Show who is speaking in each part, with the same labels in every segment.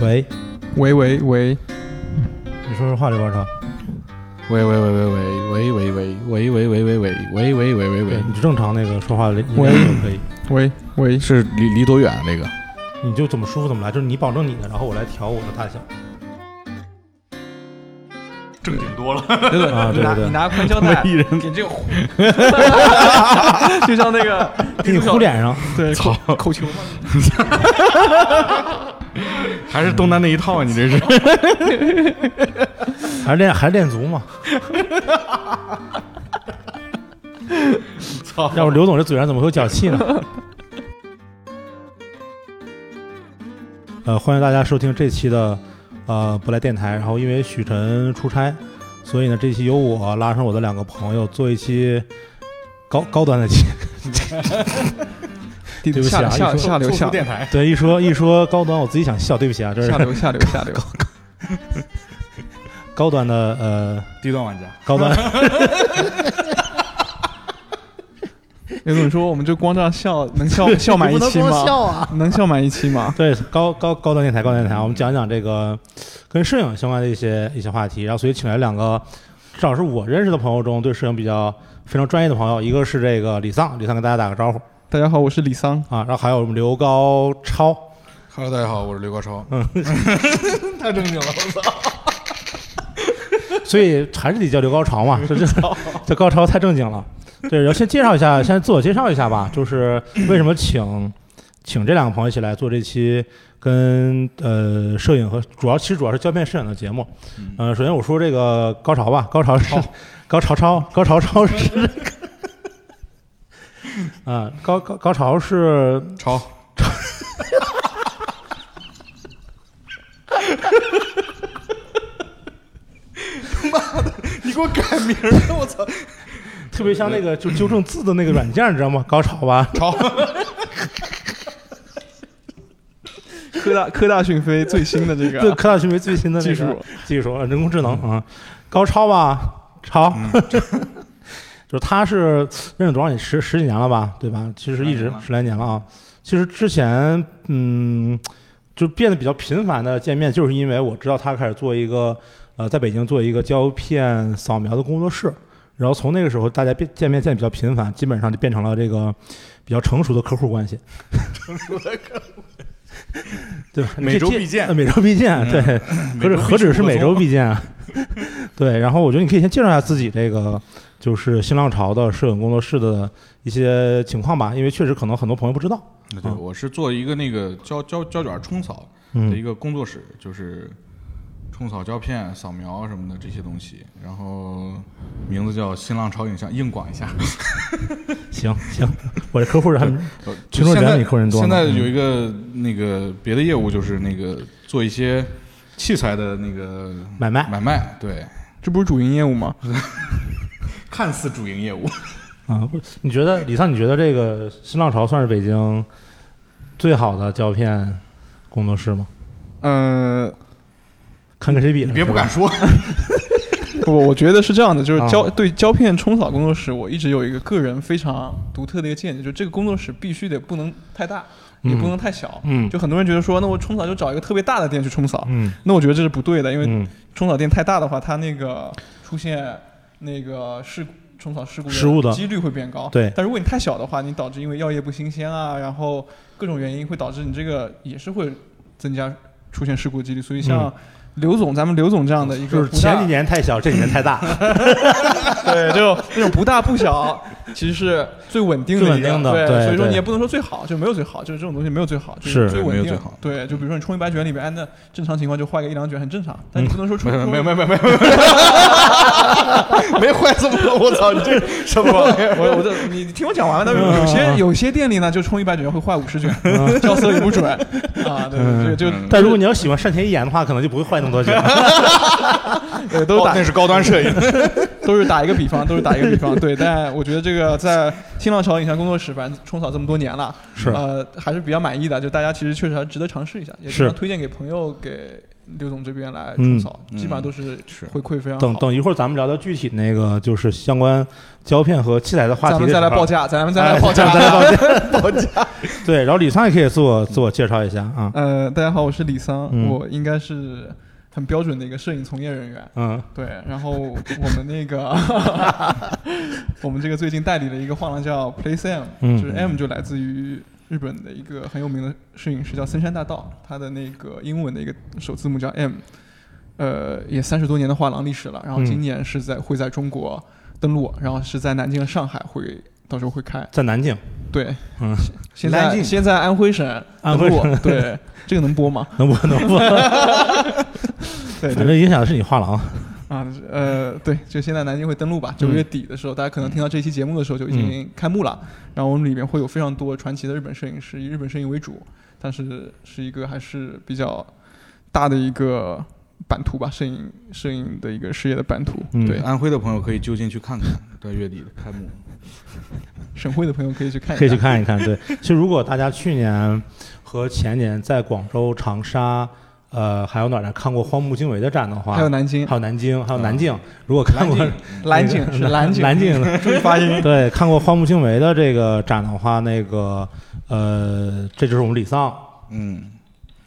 Speaker 1: 喂，
Speaker 2: 喂喂喂
Speaker 1: 你说说话，刘宝成。
Speaker 3: 喂喂喂喂喂喂喂喂喂喂喂喂喂喂喂喂喂
Speaker 1: 对
Speaker 3: 喂，
Speaker 1: 你就正常那个说话，音
Speaker 2: 喂
Speaker 1: 量就可以，
Speaker 2: 嗯喂喂，
Speaker 3: 是离离多远啊？那个
Speaker 1: 你就怎么舒服怎么来，就是你保证你的，然后我来调我的大小。
Speaker 4: 正经多了。
Speaker 2: 对对
Speaker 1: 啊
Speaker 2: 你
Speaker 1: 对对
Speaker 2: 拿
Speaker 1: 对
Speaker 2: 你拿宽胶带
Speaker 3: 一人
Speaker 2: 给这个糊， 就像那个
Speaker 1: 给你糊脸上，
Speaker 2: 对扣扣球嘛，
Speaker 3: 还是东南那一套啊？你这是
Speaker 1: 还是练还是练足嘛？
Speaker 4: 操！
Speaker 1: 要不刘总这嘴上怎么会有脚气呢？呃，欢迎大家收听这期的呃不来电台。然后因为许晨出差，所以呢这期由我拉上我的两个朋友做一期高高端的节目。
Speaker 2: 对
Speaker 1: 不起啊
Speaker 2: 下
Speaker 1: 一
Speaker 2: 下
Speaker 1: 说
Speaker 2: 下流下
Speaker 3: 电台
Speaker 1: 对，一说一说高端，我自己想笑，对不起啊，这是
Speaker 2: 下流下流下流，
Speaker 1: 高端的呃
Speaker 3: 低端玩家，
Speaker 1: 高端。
Speaker 2: 刘总说我们就光这样笑，能笑笑满一期吗？
Speaker 4: 啊
Speaker 2: 能笑满一期吗？
Speaker 1: 对，高高高端电台，高端电台，我们讲讲这个跟摄影相关的一些一些话题。然后，所以请来两个，至少是我认识的朋友中对摄影比较非常专业的朋友，一个是这个李丧，李丧跟大家打个招呼
Speaker 2: 大家好，我是李桑，
Speaker 1: 啊，然后还有我们刘高超，
Speaker 3: Hello，大家好，我是刘高超。
Speaker 4: 太正经了，我操！
Speaker 1: 所以还是得叫刘高潮 嘛，这这这高超太正经了。对，然后先介绍一下，先自我介绍一下吧，就是为什么请请这两个朋友一起来做这期跟呃摄影和主要其实主要是胶片摄影的节目。嗯、哦首先我说这个高潮吧，高潮是 高潮超高潮超是这个。啊，高高高潮是
Speaker 3: 超，
Speaker 4: 你给我改名儿，我操！
Speaker 1: 特别像那个就纠正字的那个软件，你知道吗？高潮吧，
Speaker 2: 科大科大讯飞最新的这
Speaker 1: 对，
Speaker 2: 个啊
Speaker 1: 科大讯飞最新的那个
Speaker 2: 技术
Speaker 1: 技术，人工智能啊，高超吧，超， 就是他是认识多少年，十十几年了吧，对吧？其实一直十来年了啊。其实之前，嗯，就变得比较频繁的见面，就是因为我知道他开始做一个，呃，在北京做一个胶片扫描的工作室。然后从那个时候，大家变见面见得比较频繁，基本上就变成了这个比较成熟的客户关系。成熟的客户，对吧？
Speaker 3: 每周
Speaker 1: 这
Speaker 3: 必见
Speaker 1: 呃每周必见，对，
Speaker 3: 嗯
Speaker 1: 不是何止是每周必见啊？ 对，然后我觉得你可以先介绍一下自己这个就是新浪潮的摄影工作室的一些情况吧，因为确实可能很多朋友不知道。
Speaker 3: 那对，我是做一个那个胶胶胶卷冲扫的一
Speaker 1: 嗯
Speaker 3: 个工作室，就是冲扫胶片、扫描什么的这些东西。然后名字叫新浪潮影像，硬广一下。
Speaker 1: 行 行，我这客户还
Speaker 3: 呃
Speaker 1: 群众
Speaker 3: 现
Speaker 1: 人
Speaker 3: 在
Speaker 1: 比客人多呢
Speaker 3: 现在
Speaker 1: 嗯
Speaker 3: 有一个那个别的业务，就是那个做一些器材的那个
Speaker 1: 买卖
Speaker 3: 买卖，对，
Speaker 2: 这不是主营业务吗？
Speaker 3: 看似主营业 务。
Speaker 1: 啊，不你觉得李畅？你觉得这个新浪潮算是北京最好的胶片工作室吗？
Speaker 2: 呃，
Speaker 1: 看跟谁比了？
Speaker 3: 你别
Speaker 1: 是
Speaker 3: 不
Speaker 1: 吧
Speaker 3: 敢 说，
Speaker 2: 我我觉得是这样的，就是
Speaker 1: 啊
Speaker 2: 胶、对胶片冲扫工作室，我一直有一个个人非常独特的一个见解，就这个工作室必须得不能太大，也不能太小。
Speaker 1: 嗯
Speaker 2: 就很多人觉得说，那我冲扫就找一个特别大的店去冲扫，
Speaker 1: 嗯
Speaker 2: 那我觉得这是不对的，因为
Speaker 1: 嗯，
Speaker 2: 冲扫店太大的话，它那个出现那个事故冲扫事故
Speaker 1: 失误的
Speaker 2: 几率会变高。
Speaker 1: 对
Speaker 2: 但如果你太小的话，你导致因为药业不新鲜啊，然后各种原因会导致你这个也是会增加出现事故的几率。所以
Speaker 1: 嗯
Speaker 2: 像刘总，咱们刘总这样的一个
Speaker 1: 就是
Speaker 2: 不大
Speaker 1: 前几年太小，这几年太 大，
Speaker 2: 对，就那种不大不小，其实是最稳定的一个，
Speaker 1: 最稳定的
Speaker 2: 对，
Speaker 1: 对
Speaker 2: 所以说
Speaker 1: 对
Speaker 2: 你也不能说最好，就没有最好，就是这种东西没有最好，就是最稳
Speaker 3: 没有
Speaker 2: 定
Speaker 3: 最好
Speaker 2: 对，就比如说你冲一百卷里边，哎那正常情况就坏个一两卷很正常，但你不能说
Speaker 3: 没
Speaker 2: 冲、
Speaker 3: 有
Speaker 2: 冲
Speaker 3: 嗯没有没有没有没有，没坏这么多，我操，你这什么玩意 儿？
Speaker 2: 我我这你听我讲完了，但
Speaker 3: 嗯
Speaker 2: 是有些有些店里呢，就冲一百卷会坏五十卷，校色也不准啊，对
Speaker 1: 嗯
Speaker 2: 对，这个就
Speaker 1: 但如果你要喜欢善前一言的话，可能就不会坏那么多卷。
Speaker 2: 对都是打
Speaker 3: 哦那是高端摄影，
Speaker 2: 都是打一个比方，都是打一个比 方，对。但我觉得这个在新浪潮影像工作室，反正冲扫这么多年了，
Speaker 1: 是
Speaker 2: 呃还是比较满意的。就大家其实确实还值得尝试一下，也
Speaker 1: 是
Speaker 2: 经常推荐给朋友、给刘总这边来
Speaker 1: 嗯
Speaker 2: 冲扫，
Speaker 3: 嗯
Speaker 2: 基本上都是
Speaker 3: 是
Speaker 2: 回馈非常好。
Speaker 1: 等等一会儿咱们聊聊具体那个就是相关胶片和器材的话题的
Speaker 2: 咱们
Speaker 1: 时
Speaker 2: 再
Speaker 1: 候，啊
Speaker 2: 来报价，咱们再来报价，
Speaker 1: 哎咱们再来
Speaker 2: 报 价，报价。
Speaker 1: 对，然后李桑也可以自我自我介绍一下啊，
Speaker 2: 呃，大家好，我是李桑，
Speaker 1: 嗯
Speaker 2: 我应该是很标准的一个摄影从业人员。
Speaker 1: 嗯
Speaker 2: 对，然后我们那个，我们这个最近代理了一个画廊叫 Place M，、
Speaker 1: 嗯
Speaker 2: 就是 M 就来自于日本的一个很有名的摄影师叫森山大道，他的那个英文的一个首字母叫 M，呃，也三十多年的画廊历史了。然后
Speaker 1: 嗯
Speaker 2: 今年是在会在中国登陆，然后是在南京和上海会到时候会开。
Speaker 1: 在南京
Speaker 2: 对，
Speaker 1: 嗯
Speaker 2: 现，现
Speaker 3: 南
Speaker 2: 在
Speaker 3: 京
Speaker 2: 现在安徽省
Speaker 1: 安徽省
Speaker 2: 登陆对这个能播 吗？
Speaker 1: 能不能不，
Speaker 2: 对，
Speaker 1: 反正影响的是你画廊，
Speaker 2: 啊，呃，对，就现在南京会登陆吧，九月
Speaker 1: 嗯
Speaker 2: 底的时候，大家可能听到这期节目的时候就已经开幕了。然后我们里面会有非常多传奇的日本摄影师，以日本摄影为主，但是是一个还是比较大的一个版图吧，摄影摄影的一个事业的版图。
Speaker 1: 嗯
Speaker 2: 对，啊
Speaker 3: 安徽的朋友可以就近去看看，在月底的开幕。
Speaker 2: 省会的朋友可以去看一下，
Speaker 1: 可以去看一看。 对，其实如果大家去年和前年在广州、长沙，呃，还有哪儿呢看过荒木经惟的展的话，
Speaker 2: 还有南京，
Speaker 1: 还有南京，还有南京，如果看过
Speaker 2: 蓝景是蓝景，
Speaker 1: 南京的
Speaker 2: 注意发音。
Speaker 1: 对，看过荒木经惟的这个展的话，那个呃，这就是我们李丧，
Speaker 3: 嗯，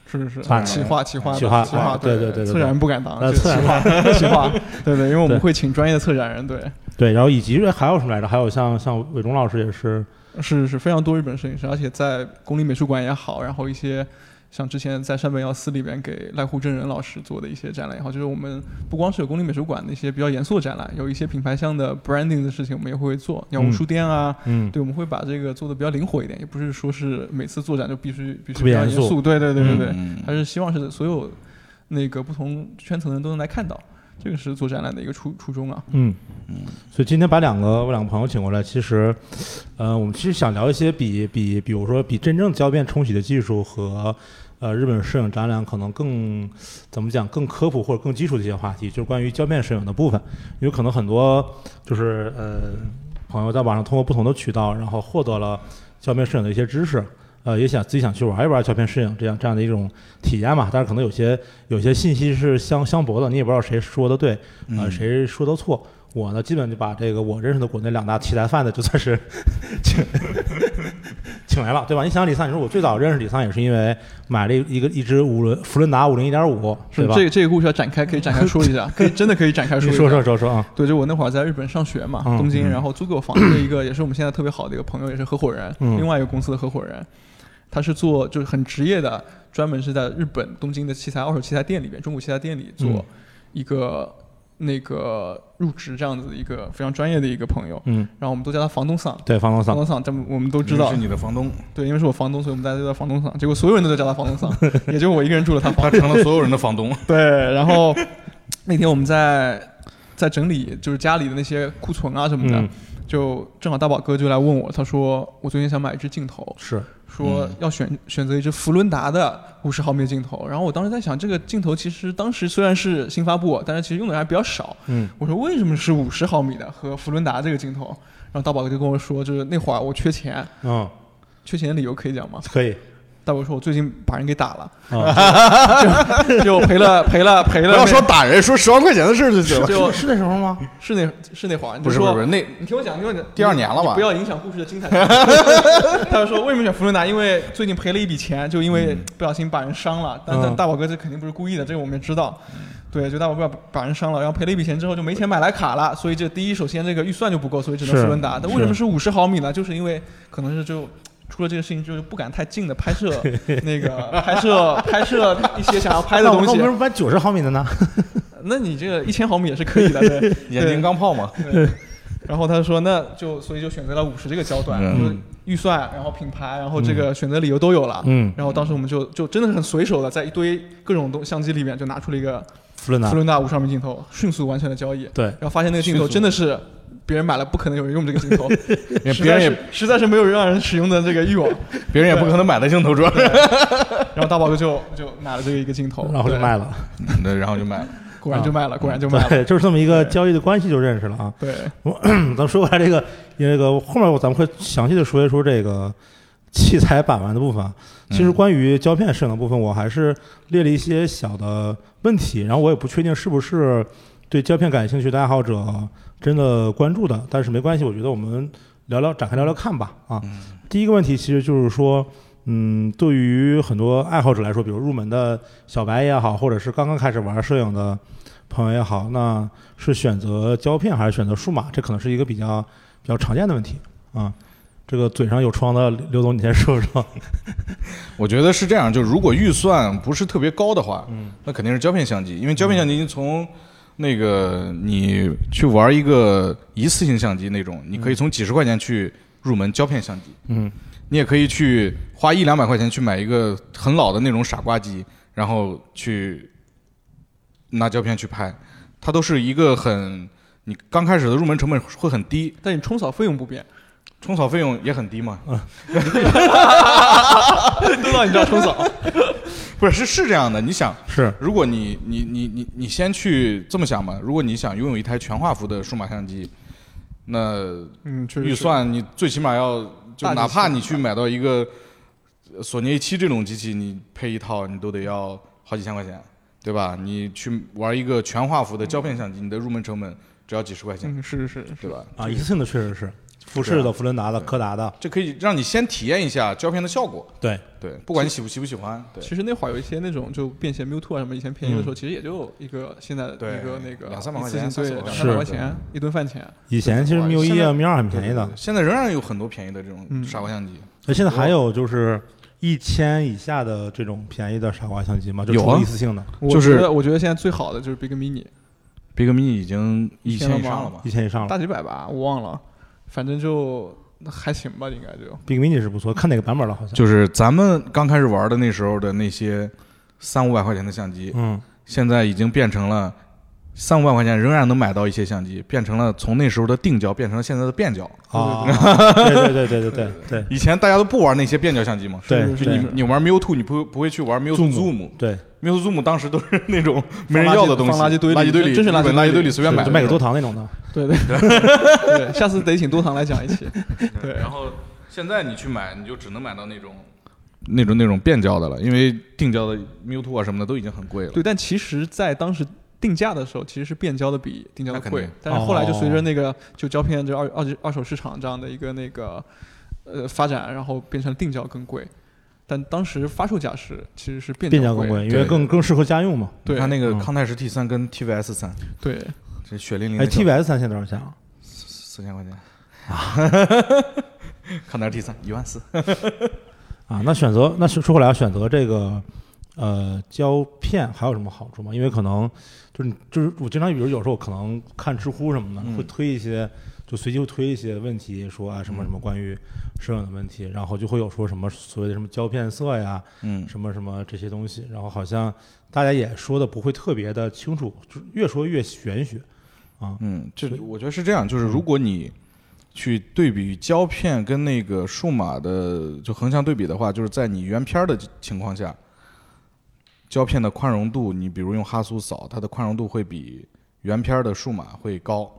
Speaker 2: 是是是
Speaker 1: 啊，
Speaker 2: 企划企划的
Speaker 1: 企划
Speaker 2: 企划，
Speaker 1: 啊对对对对对
Speaker 2: 对策展人不敢当，
Speaker 1: 呃，
Speaker 2: 就
Speaker 1: 策展化
Speaker 2: 企划，对对，因为我
Speaker 1: 对
Speaker 2: 们会请专业的策展人，对。
Speaker 1: 对，然后以及还有什么来着？还有像像伟忠老师也是，
Speaker 2: 是是非常多日本摄影师，而且在公立美术馆也好，然后一些像之前在山本耀司里边给濑户真人老师做的一些展览也好，就是我们不光是有公立美术馆的一些比较严肃的展览，有一些品牌相的 branding 的事情我们也会做，鸟屋书店啊。
Speaker 1: 嗯，
Speaker 2: 对，我们会把这个做的比较灵活一点，也不是说是每次做展就必须必须
Speaker 1: 特别
Speaker 2: 比较
Speaker 1: 严
Speaker 2: 严
Speaker 1: 肃
Speaker 2: 肃，对对对对对，
Speaker 3: 嗯
Speaker 2: 还是希望是所有那个不同圈层的人都能来看到，这个是做展览的一个初初衷啊。
Speaker 1: 嗯，所以今天把两个我两个朋友请过来，其实，呃，我们其实想聊一些比比，比如说比真正胶片冲洗的技术和呃日本摄影展览可能更怎么讲更科普或者更基础的一些话题，就是关于胶片摄影的部分，有可能很多就是呃朋友在网上通过不同的渠道，然后获得了胶片摄影的一些知识。呃，也想自己想去玩一玩胶片摄影这样这样的一种体验嘛，但是可能有些有些信息是相相悖的，你也不知道谁说的对，啊，
Speaker 3: 嗯
Speaker 1: 谁说的错。我呢，基本就把这个我认识的国内两大题材贩子就算是请请来了，对吧？你想李桑，你说我最早认识李桑也是因为买了一个一只五轮福伦达五零一点五，
Speaker 2: 是
Speaker 1: 对吧？
Speaker 2: 嗯这个这个故事要展开，可以展开说一 下，可以真的可以展开说
Speaker 1: 你
Speaker 2: 一下。
Speaker 1: 说说说说啊，
Speaker 2: 对，就我那会儿在日本上学嘛，
Speaker 1: 嗯
Speaker 2: 东京，
Speaker 3: 嗯
Speaker 2: 然后租给我房子的一个，也是我们现在特别好的一个朋友，也是合伙人，
Speaker 1: 嗯
Speaker 2: 另外一个公司的合伙人，他是做就是很职业的，专门是在日本东京的器材二手器材店里边，中古器材店里
Speaker 1: 嗯
Speaker 2: 做一个、那个入职这样子的一个非常专业的一个朋友，
Speaker 1: 嗯，
Speaker 2: 然后我们都叫他房东桑，
Speaker 1: 对，房东
Speaker 2: 房
Speaker 1: 桑，
Speaker 2: 东桑，这么我们都
Speaker 3: 我
Speaker 2: 知道
Speaker 3: 是，你的房东，
Speaker 2: 对，因为是我房东，所以我们大家都叫房东桑，结果所有人都在叫他房东桑， 也就我一个人住了他房
Speaker 3: 他成了所有人的房 东。
Speaker 2: 对，然后那天我们在在整理就是家里的那些库存啊什么的，
Speaker 1: 嗯，
Speaker 2: 就正好大宝哥就来问我，他说我最近想买一支镜头，
Speaker 1: 是，
Speaker 2: 说
Speaker 4: 嗯
Speaker 2: 要选、选择一支福伦达的五十毫米的镜头。然后我当时在想，这个镜头其实当时虽然是新发布，但是其实用的人还比较少。
Speaker 1: 嗯，
Speaker 2: 我说为什么是五十毫米的和福伦达这个镜头？然后大宝哥就跟我说，就是那会儿我缺钱，
Speaker 1: 嗯，
Speaker 2: 缺钱的理由可以讲吗？
Speaker 1: 可 以，
Speaker 2: 大宝说我最近把人给打了，
Speaker 1: 啊，
Speaker 2: 就赔了赔了赔了
Speaker 4: 不
Speaker 2: 那。
Speaker 4: 要说打人，说十万块钱的事儿就行了。
Speaker 2: 就是
Speaker 1: 那时候吗？
Speaker 2: 是那是那会儿，你
Speaker 3: 不
Speaker 2: 就是说
Speaker 3: 不是不是，那
Speaker 2: 你听我讲，你听我讲，
Speaker 3: 第二年了吧
Speaker 2: 你不要影响故事 的精彩。他就说为什么选福伦达？因为最近赔了一笔钱，就因为
Speaker 3: 嗯
Speaker 2: 不小心把人伤了。但但
Speaker 1: 嗯
Speaker 2: 大宝哥这肯定不是故意的，这个我们也知道。对，就大宝哥把把人伤了，然后赔了一笔钱之后就没钱买徕卡了，所以这第一首先这个预算就不够，所以只能
Speaker 1: 是
Speaker 2: 福伦达。但为什么
Speaker 1: 是
Speaker 2: 是五十毫米呢？就是因为可能是就。出了这个事情，就是不敢太近的拍摄，那个拍摄拍摄一些想要拍的
Speaker 1: 那我
Speaker 2: 东
Speaker 1: 们为
Speaker 2: 西
Speaker 1: 什。么买九十毫米的呢？
Speaker 2: 那你这个一千毫米也是可以的，对。
Speaker 3: 眼睛钢炮 嘛，
Speaker 2: 对，然后他说那就所以就选择了五十这个焦段，
Speaker 3: 嗯
Speaker 2: 就是预算，然后品牌，然后这个选择理由都有了。
Speaker 1: 嗯，
Speaker 2: 然后当时我们就就真的是很随手的，在一堆各种东相机里面就拿出了一个
Speaker 1: 福伦达
Speaker 2: 福，伦达五十毫米镜头，迅速完成了交易。
Speaker 1: 对，
Speaker 2: 然后发现那个镜头
Speaker 3: 迅速
Speaker 2: 真的是别人买了，不可能有人用这个镜头，实
Speaker 3: 别
Speaker 2: 在
Speaker 3: 人
Speaker 2: 是
Speaker 3: 也
Speaker 2: 实在是没有人让人使用的这个欲望。
Speaker 3: 别人也不可能买的镜头，主要是。
Speaker 2: 然后大宝哥就就拿了这个一个镜头，
Speaker 1: 然后就
Speaker 2: 哦对，
Speaker 1: 卖了，
Speaker 3: 对，然后就卖了。
Speaker 2: 果然就卖
Speaker 3: 嗯
Speaker 2: 了，果然就卖了。
Speaker 1: 对，就是这么一个交易的关系就认识了啊。
Speaker 2: 对，
Speaker 1: 咱们说回来这个，这个后面我咱们会详细的说一说这个器材把玩的部分。啊其实关于胶片摄影的部分，我还是列了一些小的问题，然后我也不确定是不是对胶片感兴趣的爱好者真的关注的，但是没关系，我觉得我们聊聊展开聊聊看吧。啊，第一个问题其实就是说，嗯，对于很多爱好者来说，比如入门的小白也好，或者是刚刚开始玩摄影的朋友也好，那是选择胶片还是选择数码？这可能是一个比较比较常见的问题啊。这个嘴上有疮的刘总，你先说说。
Speaker 3: 我觉得是这样，就如果预算不是特别高的话，那肯定是胶片相机，因为胶片相机从那个你去玩一个一次性相机那种，你可以从几十块钱去入门胶片相机，
Speaker 1: 嗯，
Speaker 3: 你也可以去花一两百块钱去买一个很老的那种傻瓜机，然后去拿胶片去拍，它都是一个很你刚开始的入门成本会很低，
Speaker 2: 但你冲扫费用不变，
Speaker 3: 冲扫费用也很低嘛，
Speaker 2: 都让你这样冲扫，
Speaker 3: 不是是 是这样的，你想。
Speaker 1: 是，
Speaker 3: 如果你你你你你先去这么想吧，如果你想拥有一台全画幅的数码相机，那
Speaker 2: 嗯，确实是
Speaker 3: 预算你最起码要就
Speaker 2: 大几千
Speaker 3: 哪怕你去买到一个呃索尼 A 7这种机器，你配一套你都得要好几千块钱，对吧？你去玩一个全画幅的胶片相机，你的入门成本只要几十块钱，
Speaker 2: 嗯，是是是，
Speaker 3: 对吧？
Speaker 1: 啊，一次性的确实是，富士
Speaker 3: 啊
Speaker 1: 的、福伦达的、柯达的，
Speaker 3: 这可以让你先体验一下胶片的效果，
Speaker 1: 对，
Speaker 3: 对，不管你喜不喜不喜欢，对嗯
Speaker 2: 其实那会儿有一些那种就便携 Mute 啊什么，以前便宜的时候，其实也就一个现在一
Speaker 3: 对
Speaker 2: 个那个
Speaker 3: 两三百块
Speaker 2: 一次性
Speaker 3: 钱
Speaker 2: 对，
Speaker 3: 三四百
Speaker 2: 两
Speaker 1: 块
Speaker 2: 三百块
Speaker 3: 钱
Speaker 2: 钱一顿饭钱。
Speaker 1: 以前其实 m 一啊 m 二很
Speaker 3: 对
Speaker 1: 便宜的
Speaker 3: 对，现在仍然有很多便宜的这种
Speaker 2: 嗯
Speaker 3: 傻瓜相机，
Speaker 1: 那现在还有就是一千以下的这种便宜的傻瓜相机吗？就
Speaker 3: 有啊
Speaker 1: 纯一次性的，
Speaker 2: 我
Speaker 3: 就是
Speaker 2: 觉得我觉得现在最好的就是 Big Mini，
Speaker 3: b i g Mini 已经一
Speaker 2: 千
Speaker 3: 千以
Speaker 2: 了吗
Speaker 3: 上了吧？
Speaker 1: 一千以上了。
Speaker 2: 大几百吧，我忘了，反正就还行吧，应该就
Speaker 1: Big Mini 是不错，看哪个版本了，好像。
Speaker 3: 就是咱们刚开始玩的那时候的那些三五百块钱的相机，
Speaker 1: 嗯，
Speaker 3: 现在已经变成了三五百块钱仍然能买到一些相机，变成了从那时候的定焦变成了现在的变焦。
Speaker 1: 啊， 对对对对对对
Speaker 3: 以前大家都不玩那些变焦相机嘛，
Speaker 1: 对
Speaker 2: 是
Speaker 3: 就你
Speaker 1: 对
Speaker 3: 你玩 Mute 你不不会去玩 Mute
Speaker 1: Zoom 对，
Speaker 3: Zoom，Mute Zoom 当时都是那种没人要的东西，
Speaker 2: 放垃圾堆里
Speaker 3: 垃圾堆
Speaker 2: 真
Speaker 3: 日
Speaker 2: 是垃圾
Speaker 3: 本
Speaker 2: 堆
Speaker 3: 垃
Speaker 2: 里
Speaker 3: 圾堆里随便买
Speaker 1: 就
Speaker 3: 的
Speaker 1: 卖给多糖那种的。
Speaker 2: 对对对，下次得请多糖来讲一期。对
Speaker 3: 然后现在你去买，你就只能买到那种那种那种变焦的了，因为定焦的 Mute 啊什么的都已经很贵了。
Speaker 2: 对，但其实，在当时定价的时候，其实是变焦的比定焦
Speaker 3: 那
Speaker 2: 的
Speaker 3: 肯
Speaker 2: 贵
Speaker 3: 定，
Speaker 2: 但是后来就随着
Speaker 1: 哦
Speaker 2: 那个就胶片这二二二手市场这样的一个那个呃发展，然后变成定焦更贵。但当时发售价是其实是变
Speaker 1: 变焦
Speaker 2: 贵，
Speaker 1: 更贵，因
Speaker 3: 对
Speaker 1: 为更更适合家用嘛。
Speaker 3: 你
Speaker 2: 对
Speaker 3: 看那个
Speaker 1: 嗯
Speaker 3: 康泰时 T 三跟 TVS 三，
Speaker 2: 对，
Speaker 3: 这血淋淋
Speaker 1: 哎
Speaker 3: 的小。
Speaker 1: ，TVS 三现在多少钱啊？
Speaker 3: 四千块钱啊！ 康泰 T 三一万四，
Speaker 1: 啊，那选择那说说回来，啊选择这个呃胶片还有什么好处吗？因为可能就是你就是我经常比如有时候可能看知乎什么的，
Speaker 3: 嗯
Speaker 1: 会推一些就随机会推一些问题，说啊什么什
Speaker 3: 嗯
Speaker 1: 么关于摄影的问题，然后就会有说什么所谓的什么胶片色呀，
Speaker 3: 嗯，
Speaker 1: 什么什么这些东西，然后好像大家也说的不会特别的清楚，就越说越玄学啊。
Speaker 3: 嗯，就
Speaker 1: 所以嗯
Speaker 3: 我觉得是这样，就是如果你去对比胶片跟那个数码的就横向对比的话，就是在你原片儿的情况下，胶片的宽容度，你比如用哈苏扫，它的宽容度会比原片儿的数码会高，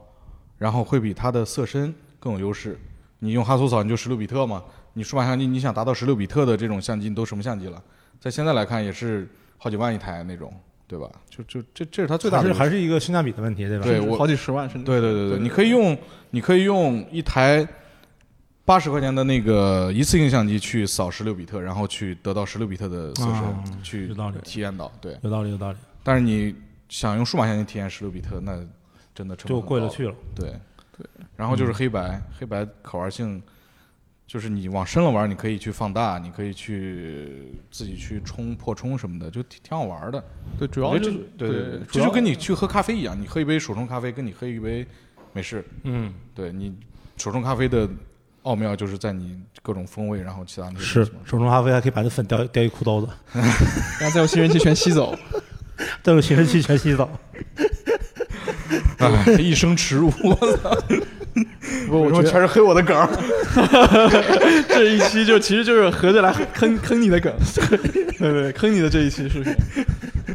Speaker 3: 然后会比它的色深更有优势。你用哈苏扫，你就十六比特嘛，你数码相机你想达到十六比特的这种相机，你都什么相机了？在现在来看也是好几万一台那种，对吧？就就这这是它最大
Speaker 1: 还
Speaker 3: 的
Speaker 1: 是
Speaker 3: 优势
Speaker 1: 还是一个性价比的问题，对吧？
Speaker 3: 对
Speaker 2: 甚至
Speaker 3: 我
Speaker 2: 好几十万甚至
Speaker 3: 对对对对，你可以用你可以用一台八十块钱的那个一次性相机去扫十六比特，然后去得到十六比特的色深，
Speaker 1: 啊
Speaker 3: 去
Speaker 1: 有道理
Speaker 3: 体验到。对，
Speaker 1: 有道理，有道理，
Speaker 3: 但是你想用数码相机体验十六比特，那真的成本
Speaker 1: 就
Speaker 3: 很
Speaker 1: 贵了
Speaker 3: 高。
Speaker 1: 去了。
Speaker 3: 对然后就是黑白，黑白可玩性。就是你往深了玩，你可以去放大，你可以去自己去冲破冲什么的，就挺挺好玩的。
Speaker 2: 对，主
Speaker 3: 我
Speaker 2: 要
Speaker 3: 觉
Speaker 2: 就
Speaker 3: 得
Speaker 2: 是
Speaker 3: 这对对
Speaker 2: 对
Speaker 3: 对，，
Speaker 2: 主
Speaker 3: 这就
Speaker 2: 要
Speaker 3: 跟你去喝咖啡一样，你喝一杯手冲咖啡，跟你喝一杯美式，
Speaker 1: 嗯，
Speaker 3: 对你手冲咖啡的奥妙就是在你各种风味，然后其他那些
Speaker 1: 是
Speaker 3: 东西嘛
Speaker 1: 手冲咖啡还可以把那粉掉掉一裤兜子，
Speaker 2: 然后再有吸尘器全吸走，
Speaker 1: 再用吸尘器全吸走。
Speaker 3: 哎一生耻辱。我操！
Speaker 2: 不，我
Speaker 3: 为什么
Speaker 2: 觉得
Speaker 3: 全是黑我的梗儿？
Speaker 2: 这一 期 就其实就是合着来坑坑你的梗，对对，坑你的这一期视频。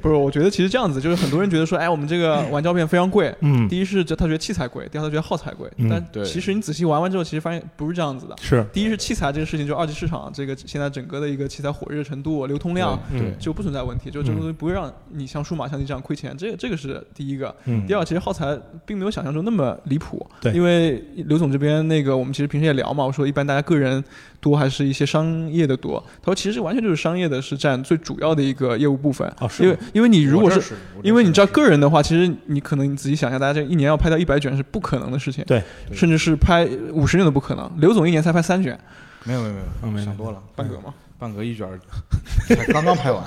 Speaker 2: 不是，我觉得其实这样子，就是很多人觉得说，哎，我们这个玩胶片非常贵。
Speaker 1: 嗯，
Speaker 2: 第一是这他觉得器材贵，第二他觉得耗材贵。
Speaker 1: 嗯
Speaker 2: 但
Speaker 3: 对
Speaker 2: 其实你仔细玩完之后，其实发现不是这样子的。
Speaker 1: 是，
Speaker 2: 第一是器材这个事情，就二级市场这个现在整个的一个器材火热程度、流通量
Speaker 3: 对对
Speaker 2: 就不存在问题，就这个东西
Speaker 1: 嗯
Speaker 2: 不会让你像数码相机这样亏钱，这个这个是第一个。
Speaker 1: 嗯，
Speaker 2: 第二，其实耗材并没有想象中那么离谱，
Speaker 1: 对
Speaker 2: 因为刘总这边那个我们其实平时也聊嘛，我说一般大家个人多还是一些商业的多，他说其实完全就是商业的是占最主要的一个业务部分，
Speaker 1: 哦是
Speaker 2: 因为因为你如果
Speaker 3: 我这
Speaker 2: 是
Speaker 3: 是我这
Speaker 2: 因为
Speaker 3: 是
Speaker 2: 你知道个人的话，其实你可能你仔细想一下，大家这一年要拍到一百卷是不可能的事情，
Speaker 1: 对，
Speaker 3: 对
Speaker 2: 甚至是拍五十卷都不可能。刘总一年才拍三 卷，
Speaker 3: 没有没有没有，
Speaker 1: 嗯没有
Speaker 3: 想多了，
Speaker 2: 半个嘛。
Speaker 3: 半个一卷儿，才刚刚拍完，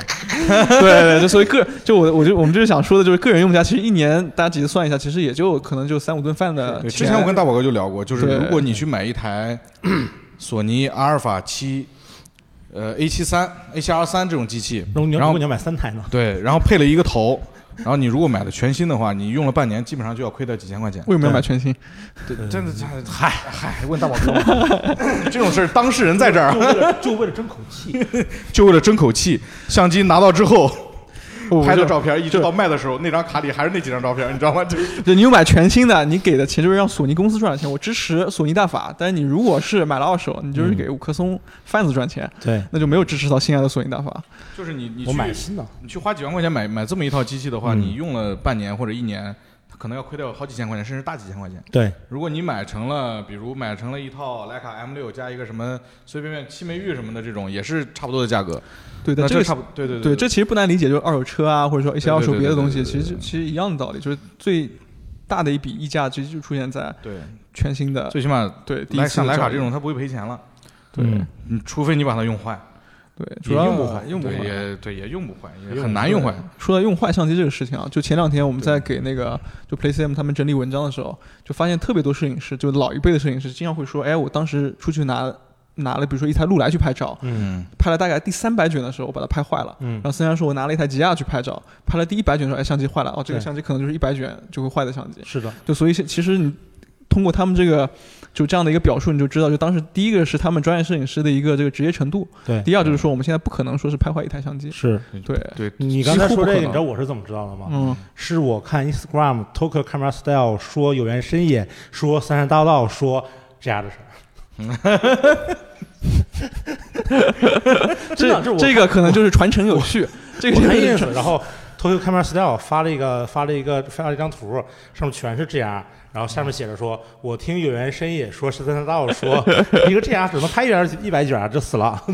Speaker 2: 对对，就所以个就我我就我们就是想说的就是个人用家，其实一年大家仔细算一下，其实也就可能就三五顿饭的
Speaker 3: 对，之
Speaker 2: 钱。
Speaker 3: 前我跟大宝哥就聊过，就是
Speaker 2: 对
Speaker 3: 如果你去买一 台索尼阿尔法七，呃 A 七三、A 七 R 三这种机器，
Speaker 1: 如果你要如
Speaker 3: 然后
Speaker 1: 果你要买三台呢？
Speaker 3: 对，然后配了一个头，然后你如果买的全新的话，你用了半年，基本上就要亏掉几千块钱。
Speaker 2: 为什么要买全新？
Speaker 3: 对，真的，真的嗨嗨，问大宝哥吧， 这种事儿当事人在这儿，啊
Speaker 1: 为了就为了争口气，
Speaker 3: 就为了争口气，相机拿到之后
Speaker 2: 我
Speaker 3: 拍
Speaker 2: 就
Speaker 3: 的照片，一直到卖的时候，那张卡里还是那几张照片，你知道吗？这
Speaker 2: 对，你又买全新的，你给的钱就是让索尼公司赚的钱，我支持索尼大法。但是你如果是买了二手，你就是
Speaker 3: 嗯
Speaker 2: 给五棵松贩子赚钱，
Speaker 1: 对
Speaker 2: 那就没有支持到心爱的索尼大法。
Speaker 3: 就是你你
Speaker 1: 我
Speaker 3: 去
Speaker 1: 买新的，
Speaker 3: 你去花几万块钱买买这么一套机器的话，
Speaker 1: 嗯
Speaker 3: 你用了半年或者一年，它可能要亏掉好几千块钱，甚至大几千块钱。
Speaker 1: 对，
Speaker 3: 如果你买成了，比如买成了一套徕卡 M 六加一个什么随便便七枚玉什么的这种，也是差不多的价格。
Speaker 2: 对，但
Speaker 3: 那
Speaker 2: 这个
Speaker 3: 差不多，对对
Speaker 2: 对，这其实不难理解，就是二手车啊，或者说一些
Speaker 3: 对对
Speaker 2: 二手别的东
Speaker 3: 对
Speaker 2: 西，
Speaker 3: 对
Speaker 2: 其
Speaker 3: 对
Speaker 2: 实
Speaker 3: 对对
Speaker 2: 其实一样的道理，就是最大的一笔溢价，其实就出现在
Speaker 3: 对，
Speaker 2: 全新的
Speaker 3: 呃最起码
Speaker 2: 对第一
Speaker 3: 徕
Speaker 2: 次
Speaker 3: 像徕
Speaker 2: 的
Speaker 3: 卡
Speaker 2: 交易
Speaker 3: 这种，它不会赔钱了。
Speaker 2: 对
Speaker 1: 嗯
Speaker 3: 你除非你把它用坏，
Speaker 2: 对，主
Speaker 3: 也
Speaker 2: 要
Speaker 3: 用不坏，
Speaker 2: 用不
Speaker 3: 对
Speaker 2: 坏。
Speaker 3: 也对，也用不坏，
Speaker 1: 用
Speaker 3: 也
Speaker 1: 不
Speaker 3: 很难用坏。嗯
Speaker 2: 说到用坏相机这个事情啊，就前两天我们在给那个就 PlayCM 他们整理文章的时候，就发现特别多摄影师，就老一辈的摄影师，经常会说，哎，我当时出去拿拿了，比如说一台禄来去拍照，
Speaker 1: 嗯
Speaker 3: 嗯，
Speaker 2: 拍了大概第三百卷的时候，我把它拍坏了。
Speaker 1: 嗯
Speaker 2: 然后森然说，我拿了一台吉亚去拍照，拍了第一百卷的时候，哎，相机坏了，哦，这个
Speaker 1: 对
Speaker 2: 相机可能就是一百卷就会坏的相机。
Speaker 1: 是的，
Speaker 2: 就所以其实你通过他们这个就这样的一个表述，你就知道，就当时第一个是他们专业摄影师的一个这个职业程度，
Speaker 1: 对
Speaker 2: 第二就是说我们现在不可能说是拍坏一台相机，
Speaker 1: 是。
Speaker 2: 对，
Speaker 3: 对，
Speaker 1: 你刚才
Speaker 2: 几乎
Speaker 1: 说
Speaker 2: 不
Speaker 1: 这个，
Speaker 2: 可能
Speaker 1: 你知道我是怎么知道的吗？
Speaker 2: 嗯，
Speaker 1: 是我看 Instagram Toker Camera Style 说有缘深夜，说三山大道说这样的事儿。真的，这
Speaker 2: 这
Speaker 1: 我
Speaker 2: 这个可能就是传承有 序，这个
Speaker 1: 我看
Speaker 2: 就是
Speaker 1: ins，然后 Tokyo Camera Style 发了一个发了一个发了一张图，上面全是 GR，然后下面写着说，我听有缘深夜说十三道说一个 GR 只能拍一卷一百卷，这死了。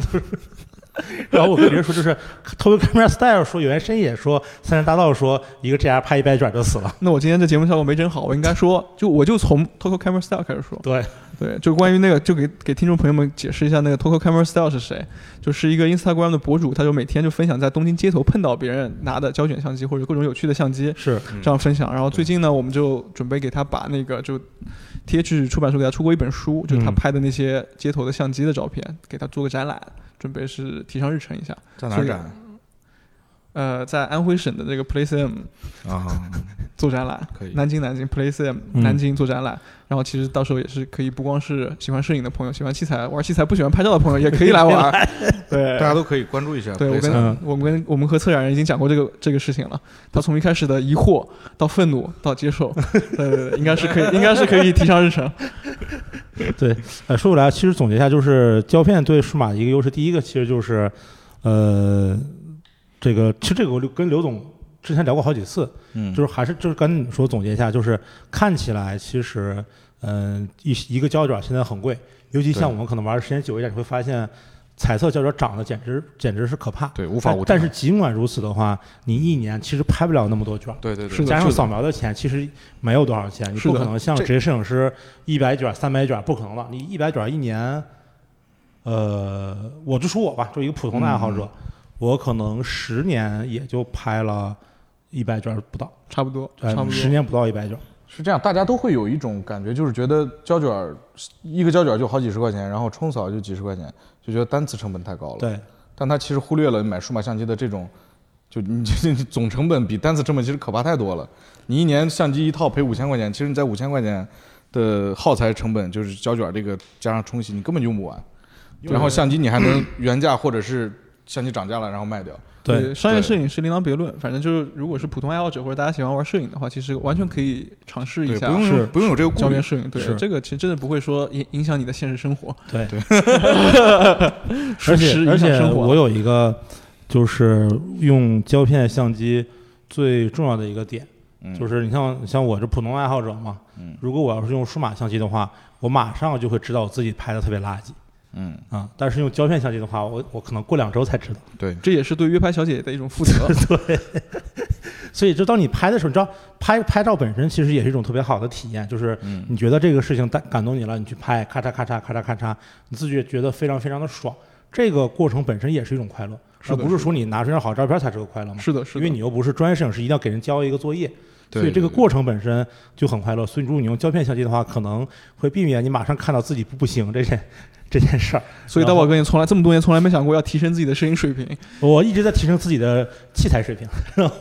Speaker 1: 然后我跟别人说，就是 Tokyo Camera Style 说有缘深夜说三山大道说一个 GR 拍一百卷就死了。
Speaker 2: 那我今天这节目效果没整好，我应该说，就我就从 Toco Camera Style 开始说。
Speaker 1: 对，
Speaker 2: 对，就关于那个，就给给听众朋友们解释一下那个 Toco Camera Style 是谁，就是一个 Instagram 的博主，他就每天就分享在东京街头碰到别人拿的胶卷相机或者各种有趣的相机，
Speaker 1: 是
Speaker 3: 嗯
Speaker 2: 这样分享。然后最近呢，我们就准备给他把那个就 TH 出版社给他出过一本书，就是他
Speaker 1: 嗯
Speaker 2: 拍的那些街头的相机的照片，给他做个展览，准备是提上日程一下。
Speaker 3: 在哪
Speaker 2: 所
Speaker 3: 儿
Speaker 2: 以
Speaker 3: 展
Speaker 2: 呃，在安徽省的这个 PlayCM
Speaker 3: 啊？
Speaker 2: 做展览，
Speaker 3: 可以
Speaker 2: 南京南京 PlayCM
Speaker 1: 嗯
Speaker 2: 南京做展览，然后其实到时候也是可以，不光是喜欢摄影的朋友，喜欢器材玩器材不喜欢拍照的朋友也可以来玩儿。对
Speaker 3: 大，家都可以关注一下。
Speaker 2: 对我跟、
Speaker 1: 嗯
Speaker 2: 我们跟我们和策展人已经讲过这个这个事情了。他从一开始的疑惑到愤怒到接受，对对对，应该是可以，应该是可以提上日程。
Speaker 1: 对，呃，说回来，其实总结一下，就是胶片对数码的一个优势，第一个其实就是，呃，这个其实这个我跟刘总之前聊过好几次，
Speaker 3: 嗯
Speaker 1: 就是还是就是跟你说总结一下，就是看起来其实，嗯、一一个胶卷现在很贵，尤其像
Speaker 3: 对
Speaker 1: 我们可能玩的时间久一点，你会发现彩色胶卷涨得简直简直是可怕。
Speaker 3: 对无法无天啊
Speaker 1: 但。但是尽管如此的话，你一年其实拍不了那么多卷儿。
Speaker 3: 对对对，
Speaker 2: 是的
Speaker 1: 加上扫描的钱，其实没有多少钱，你
Speaker 2: 是
Speaker 1: 不
Speaker 2: 的
Speaker 1: 可能像
Speaker 3: 这
Speaker 1: 职业摄影师一百卷、三百卷，不可能的。你一百卷一年，呃，我就说我吧，就一个普通的爱好者，我可能十年也就拍了一百卷不到，
Speaker 2: 差不多，差不
Speaker 1: 呃，
Speaker 2: 多。
Speaker 1: 十年不到一百卷。
Speaker 3: 是这样，大家都会有一种感觉，就是觉得胶卷儿一个胶卷儿就好几十块钱，然后冲扫就几十块钱，就觉得单次成本太高了。，
Speaker 1: 对，
Speaker 3: 但它其实忽略了买数码相机的这种，就你你总成本比单次成本其实可怕太多了。你一年相机一套赔五千块钱，其实你在五千块钱的耗材成本，就是胶卷儿这个加上冲洗，你根本用不完。然后相机你还能原价或者是相机涨价了，然后卖掉。
Speaker 1: 对，
Speaker 2: 商业摄影是另当别论。反正就是，如果是普通爱好者或者大家喜欢玩摄影的话，其实完全可以尝试一
Speaker 3: 对，
Speaker 2: 下
Speaker 3: 不用
Speaker 1: 是
Speaker 3: 不用有这个顾
Speaker 2: 胶
Speaker 3: 虑
Speaker 2: 片。摄影。对
Speaker 1: 是，
Speaker 2: 这个其实真的不会说影影响你的现实生活，
Speaker 1: 对
Speaker 3: 对，
Speaker 1: 而
Speaker 2: 属实
Speaker 1: 且而
Speaker 2: 影响
Speaker 1: 且
Speaker 2: 生活。
Speaker 1: 我有一个就是用胶片相机最重要的一个点，
Speaker 3: 嗯
Speaker 1: 就是你像像我这普通爱好者嘛，
Speaker 3: 嗯
Speaker 1: 如果我要是用数码相机的话，我马上就会知道我自己拍的特别垃圾
Speaker 3: 嗯，
Speaker 1: 啊、但是用胶片相机的话，我我可能过两周才知道。
Speaker 3: 对，
Speaker 2: 这也是对约拍小姐姐的一种负责。
Speaker 1: 对，所以就当你拍的时候，你知道拍拍照本身其实也是一种特别好的体验，就是
Speaker 3: 嗯
Speaker 1: 你觉得这个事情感感动你了，你去拍，咔嚓咔嚓咔嚓咔嚓，你自己也觉得非常非常的爽。这个过程本身也是一种快乐，
Speaker 2: 是
Speaker 1: 而
Speaker 2: 的
Speaker 1: 不是说你拿出一张好照片才是个快乐嘛？
Speaker 2: 是的，是
Speaker 1: 因为。
Speaker 2: 的
Speaker 1: 你又不是专业摄影师，一定要给人交一个作业，
Speaker 3: 对
Speaker 1: 所以这个
Speaker 3: 对
Speaker 1: 过程本身就很快乐。所以如果你用胶片相机的话，可能会避免你马上看到自己不行这件这件事儿。
Speaker 2: 所以大宝哥，你从来这么多年从来没想过要提升自己的摄影水平。
Speaker 1: 我一直在提升自己的器材水平， 然后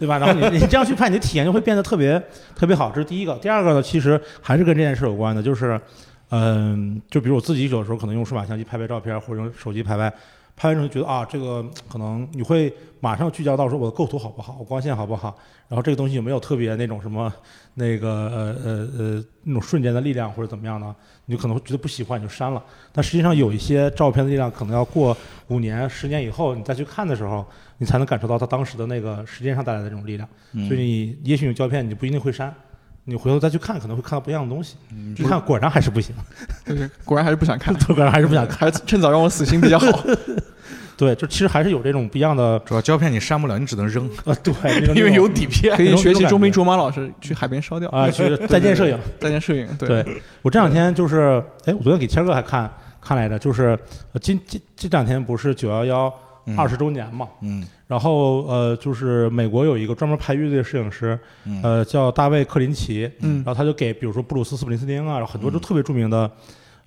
Speaker 1: 对吧？然后你你这样去拍，你的体验就会变得特别特别好。这是第一个。第二个呢，其实还是跟这件事有关的，就是，嗯，就比如我自己有时候可能用数码相机拍拍照片，或者用手机拍拍，拍完之后觉得啊，这个可能你会马上聚焦到说我的构图好不好，我光线好不好，然后这个东西有没有特别那种什么那个呃呃呃那种瞬间的力量或者怎么样呢？你就可能会觉得不喜欢，你就删了。但实际上有一些照片的力量，可能要过五年、十年以后，你再去看的时候，你才能感受到它当时的那个时间上带来的这种力量。
Speaker 3: 嗯
Speaker 1: 所以你也许有胶片，你不一定会删，你回头再去看，可能会看到不一样的东西。
Speaker 3: 嗯
Speaker 1: 一看果然还是不行，
Speaker 2: 对，果然还是不想看，
Speaker 1: 果然还是不想看。
Speaker 2: 还是趁早让我死心比 较好。
Speaker 1: 对，就其实还是有这种不一样的
Speaker 3: 主要胶片你删不了，你只能扔，
Speaker 1: 呃，对，那种
Speaker 3: 因为有底片。
Speaker 2: 可以学习钟明卓玛老师去海边烧掉
Speaker 1: 啊，去再见摄影。
Speaker 2: 再见摄影。对，
Speaker 1: 对我这两天就是，哎，我昨天给谦儿哥还看看来着，就是呃今今这两天不是九幺幺
Speaker 3: 嗯
Speaker 1: 二十周年嘛，
Speaker 3: 嗯
Speaker 1: 然后呃，就是美国有一个专门拍乐队的摄影师，
Speaker 3: 嗯
Speaker 1: 呃，叫大卫·克林奇，
Speaker 2: 嗯
Speaker 1: 然，后他就给比如说布鲁斯·斯普林斯汀啊，然后很多就特别著名的。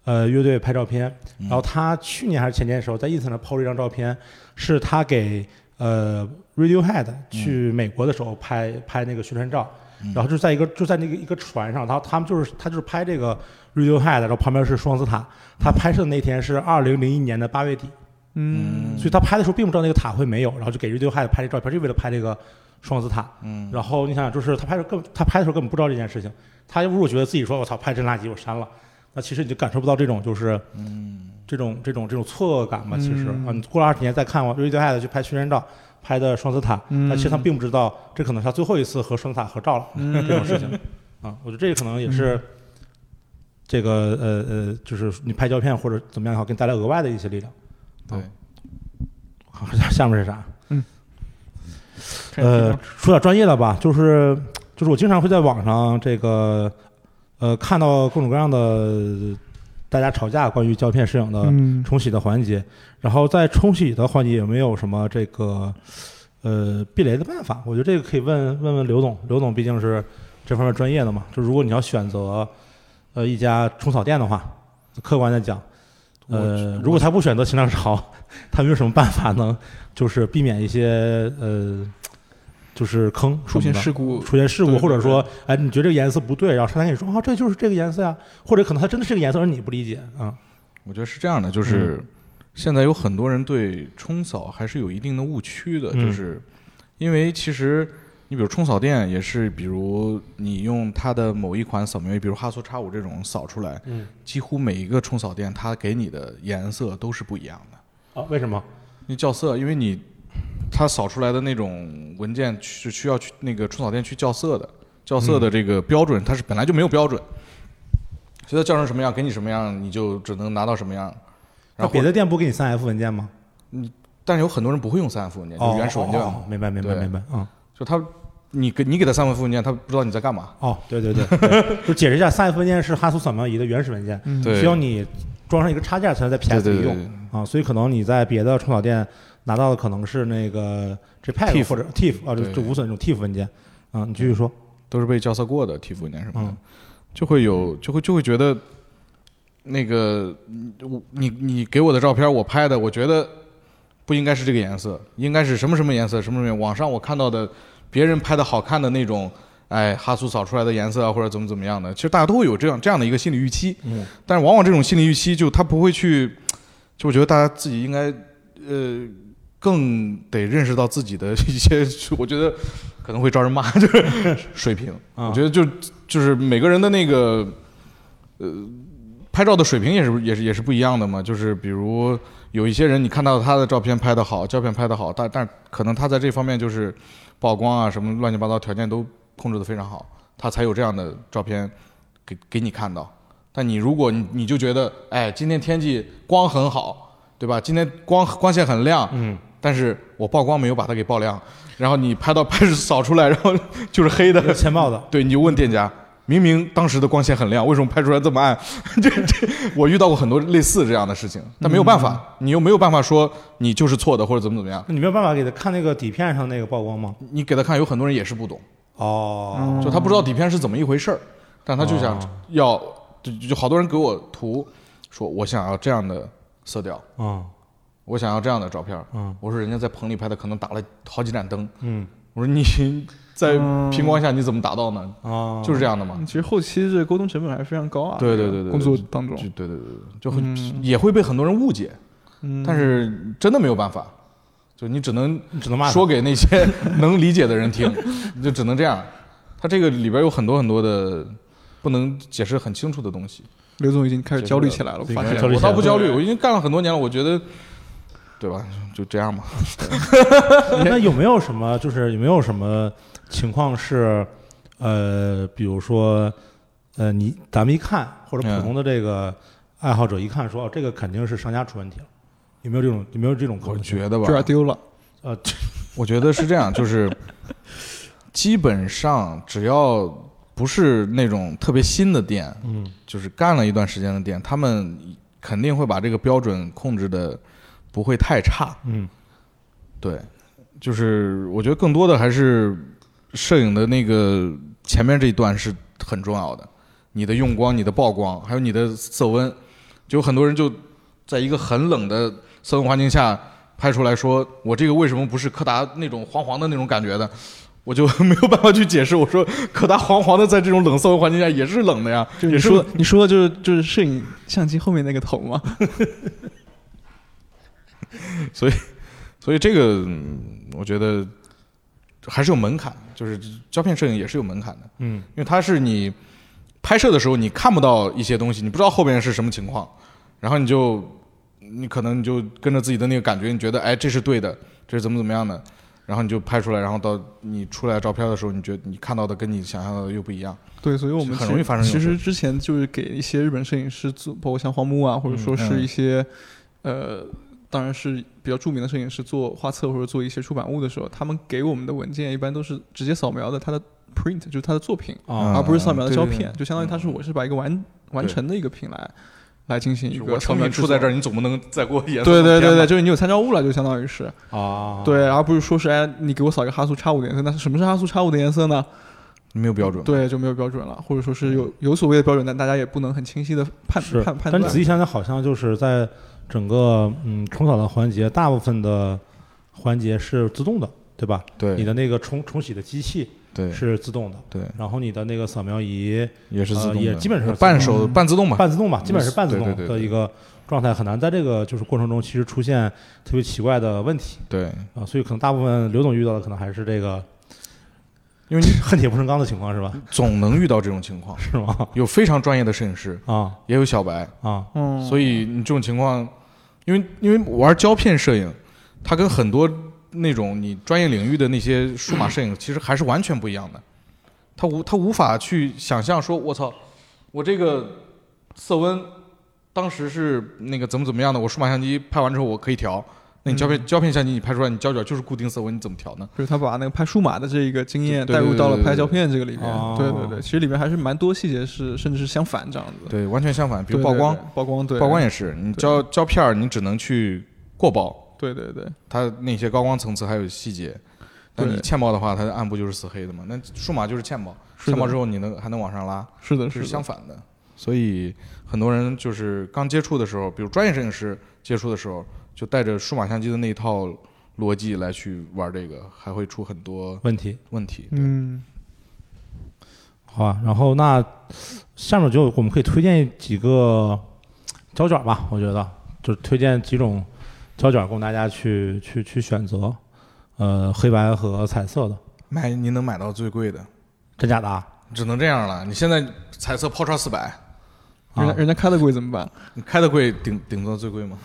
Speaker 1: 呃，乐队拍照片，
Speaker 3: 嗯
Speaker 1: 然后他去年还是前年的时候，在 ins 上抛了一张照片，是他给呃 Radiohead 去美国的时候拍、拍那个宣传照，
Speaker 3: 嗯
Speaker 1: 然后就在一个就在那个一个船上，他他们就是他就是拍这个 Radiohead，然后旁边是双子塔，他拍摄的那天是二零零一年的八月底，
Speaker 2: 嗯，
Speaker 1: 所以他拍的时候并不知道那个塔会没有，然后就给 Radiohead 拍这照片，就为了拍这个双子塔。
Speaker 3: 嗯
Speaker 1: 然后你想想，就是他拍的根本，他拍的时候根本不知道这件事情。他如果觉得自己说“我操，拍真垃圾，我删了”，那其实你就感受不到这种就是
Speaker 3: 嗯
Speaker 1: 这种这种这种错愕感吧。
Speaker 2: 嗯
Speaker 1: 其实啊，你过了二十年再看我 Radiohead 去拍宣传照，拍的双子塔，
Speaker 2: 嗯
Speaker 1: 但其实他并不知道这可能是他最后一次和双子塔合照了
Speaker 2: 嗯
Speaker 1: 这种事情啊。我觉得这可能也是这个呃呃，就是你拍胶片或者怎么样也好，给你带来额外的一些力量。
Speaker 3: 对，
Speaker 1: 好下面是啥？呃
Speaker 2: 呃，，
Speaker 1: 说点专业的吧，就是就是我经常会在网上这个呃看到各种各样的大家吵架关于胶片摄影的
Speaker 2: 嗯，
Speaker 1: 冲洗的环节，然后在冲洗的环节有没有什么这个呃避雷的办法？我觉得这个可以问问问刘总，刘总毕竟是这方面专业的嘛，就如果你要选择呃一家冲扫店的话，客观的讲。呃，如果他不选择新浪潮， 他们有什么办法能就是避免一些呃，就是坑
Speaker 2: 出现
Speaker 1: 什么的
Speaker 2: 事故，
Speaker 1: 出现事故，
Speaker 2: 对对
Speaker 1: 或者说，哎，你觉得这个颜色不对，然后商家跟你说啊，这就是这个颜色呀，或者可能它真的是这个颜色，而你不理解啊，
Speaker 3: 我觉得是这样的，就是
Speaker 1: 嗯
Speaker 3: 现在有很多人对冲扫还是有一定的误区的，
Speaker 1: 嗯
Speaker 3: 就是因为其实你比如冲扫店也是，比如你用它的某一款扫描仪，比如哈苏叉五这种扫出来，
Speaker 1: 嗯，
Speaker 3: 几乎每一个冲扫店它给你的颜色都是不一样的。
Speaker 1: 啊，为什么？
Speaker 3: 那校色，因为你它扫出来的那种文件是需要去那个春草店去校色的，校色
Speaker 1: 嗯
Speaker 3: 的这个标准它是本来就没有标准，所以它校成什么样给你什么样，你就只能拿到什么样。
Speaker 1: 那
Speaker 3: 然后
Speaker 1: 别的店不给你三 F 文件吗？
Speaker 3: 但是有很多人不会用三 F 文件，就
Speaker 1: 哦
Speaker 3: 是，原始文件，
Speaker 1: 哦，哦明白明白
Speaker 3: 对
Speaker 1: 明白，嗯，
Speaker 3: 就他你给你给他三 F 文件，他不知道你在干嘛。
Speaker 1: 哦，对对对， 对就解释一下，三 F 文件是哈苏扫描仪的原始文件，
Speaker 2: 嗯
Speaker 3: 对
Speaker 1: 需要你装上一个插件才能在 PS 里用啊，所以可能你在别的冲扫店拿到的可能是那个 JPEG
Speaker 3: TIFF
Speaker 1: 或者 TIFF 啊，就
Speaker 3: 对
Speaker 1: 就无损这种 TIFF 文件啊，你继续说，
Speaker 3: 都是被校色过的 T 五年什么的，
Speaker 1: 嗯
Speaker 3: 就会有就会就会觉得那个嗯我你你给我的照片我拍的，我觉得不应该是这个颜色，应该是什么什么颜色什么什么颜色。网上我看到的别人拍的好看的那种，哎，哈苏扫出来的颜色啊，或者怎么怎么样的，其实大家都会有这样这样的一个心理预期，
Speaker 1: 嗯
Speaker 3: 但是往往这种心理预期就他不会去，就我觉得大家自己应该。呃，更得认识到自己的一些， 我觉得可能会招人骂，就是水平。
Speaker 1: 啊
Speaker 3: 我觉得就就是每个人的那个呃拍照的水平也是也是也是不一样的嘛。就是比如有一些人，你看到他的照片拍得好，胶片拍得好，但但可能他在这方面就是曝光啊什么乱七八糟条件都控制得非常好，他才有这样的照片给给你看到。但你如果你你就觉得，哎，今天天气光很好，对吧？今天光光线很亮，
Speaker 1: 嗯，
Speaker 3: 但是我曝光没有把它给曝亮，然后你拍到拍扫出来，然后就是黑的，
Speaker 1: 钱包的，
Speaker 3: 对，你就问店家，明明当时的光线很亮，为什么拍出来这么暗？ 这这，我遇到过很多类似这样的事情，但没有办法，
Speaker 1: 嗯
Speaker 3: 你又没有办法说你就是错的或者怎么怎么样。
Speaker 1: 你没有办法给他看那个底片上那个曝光吗？
Speaker 3: 你给他看，有很多人也是不懂，
Speaker 1: 哦，
Speaker 3: 就他不知道底片是怎么一回事儿，但他就想
Speaker 1: 哦
Speaker 3: 要，就就就好多人给我图，说我想要这样的色调，
Speaker 1: 嗯
Speaker 3: 我想要这样的照片儿。
Speaker 1: 嗯
Speaker 3: 我说人家在棚里拍的，可能打了好几盏灯。
Speaker 1: 嗯
Speaker 3: 我说你在平光下你怎么达到呢？
Speaker 1: 啊，
Speaker 3: 就是是这样的嘛。
Speaker 2: 其实后期这沟通成本还是非常高啊。
Speaker 3: 对对对对对
Speaker 2: 工作当中
Speaker 3: 就，对对对，对就会
Speaker 1: 嗯
Speaker 3: 也会被很多人误解，
Speaker 2: 嗯，
Speaker 3: 但是真的没有办法，就你只能
Speaker 1: 你嗯只能骂他
Speaker 3: 说给那些能理解的人听，你就只能这样。它这个里边有很多很多的不能解释很清楚的东西。
Speaker 2: 刘总已经开始焦虑起来了，我
Speaker 1: 对
Speaker 2: 发
Speaker 1: 开
Speaker 2: 现
Speaker 1: 始焦虑
Speaker 3: 我
Speaker 1: 起来了
Speaker 3: 倒不焦虑，我已经干了很多年了，我觉得，对吧？就这样吧。
Speaker 1: 那有没有什么就是有没有什么情况是，呃，比如说，呃，你咱们一看或者普通的这个爱好者一看说，哦，这个肯定是商家出问题了，有没有这种有没有这种可
Speaker 3: 我
Speaker 1: 能性？
Speaker 3: 觉得吧
Speaker 2: 这，儿啊丢 了，
Speaker 1: 呃，
Speaker 3: 我觉得是这样，就是基本上只要不是那种特别新的店，
Speaker 1: 嗯
Speaker 3: 就是干了一段时间的店，他们肯定会把这个标准控制的不会太差。
Speaker 1: 嗯
Speaker 3: 对，就是我觉得更多的还是摄影的那个前面这一段是很重要的，你的用光、你的曝光，还有你的色温，就有很多人就在一个很冷的色温环境下拍出来说，我这个为什么不是柯达那种黄黄的那种感觉的？我就 没有办法去解释，我说柯达黄黄的，在这种冷色温环境下也是冷的呀，
Speaker 2: 就
Speaker 3: 也
Speaker 2: 你
Speaker 3: 是
Speaker 2: 说你说的就是就是摄影相机后面那个头 嘛，
Speaker 3: 所以这个，嗯我觉得还是有门槛，就是胶片摄影也是有门槛的，
Speaker 1: 嗯
Speaker 3: 因为它是你拍摄的时候你看不到一些东西，你不知道后边是什么情况，然后你就你可能你就跟着自己的那个感觉，你觉得哎这是对的，这是怎么怎么样的，然后你就拍出来，然后到你出来照片的时候，你觉得你看到的跟你想象的又不一样，
Speaker 2: 对，所以我们
Speaker 3: 很
Speaker 2: 其
Speaker 3: 容易发生这
Speaker 2: 其
Speaker 3: 种事
Speaker 2: 实之前就是给一些日本摄影师做，包括像荒木啊，或
Speaker 3: 嗯
Speaker 2: 者说是一些、呃，当然是比较著名的摄影师做画册或者做一些出版物的时候，他们给我们的文件一般都是直接扫描的他的 print，就是他的作品，
Speaker 1: 啊
Speaker 2: 而不是扫描的
Speaker 3: 嗯对
Speaker 2: 胶
Speaker 3: 对
Speaker 2: 片，
Speaker 3: 对
Speaker 2: 就相当于他是我是把一个完完成的一个品来来进行一
Speaker 3: 就
Speaker 2: 个
Speaker 3: 我
Speaker 2: 扫
Speaker 3: 成
Speaker 2: 描
Speaker 3: 品出在这
Speaker 2: 儿。
Speaker 3: 儿，你总不能再给我演
Speaker 2: 对对对对，
Speaker 3: 对
Speaker 2: 就是你有参照物了，就相当于是
Speaker 3: 嗯
Speaker 1: 啊，
Speaker 3: 哦
Speaker 2: 对，而不是说是哎，你给我扫一个哈苏叉五的颜色，那什么是哈苏叉五的颜色呢？
Speaker 3: 没有标准，
Speaker 2: 对，就没有标准了，或者说是有有所谓的标准，但大家也不能很清晰的判
Speaker 1: 是
Speaker 2: 判，判
Speaker 1: 但你
Speaker 2: 断
Speaker 1: 仔。细想想，好像就是在整个嗯冲扫的环节，大部分的环节是自动的，对吧？你
Speaker 3: 对
Speaker 1: 的那个冲冲洗的机器
Speaker 3: 对
Speaker 1: 是自动的，
Speaker 3: 对，
Speaker 1: 然后你的那个扫描仪
Speaker 3: 也是自
Speaker 1: 呃
Speaker 3: 动的，
Speaker 1: 也基本上是自动
Speaker 3: 半
Speaker 1: 嗯
Speaker 3: 手
Speaker 2: 的
Speaker 3: 半自动吧，
Speaker 1: 半自动吧，基本上是半自
Speaker 3: 嗯对
Speaker 1: 动
Speaker 3: 对对
Speaker 1: 的
Speaker 3: 对
Speaker 1: 一个状态，很难在这个就是过程中其实出现特别奇怪的问题
Speaker 3: 对，
Speaker 1: 啊、所以可能大部分刘总遇到的可能还是这个
Speaker 3: 因为你 嗯
Speaker 1: 恨铁不成钢的情况是吧？
Speaker 3: 总能遇到这种情况，
Speaker 1: 是吗？
Speaker 3: 有非常专业的摄影师，
Speaker 1: 啊
Speaker 3: 也有小白，
Speaker 1: 啊，
Speaker 2: 嗯，
Speaker 3: 所以你这种情况，因为因为玩胶片摄影，它跟很多那种你专业领域的那些数码摄影其实还是完全不一样的，他无他无法去想象说，我操，我这个色温当时是那个怎么怎么样的，我数码相机拍完之后我可以调。那你胶
Speaker 2: 嗯
Speaker 3: 片、胶片相机你拍出来，你胶卷就是固定色温，你怎么调呢？
Speaker 2: 就是他把那个拍数码的这一个经验
Speaker 3: 对
Speaker 2: 带入到了
Speaker 3: 对对对
Speaker 2: 拍胶片这个里
Speaker 1: 哦
Speaker 2: 面。对对对，其实里面还是蛮多细节是甚至是相反这样子的。
Speaker 3: 对，完全相反。比
Speaker 2: 对，
Speaker 3: 如曝光，
Speaker 2: 对、对曝光，对
Speaker 3: 曝光，也是，你
Speaker 2: 对
Speaker 3: 胶胶片儿你只能去过曝，
Speaker 2: 对对对，
Speaker 3: 它那些高光层次还有细节。那你
Speaker 2: 对
Speaker 3: 欠曝的话，它的暗部就是死黑的嘛。那数码就是欠曝，
Speaker 2: 是
Speaker 3: 欠曝
Speaker 2: 的
Speaker 3: 之，后你能还能往上拉，
Speaker 2: 是的，
Speaker 3: 这
Speaker 2: 是
Speaker 3: 是
Speaker 2: 的
Speaker 3: 相反的。所以很多人就是刚接触的时候，比如专业摄影师接触的时候，就带着数码相机的那一套逻辑来去玩这个，还会出很多
Speaker 1: 问题
Speaker 3: 问题。
Speaker 2: 嗯，
Speaker 1: 好吧。然后那下面就我们可以推荐几个胶卷吧，我觉得就推荐几种胶卷供大家去去去选择，呃，黑白和彩色的，
Speaker 3: 买你能买到最贵的，
Speaker 1: 真假的啊？
Speaker 3: 只能这样了。你现在彩色抛叉四百，
Speaker 2: 人家
Speaker 3: 啊
Speaker 2: 人家开的贵怎么办？
Speaker 3: 你开的贵顶顶到最贵 吗？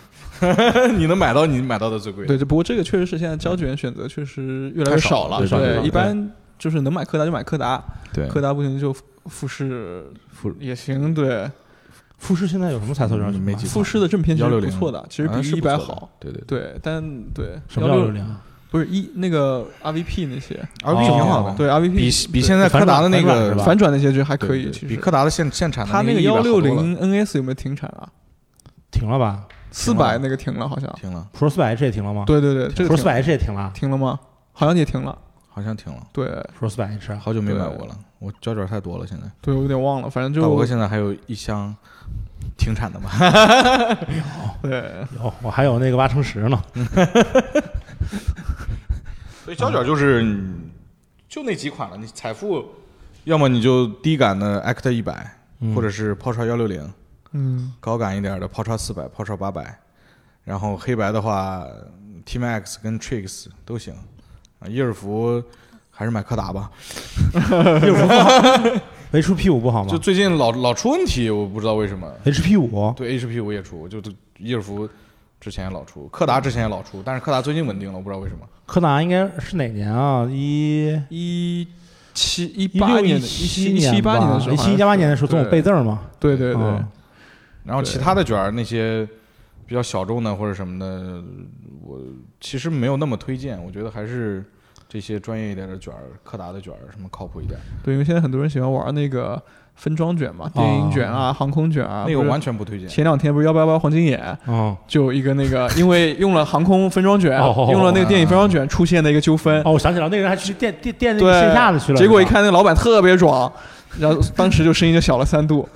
Speaker 3: 你能买到你买到的最贵的。
Speaker 2: 对，这不过这个确实是现在胶卷选择确实越来越
Speaker 3: 太少
Speaker 2: 少
Speaker 3: 了
Speaker 2: 了。
Speaker 3: 对少了
Speaker 2: 对，一般就是能买柯达就买柯达，
Speaker 3: 对
Speaker 2: 柯达不行就富富士
Speaker 3: 富
Speaker 2: 也行。
Speaker 3: 嗯
Speaker 2: 对，
Speaker 1: 富士现在有什么彩色胶卷？
Speaker 3: 没几
Speaker 2: 富士的正片其实
Speaker 3: 160
Speaker 2: 不错的，其实
Speaker 3: 好像
Speaker 2: 比
Speaker 3: 是
Speaker 2: 一
Speaker 3: 不错
Speaker 2: 百
Speaker 3: 的
Speaker 2: 好。。
Speaker 3: 对对对
Speaker 2: 对，但对
Speaker 1: 什么叫
Speaker 2: 16
Speaker 1: 六零啊？
Speaker 2: 不是一那个 RVP 那些，
Speaker 3: ，R P
Speaker 1: 哦
Speaker 3: 挺好的，
Speaker 2: 对 RVP
Speaker 3: 比
Speaker 2: 对
Speaker 3: 比现在柯达的
Speaker 1: 反
Speaker 3: 那
Speaker 1: 转是
Speaker 3: 个
Speaker 1: 吧
Speaker 2: 反转那些就还
Speaker 3: 对
Speaker 2: 可以，
Speaker 3: 对
Speaker 2: 其
Speaker 3: 比
Speaker 2: 实
Speaker 3: 柯达的现现产的
Speaker 2: 它那
Speaker 3: 个
Speaker 2: 个
Speaker 3: 100
Speaker 2: 幺
Speaker 3: 好
Speaker 2: 六
Speaker 3: 多了
Speaker 2: 零 NS 有没有停产啊？
Speaker 1: 停了吧
Speaker 2: 四百那个停了好像，
Speaker 3: 停了，
Speaker 1: ？Pro 四百 H 也停了吗？
Speaker 2: 对对对，这个
Speaker 1: ，Pro 四
Speaker 2: 停了
Speaker 1: 百 H 也停了
Speaker 2: 停了吗？好像也停了，
Speaker 3: 好像停了，
Speaker 2: 对
Speaker 1: ，Pro 四百 H 啊
Speaker 3: 好久没
Speaker 2: 对
Speaker 3: 买过了，我胶卷太多了，现在。
Speaker 2: 对，我有点忘了，反正
Speaker 3: 大宝哥
Speaker 2: 就
Speaker 3: 现在还有一箱停产的吗？
Speaker 2: 对
Speaker 1: 有，我还有那个八乘十呢。
Speaker 3: 所以胶卷就是你就那几款了，你彩富， 要么你就低感的 Act 一百、
Speaker 1: 嗯
Speaker 3: 或者是抛叉幺六零，
Speaker 2: 嗯，
Speaker 3: 高感一点的抛叉四百、抛叉八百，然后黑白的话，T Max 跟 Tricks 都行。啊，伊尔福还是买柯达吧，
Speaker 1: H 出 P 五不好
Speaker 3: 就
Speaker 1: 吗
Speaker 3: 最近老老出问题，我不知道为什么。
Speaker 1: ？H P 五
Speaker 3: 对 HP 我也出，就就伊尔福之前也老出，柯
Speaker 2: 嗯
Speaker 3: 达之前也老出，但是柯达最近稳定了，我不知道为什么。
Speaker 1: 柯达应该是哪年啊？一
Speaker 2: 一七一
Speaker 1: 一
Speaker 2: 八
Speaker 1: 六
Speaker 2: 年的
Speaker 1: 七
Speaker 2: 一七一八年的时候
Speaker 1: 一
Speaker 2: 好像
Speaker 1: 七
Speaker 2: 是，
Speaker 1: 一八年的时候总有
Speaker 3: 对
Speaker 1: 背字儿嘛。
Speaker 2: 对对对
Speaker 1: 嗯，
Speaker 3: 然后其
Speaker 2: 对
Speaker 3: 他的卷儿那些比较小众的或者什么的，我其实没有那么推荐。我觉得还是这些专业一点的卷儿，柯达的卷儿什么靠谱一点。
Speaker 2: 对，因为现在很多人喜欢玩那个分装卷嘛，电影卷啊，航空卷啊，
Speaker 3: 那个
Speaker 2: 不是
Speaker 3: 完全不推荐。
Speaker 2: 前两天不是幺八八黄金眼，
Speaker 1: 嗯，
Speaker 2: 就有一个那个，因为用了航空分装卷，
Speaker 1: 哦
Speaker 2: 用了那个电影分装卷出现的一个纠纷，
Speaker 1: 哦，我想起来，那个人还去电电电那
Speaker 2: 对
Speaker 1: 个线下的去了。
Speaker 2: 结果一
Speaker 1: 是吧，
Speaker 2: 看那个老板特别爽，然后当时就声音就小了三 度，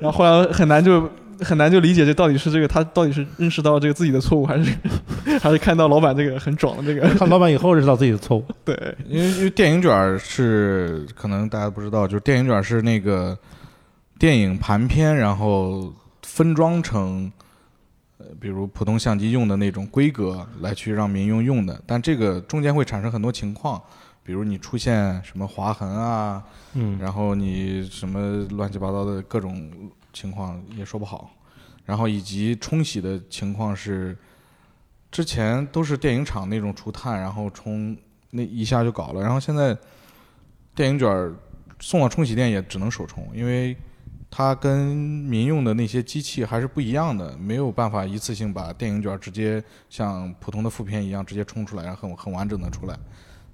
Speaker 2: 然后后来很难就很难就理解这到底是这个他到底是认识到这个自己的错误，还是还是 看到老板这个很爽的这个
Speaker 1: 看老板以后知道自己的 错误。
Speaker 2: 对
Speaker 3: 因为因为电影卷儿是可能大家不知道，就是电影卷儿是那个电影盘片，然后分装成。呃，比如普通相机用的那种规格来去让民用用的，但这个中间会产生很多情况，比如你出现什么划痕啊，
Speaker 1: 嗯，
Speaker 3: 然后你什么乱七八糟的各种情况也说不好，然后以及冲洗的情况是，之前都是电影厂那种除碳，然后冲那一下就搞了，然后现在电影卷儿送到冲洗店也只能手冲，因为它跟民用的那些机器还是不一样的，没有办法一次性把电影卷儿直接像普通的负片一样直接冲出来，然后很很完整的出来。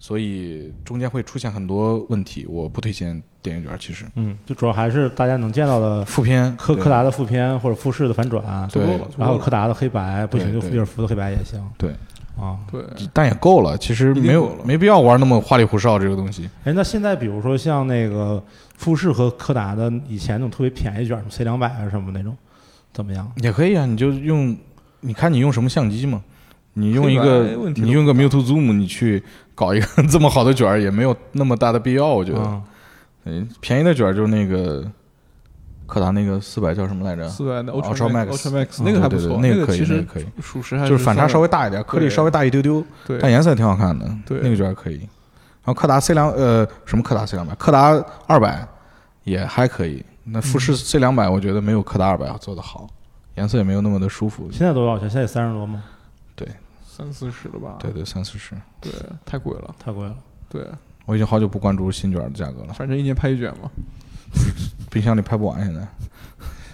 Speaker 3: 所以中间会出现很多问题，我不推荐电影卷。其实
Speaker 1: 嗯，就主要还是大家能见到的
Speaker 3: 副片
Speaker 1: 柯柯达的副片或者富士的反转，啊
Speaker 3: 对啊
Speaker 2: 足够了
Speaker 1: 然后柯达的黑白不行
Speaker 3: 对
Speaker 1: 就
Speaker 3: 对
Speaker 1: 菲尔福的黑白也行
Speaker 3: 对，
Speaker 1: 啊。
Speaker 2: 对
Speaker 3: 但也够了。其实
Speaker 2: 定
Speaker 3: 没
Speaker 2: 够
Speaker 3: 有
Speaker 2: 了
Speaker 3: 没必要玩那么花里胡哨这个东西。
Speaker 1: 哎，那现在比如说像那个富士和柯达的以前那种特别便宜卷，C 两百啊什么那种，怎么样？
Speaker 3: 也可以啊，你就用，你看你用什么相机嘛？你用一个
Speaker 2: 黑白哎问题都不大
Speaker 3: 你用个 Mute Zoom，你去搞一个 这么好的卷儿，也没有那么大的必要。我觉得，
Speaker 1: 嗯
Speaker 3: 嗯，便宜的卷儿就是那个柯达那个四百叫什么来着？
Speaker 2: 四百的
Speaker 3: Ultra
Speaker 2: Ultra
Speaker 3: Max
Speaker 2: Ultra
Speaker 3: 嗯
Speaker 2: Max 那个还不
Speaker 3: 啊对对
Speaker 2: 错，
Speaker 3: 对那
Speaker 2: 个
Speaker 3: 可以，
Speaker 2: 其
Speaker 3: 那个
Speaker 2: 实
Speaker 3: 可以，
Speaker 2: 属实还
Speaker 3: 就是反差稍
Speaker 2: 微
Speaker 3: 微大一点，颗粒稍微大一丢丢。
Speaker 2: 对
Speaker 3: 但颜色也挺好看的，
Speaker 2: 对
Speaker 3: 那个卷儿可以。然后柯达 C 两呃什么柯达 C 两百，柯达二百也还可以。那富
Speaker 2: 嗯
Speaker 3: 士 C 两百我觉得没有柯达二百做的好，颜色也没有那么的舒服。
Speaker 2: 嗯
Speaker 1: 现在多少钱？现在三十多吗？
Speaker 2: 三四十了吧？
Speaker 3: 对对，三四十，
Speaker 2: 对，太贵了，
Speaker 1: 太贵了。
Speaker 2: 对，
Speaker 3: 我已经好久不关注新卷儿的价格了，
Speaker 2: 反正一年拍一卷嘛，
Speaker 3: 冰箱里拍不完现在。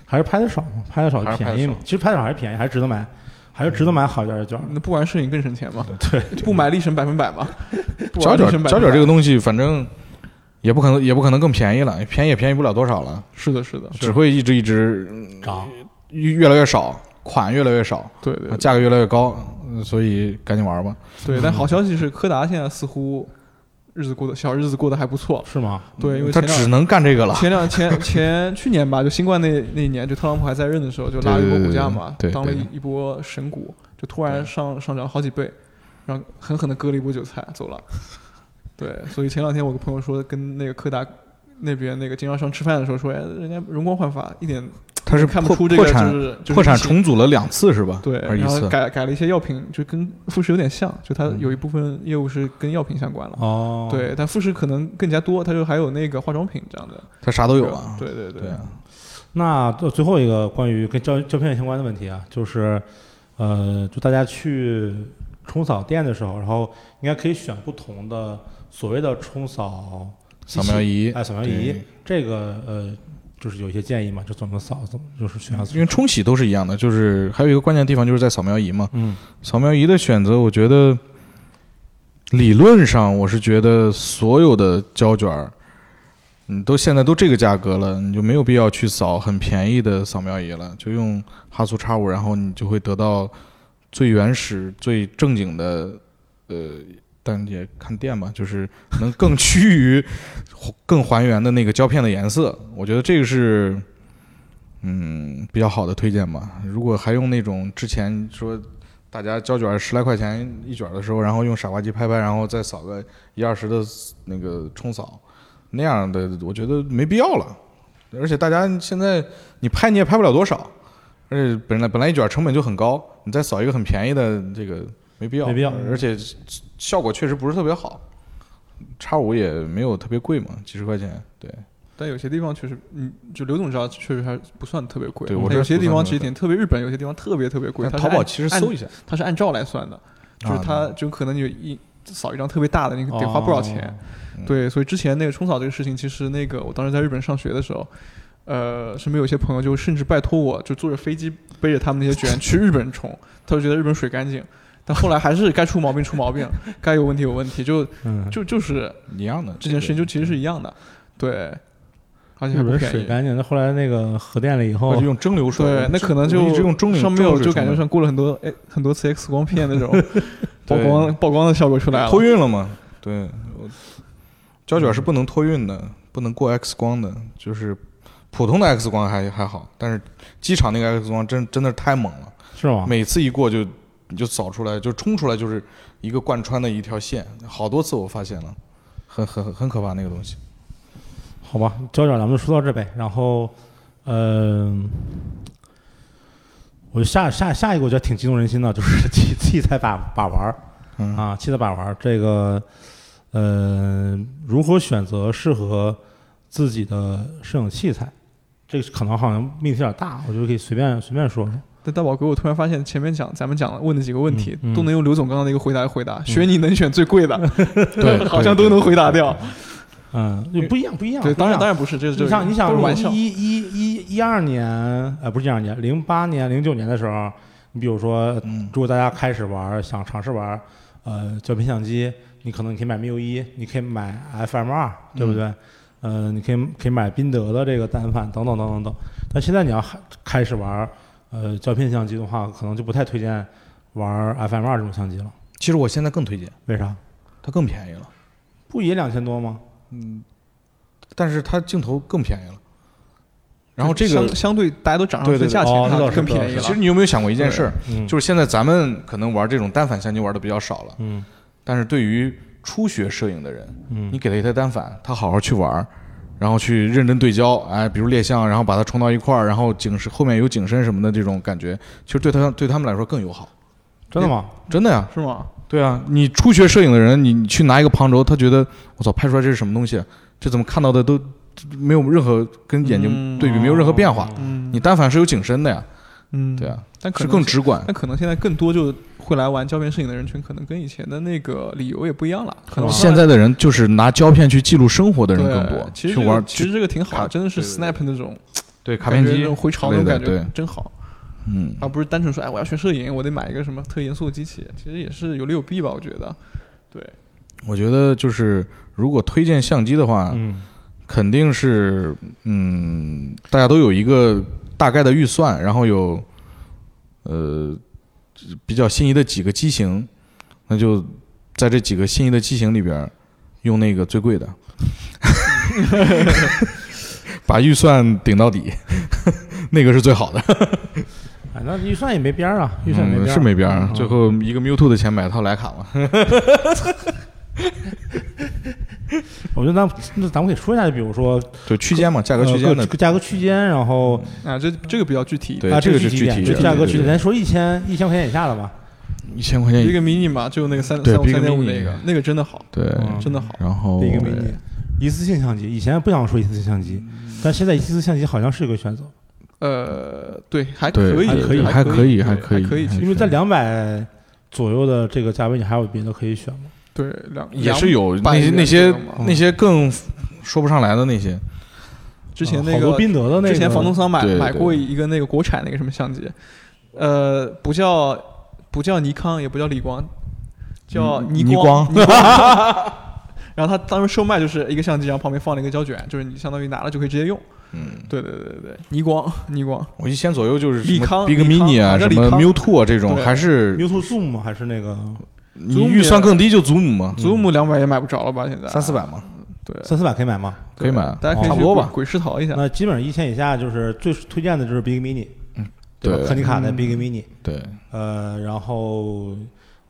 Speaker 1: 还是拍的少嘛，拍的少
Speaker 3: 还是拍得
Speaker 1: 便宜嘛
Speaker 3: 少。
Speaker 1: 其实拍的少还是便宜，还是值得买，还是值得买好一点
Speaker 3: 啊
Speaker 1: 的卷儿。
Speaker 2: 那不玩摄影更省钱嘛？
Speaker 1: 对，
Speaker 2: 不买立省百分百嘛？不
Speaker 3: 胶
Speaker 2: 玩
Speaker 3: 卷
Speaker 2: 立省百
Speaker 3: 胶
Speaker 2: 分
Speaker 3: 卷
Speaker 2: 百
Speaker 3: 这个东西，反正也不可能也不可能更便宜了，便宜也便宜不了多少了，
Speaker 2: 是的，是的，
Speaker 3: 只会一直一直嗯
Speaker 1: 涨，
Speaker 3: 越越来越少，款越来越少，
Speaker 2: 对对对
Speaker 3: 价格越来越高，嗯所以赶紧玩吧。
Speaker 2: 对，但好消息是，柯达现在似乎日子过得小日子过得还不错。
Speaker 1: 是吗？
Speaker 2: 对，因为
Speaker 3: 嗯它
Speaker 2: 前两
Speaker 3: 只能干这个了。
Speaker 2: 前 两前前去年吧，就新冠那那一年，就特朗普还在任的时候，就拉了一波股价嘛，
Speaker 3: 对对对对
Speaker 2: 当了
Speaker 3: 对
Speaker 2: 一一波神股，就突然上上涨了好几倍，然后狠狠的割了一波韭菜走了。对，所以前两天我跟朋友说，跟那个柯达那边那个经销商吃饭的时候说，哎，人家容光焕发，一点
Speaker 3: 它是
Speaker 2: 看不
Speaker 3: 破
Speaker 2: 出这
Speaker 3: 破
Speaker 2: 个就
Speaker 3: 产
Speaker 2: 是就是
Speaker 3: 破产
Speaker 2: 一些
Speaker 3: 重组了两次是吧？
Speaker 2: 对，
Speaker 3: 还是一
Speaker 2: 然后
Speaker 3: 次？
Speaker 2: 改改了一些药品，就跟富士有点像，就它
Speaker 1: 嗯
Speaker 2: 有一部分业务是跟药品相关了。
Speaker 1: 哦，
Speaker 2: 对，但富士可能更加多，它就还有那个化妆品这样的
Speaker 3: 它啥都有啊。
Speaker 2: 对对
Speaker 3: 对啊，
Speaker 1: 那最最后一个关于跟胶胶片相关的问题啊，就是，呃，就大家去冲扫店的时候，然后应该可以选不同的所谓的冲扫机
Speaker 3: 扫
Speaker 1: 器
Speaker 3: 描仪，
Speaker 1: 哎，扫描仪
Speaker 3: 对，
Speaker 1: 这个呃，就是有一些建议嘛，就怎么扫，怎么就是
Speaker 2: 啊
Speaker 1: 选
Speaker 3: 因为冲洗都是一样的，就是还有一个关键地方就是在扫描仪嘛。
Speaker 1: 嗯
Speaker 3: 扫描仪的选择，我觉得理论上我是觉得所有的胶卷儿，你都现在都这个价格了，你就没有必要去扫很便宜的扫描仪了，就用哈苏 X 五，然后你就会得到最原始、最正经的，呃，但也看店吧，就是能更 趋于更还原的那个胶片的颜色。我觉得这个是。嗯，比较好的推荐吧。如果还用那种之前说大家胶卷十来块钱一卷的时候，然后用傻瓜机拍拍，然后再扫个一二十的那个冲扫，那样的我觉得没必要了。而且大家现在你拍你也拍不了多少，而且本来本来一卷成本就很高，你再扫一个很便宜的这个没必要，
Speaker 1: 没必要
Speaker 3: 而且效果确实不是特别好。叉五也没有特别贵嘛，几十块钱，对，
Speaker 2: 但有些地方确实，嗯，就刘总知道，确实还不算特别贵。
Speaker 3: 对我
Speaker 2: 它
Speaker 3: 这
Speaker 2: 有些
Speaker 3: 不算
Speaker 2: 地方
Speaker 3: 特别
Speaker 2: 其实挺特别，日本有些地方特别特别贵。
Speaker 3: 但
Speaker 2: 它是
Speaker 3: 淘宝
Speaker 2: 按
Speaker 3: 其实搜一下，
Speaker 2: 它是按照来算的，就是
Speaker 3: 啊
Speaker 2: 它就可能你一扫一张特别大的，你
Speaker 1: 哦
Speaker 2: 得花不少钱。
Speaker 3: 嗯
Speaker 2: 对，所以之前那个冲扫这个事情，其实那个我当时在日本上学的时候，呃，身边有些朋友就甚至拜托我，就坐着飞机背着他们那些卷去日本冲，他就觉得日本水干净。但后来还是该出毛病出毛病，该有问题有问题，就
Speaker 1: 嗯，
Speaker 2: 就就是
Speaker 3: 一样的
Speaker 2: 这件事情就其实是一样的，对，而且还
Speaker 1: 日
Speaker 2: 不
Speaker 1: 本
Speaker 2: 便
Speaker 1: 水
Speaker 2: 宜。
Speaker 1: 干净，那后来那个核电了以
Speaker 3: 那
Speaker 1: 后
Speaker 3: 就，用蒸馏水，
Speaker 2: 哦对，那可能
Speaker 3: 我
Speaker 2: 就
Speaker 3: 一直用蒸馏
Speaker 2: 上面有
Speaker 3: 蒸馏水
Speaker 2: 就感觉
Speaker 3: 冲
Speaker 2: 像过了很多哎很多次 X 光 片那种曝
Speaker 3: 对
Speaker 2: 光曝光的效果出来了。嗯
Speaker 3: 托运了吗？对，我胶卷是不能托运的，不能过 X 光的，就是普通的 X 光还还好，但是机场那个 X 光真真的是太猛了，
Speaker 1: 是
Speaker 2: 啊
Speaker 1: 吗？
Speaker 3: 每次一过就你就扫出来，就冲出来就是一个贯穿的一条线，好多次我发现了，很很很很可怕那个东西。
Speaker 1: 好吧，胶卷咱们就说到这呗。然后，嗯、我就下下下一个，我觉得挺激动人心的，就是 器器材把把玩儿
Speaker 3: 嗯，
Speaker 1: 啊，器材把玩儿这个，呃，如何选择适合自己的摄影器材，这个可能好像命题有点大，我觉得可以随便随便说说。
Speaker 2: 但大宝哥，我突然发现前面讲咱们讲了问的几个问题，
Speaker 1: 嗯嗯
Speaker 2: 都能用刘总刚刚的一个回答来回
Speaker 3: 嗯
Speaker 2: 答，选你能选最贵的，
Speaker 3: 对
Speaker 2: 好像都能回答掉。
Speaker 1: 嗯，就不一样，不一样。
Speaker 2: 对，
Speaker 1: 不一
Speaker 2: 当
Speaker 1: 样
Speaker 2: 然当然不是，这是
Speaker 1: 你想，你
Speaker 2: 都是
Speaker 1: 想
Speaker 2: 玩，笑。
Speaker 1: 一一一一二年，呃，不是一二年，零八年、零九年的时候，你比如说，
Speaker 3: 嗯
Speaker 1: 如果大家开始玩儿，想尝试玩儿，呃，胶片相机，你可能你可以买 m 一，你可以买 FM 二，对不对？
Speaker 3: 嗯
Speaker 1: 呃，你可以可以买宾得的这个单反等等等等等。但现在你要还开始玩儿，呃，胶片相机的话，可能就不太推荐玩儿 FM 二这种相机了。
Speaker 3: 其实我现在更推荐，
Speaker 1: 为啥？
Speaker 3: 它更便宜了，
Speaker 1: 不也两千多吗？
Speaker 3: 但是它镜头更便宜了。然后这个
Speaker 2: 相相对大家都涨上
Speaker 3: 对
Speaker 2: 去
Speaker 3: 对对
Speaker 2: 价
Speaker 1: 哦
Speaker 2: 钱，
Speaker 1: 那
Speaker 2: 它
Speaker 1: 倒是
Speaker 2: 更便宜
Speaker 1: 那
Speaker 2: 了
Speaker 1: 倒
Speaker 3: 其。实你有没有想过一件事儿？
Speaker 1: 嗯，
Speaker 3: 就是现在咱们可能玩这种单反相机玩的比较少了，
Speaker 1: 嗯
Speaker 3: 但是对于初学摄影的人，
Speaker 1: 嗯
Speaker 3: 你给他一台单反，他好好去玩儿，然后去认真对焦，哎，比如猎像，然后把它冲到一块儿，然后景深后面有景深什么的这种感觉，其实对他对他们来说更友好，
Speaker 1: 真的吗？
Speaker 3: 真的呀，
Speaker 2: 是吗？
Speaker 3: 对啊，你初学摄影的人，你你去拿一个旁轴，他觉得我操，拍出来这是什么东西？这怎么看到的都没有任何跟眼睛
Speaker 2: 嗯
Speaker 3: 对比，没有任何变化。
Speaker 2: 嗯，
Speaker 3: 你单反是有景深的呀，
Speaker 2: 嗯，
Speaker 3: 对，啊，
Speaker 2: 但可
Speaker 3: 是
Speaker 2: 能
Speaker 3: 更直观。
Speaker 2: 但可能现在更多就会来玩胶片摄影的人群，可能跟以前的那个理由也不一样了。可能
Speaker 3: 现在的人就是拿胶片去记录生哦活的人更多
Speaker 2: 对，其
Speaker 3: 去
Speaker 2: 实这个
Speaker 3: 玩
Speaker 2: 其实
Speaker 3: 去
Speaker 2: 这个挺好
Speaker 3: 卡
Speaker 2: 的，真的是
Speaker 3: 对对对
Speaker 2: Snap 那种
Speaker 3: 对卡
Speaker 2: 感
Speaker 3: 片
Speaker 2: 觉那
Speaker 3: 机
Speaker 2: 种回潮
Speaker 3: 之
Speaker 2: 那
Speaker 3: 类
Speaker 2: 种
Speaker 3: 的
Speaker 2: 感
Speaker 3: 对
Speaker 2: 觉，真好。
Speaker 3: 嗯，
Speaker 2: 而不是单纯说，哎，我要学摄影，我得买一个什么特严肃的机器，其实也是有利有弊吧，我觉得。对，
Speaker 3: 我觉得就是如果推荐相机的话，
Speaker 1: 嗯
Speaker 3: 肯定是嗯，大家都有一个大概的预算，然后有呃比较心仪的几个机型，那就在这几个心仪的机型里边儿用那个最贵 的， 把预算顶到底， 那个是最好的。
Speaker 1: 哎，那预算也没边儿啊，预算也没边
Speaker 3: 嗯、
Speaker 1: 儿、
Speaker 3: 是没边儿、
Speaker 1: 嗯
Speaker 3: 最后一个 Mute 的钱买套徕卡嘛，
Speaker 1: 嗯我觉得那那咱们可以说一下，就比如说
Speaker 3: 就区间嘛，价格区间
Speaker 1: 呃
Speaker 3: 的
Speaker 1: 各，价格区间，然后
Speaker 2: 啊，这这个比较具体一
Speaker 3: 对
Speaker 2: 点，
Speaker 1: 啊，
Speaker 3: 这个
Speaker 1: 具
Speaker 3: 是
Speaker 1: 体
Speaker 3: 具
Speaker 1: 点，
Speaker 3: 体
Speaker 1: 就
Speaker 3: 的
Speaker 1: 价格
Speaker 3: 对
Speaker 1: 区
Speaker 3: 对
Speaker 1: 间，咱说一千一千块钱以下的吧，
Speaker 3: 一千块钱
Speaker 2: 一
Speaker 3: 一
Speaker 2: 个 mini 嘛，就那个三
Speaker 3: 对
Speaker 2: 三五
Speaker 3: Big
Speaker 2: 三点五
Speaker 3: Mini
Speaker 2: 那个，那个真的好，
Speaker 3: 对，
Speaker 1: 嗯
Speaker 2: 真的好。
Speaker 3: 然后
Speaker 1: 一个 mini，一次性相机，以前不想说一次性相机，
Speaker 3: 嗯
Speaker 1: 但现在一次性相机好像是一个选择，
Speaker 2: 呃，对，还
Speaker 3: 对
Speaker 2: 可以，
Speaker 1: 还可以
Speaker 2: 还以，
Speaker 3: 还
Speaker 2: 还
Speaker 3: 可以
Speaker 2: 可
Speaker 3: 还可以
Speaker 1: 因为在两百左右的这个价位，你还有别的可以选吗？
Speaker 2: 对，两
Speaker 3: 也是有
Speaker 2: 200
Speaker 3: 那些那
Speaker 2: 元
Speaker 3: 些
Speaker 2: 左右嘛
Speaker 3: 那些更说不上来的那些，
Speaker 2: 之
Speaker 3: 嗯
Speaker 2: 前那
Speaker 1: 啊好
Speaker 2: 个
Speaker 1: 多宾得的那个，
Speaker 2: 之前房东桑买
Speaker 3: 对对
Speaker 2: 买过一个那个国产那个什么相机，呃，不叫不叫尼康，也不叫理光，叫
Speaker 3: 嗯
Speaker 2: 尼
Speaker 3: 尼
Speaker 2: 光。
Speaker 3: 光
Speaker 2: 尼光 然后他当时售卖就是一个相机，然后旁边放了一个胶卷，就是你相当于拿了就可以直接用。
Speaker 3: 嗯，
Speaker 2: 对对对对对，尼光尼光，
Speaker 3: 我一千左右就是
Speaker 2: 利
Speaker 3: 什么
Speaker 2: 康
Speaker 3: Big
Speaker 2: 利康
Speaker 3: Mini 啊，
Speaker 2: 反
Speaker 3: 什
Speaker 2: 正
Speaker 3: 么
Speaker 2: 利康
Speaker 3: Miu Two 啊这种，
Speaker 2: 对
Speaker 3: 还是
Speaker 1: Mewtwo Zoom 吗还是那个
Speaker 2: 呃
Speaker 3: 你预算更低就祖母嘛，
Speaker 2: 祖母两百也买不着了吧？现在
Speaker 3: 嗯三四，百嘛，
Speaker 2: 对，
Speaker 1: 三四百可以买吗？
Speaker 3: 可以买啊，
Speaker 2: 大家可以
Speaker 1: 差
Speaker 2: 去
Speaker 1: 不
Speaker 3: 多
Speaker 2: 鬼
Speaker 3: 吧
Speaker 2: 鬼市淘一下。
Speaker 1: 那基本上一千以下就是最推荐的就是 Big Mini，吧
Speaker 3: 嗯对
Speaker 1: 柯尼卡的
Speaker 2: 嗯
Speaker 1: Big Mini，
Speaker 3: 对
Speaker 1: 呃，然后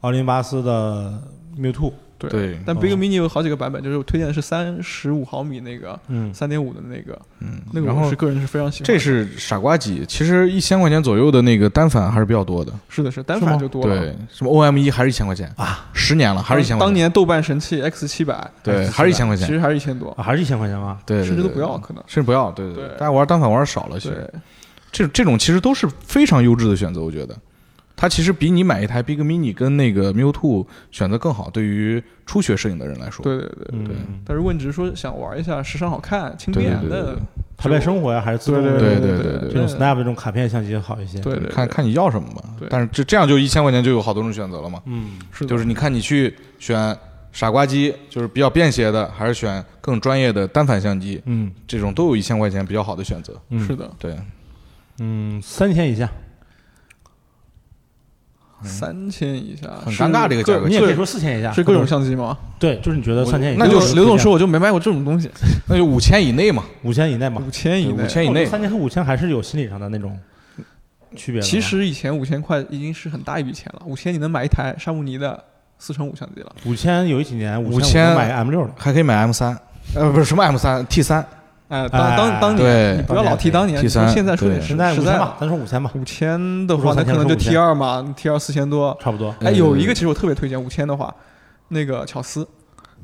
Speaker 1: 奥林巴斯的 Miu Two，
Speaker 2: 对
Speaker 3: 对
Speaker 2: 但 Big
Speaker 1: 哦
Speaker 2: Mini 有好几个版本，就是我推荐的是三十五毫米那个，
Speaker 1: 嗯，
Speaker 2: 三点五的那个，
Speaker 3: 嗯，
Speaker 2: 那个
Speaker 3: 然
Speaker 2: 我
Speaker 3: 后
Speaker 2: 是个人是非常喜欢的。
Speaker 3: 这是傻瓜机，其实一千块钱左右的那个单反还是比较多的，
Speaker 2: 是的是单
Speaker 1: 是
Speaker 2: 反
Speaker 1: 吗
Speaker 2: 就多了。
Speaker 3: 对，什么 OM 一还是一千块钱啊，十年了还是一千块钱，
Speaker 2: 当年豆瓣神器 X 七百，
Speaker 3: 对还是一千块
Speaker 2: 哎其
Speaker 3: 钱，
Speaker 2: 实还是一千多，
Speaker 1: 啊还是一千块钱吗？
Speaker 3: 对，对
Speaker 2: 甚至都
Speaker 3: 对
Speaker 2: 不要可能。
Speaker 3: 甚至不要，对对
Speaker 2: 对
Speaker 3: 大家玩单反玩少了，其实
Speaker 2: 对，
Speaker 3: 这这种其实都是非常优质的选择，我觉得。它其实比你买一台 Big Mini 跟那个 Miu Two 选择更好，对于初学摄影的人来说，
Speaker 2: 对对对。
Speaker 3: 对
Speaker 1: 嗯，
Speaker 2: 但如果你只是说想玩一下时尚好看、轻
Speaker 3: 对
Speaker 2: 便，
Speaker 3: 对对
Speaker 2: 那
Speaker 1: 拍拍生活呀，还是自动
Speaker 2: 对
Speaker 1: 的
Speaker 3: 对
Speaker 2: 对
Speaker 3: 对
Speaker 2: 对
Speaker 3: 对
Speaker 1: 这种
Speaker 2: 对
Speaker 1: Snap 这种卡片相机好一些。
Speaker 2: 对对对
Speaker 3: 看看你要什么吧
Speaker 2: 对。
Speaker 3: 但是这这样就一千块钱就有好多种选择了嘛，
Speaker 1: 嗯，
Speaker 2: 是的
Speaker 3: 就是你看你去选傻瓜机，就是比较便携的，还是选更专业的单反相机，
Speaker 1: 嗯
Speaker 3: 这种都有一千块钱比较好的选择。
Speaker 1: 嗯
Speaker 2: 是的，
Speaker 3: 对，
Speaker 1: 嗯，三千以下，
Speaker 2: 三千以下
Speaker 3: 嗯很尴尬这个价格
Speaker 1: 你也可以
Speaker 2: 是
Speaker 1: 说四千以下，
Speaker 2: 是各种相机吗？
Speaker 1: 对，就是你觉得三千以下，
Speaker 3: 那
Speaker 2: 哎刘
Speaker 3: 就
Speaker 2: 总
Speaker 3: 是
Speaker 2: 刘总说我就没买过这种东西，
Speaker 3: 那就五千以内嘛，
Speaker 1: 五千以内嘛
Speaker 2: 五，千以内
Speaker 3: 嗯五。千以内。
Speaker 1: 三千和五千还是有心理上的那种区别的嘛。
Speaker 2: 其实以前五千块已经是很大一笔钱了，五千你能买一台沙姆尼的四乘五相机了。
Speaker 1: 五千有一几年五
Speaker 3: 5000
Speaker 1: 买 M 六了，
Speaker 3: 还可以买 M 三，呃，不是什么 M 三 T 三，
Speaker 2: 哎，当当当
Speaker 3: 对
Speaker 2: 年，你不要老提当年，你
Speaker 3: 提三
Speaker 2: 从现在说点
Speaker 3: 对
Speaker 2: 实
Speaker 1: 现在
Speaker 2: 在
Speaker 1: 五千吧
Speaker 2: 的，。
Speaker 1: 咱说五千吧，
Speaker 2: 五千的
Speaker 1: 不
Speaker 2: 话，
Speaker 1: 说
Speaker 2: 那可
Speaker 1: 3000
Speaker 2: 能就
Speaker 1: 说
Speaker 2: T 二嘛，T 二四千多，
Speaker 1: 差不多。
Speaker 2: 哎，
Speaker 3: 嗯
Speaker 2: 有一个其实我特别推荐，五千的话，那个巧思，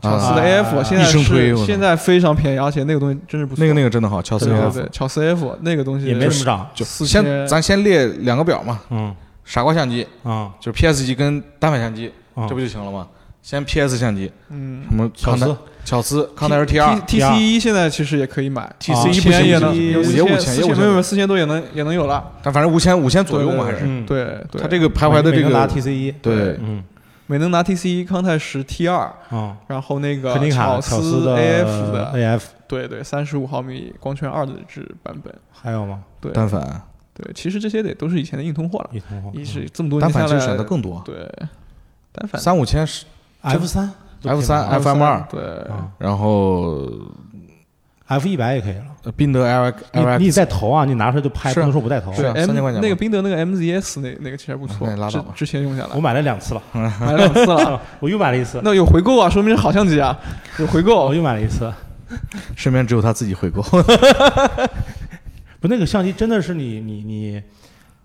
Speaker 2: 巧思的
Speaker 1: 啊
Speaker 2: AF，、
Speaker 1: 啊
Speaker 2: 现在
Speaker 3: 一生推
Speaker 2: 是
Speaker 3: 我操
Speaker 2: 现在非常便宜，而且那个东西真是不错。
Speaker 3: 那个那
Speaker 2: 个，
Speaker 3: 个真的好，乔斯
Speaker 2: 对对
Speaker 3: 亚
Speaker 2: 对，巧思 AF 那个东
Speaker 1: 嗯
Speaker 2: 西
Speaker 1: 也没什么涨，
Speaker 3: 就
Speaker 2: 4000
Speaker 3: 先咱先列两个表嘛，
Speaker 1: 嗯
Speaker 3: 傻瓜相机
Speaker 2: 嗯
Speaker 1: 啊
Speaker 3: 就是 PS 机跟单反相机，
Speaker 1: 啊，
Speaker 3: 这不就行了吗？先 PS 相机，
Speaker 2: 嗯
Speaker 3: 什么
Speaker 1: 小
Speaker 3: 康
Speaker 1: 资
Speaker 3: 奈巧思、康奈尔 T 二、
Speaker 2: T C 一现在其实也可以买。
Speaker 3: T
Speaker 1: 啊
Speaker 3: C 一
Speaker 2: 五
Speaker 3: 不
Speaker 2: 千
Speaker 3: 行，
Speaker 2: 也
Speaker 3: 不
Speaker 2: 能，
Speaker 3: 行
Speaker 2: 有
Speaker 3: 也五千，也
Speaker 2: 四
Speaker 3: 五
Speaker 2: 千，没有没有
Speaker 3: 千，
Speaker 2: 四千多也能也能有了，
Speaker 3: 但反正五千五千左右嘛，还是
Speaker 1: 嗯，
Speaker 2: 对对。
Speaker 3: 它这个徘徊的这
Speaker 1: 每拿
Speaker 3: 个
Speaker 1: TC 一，
Speaker 3: 对
Speaker 1: 嗯
Speaker 2: 美能拿 T C 一、康泰十 T 二，
Speaker 1: 啊，
Speaker 2: 然后那个
Speaker 1: 肯尼卡、巧
Speaker 2: 思
Speaker 1: 的哎
Speaker 2: AF 的，
Speaker 1: AF
Speaker 2: 对对，三十五毫米光圈二的这版本，
Speaker 1: 还有吗？
Speaker 2: 对
Speaker 3: 单反，
Speaker 2: 对，其实这些得都是以前的硬通货了，
Speaker 1: 一通话
Speaker 2: 一是这么多
Speaker 3: 单
Speaker 2: 年下
Speaker 3: 反
Speaker 2: 来，
Speaker 3: 其实选择更多，
Speaker 2: 对，单反
Speaker 3: 三五千是，
Speaker 1: 嗯 F 三
Speaker 3: F 三 F
Speaker 2: 三
Speaker 3: FM2
Speaker 2: 对，
Speaker 1: 啊
Speaker 3: 然后
Speaker 1: ，F 一百也可以了。
Speaker 3: 呃宾得 L
Speaker 1: 你
Speaker 3: L
Speaker 1: 你得投啊，你拿出来就拍，
Speaker 3: 是
Speaker 1: 不
Speaker 3: 啊
Speaker 1: 能说不带投。
Speaker 3: 是啊
Speaker 2: M
Speaker 3: 3000块钱吧
Speaker 2: 那个宾得那个 MZS 那那个其实还不错
Speaker 3: 那，拉
Speaker 2: 之
Speaker 3: 倒吧
Speaker 2: 之前用下
Speaker 1: 我
Speaker 2: 来
Speaker 1: 买了两 次了，啊
Speaker 2: 买了两次了，
Speaker 1: 我又买了一次，
Speaker 2: 那有回购啊，说明是好相机啊，有回购
Speaker 1: 我。又买了一次。
Speaker 3: 身边只有他自己回购，
Speaker 1: 不，那个相机真的是你你你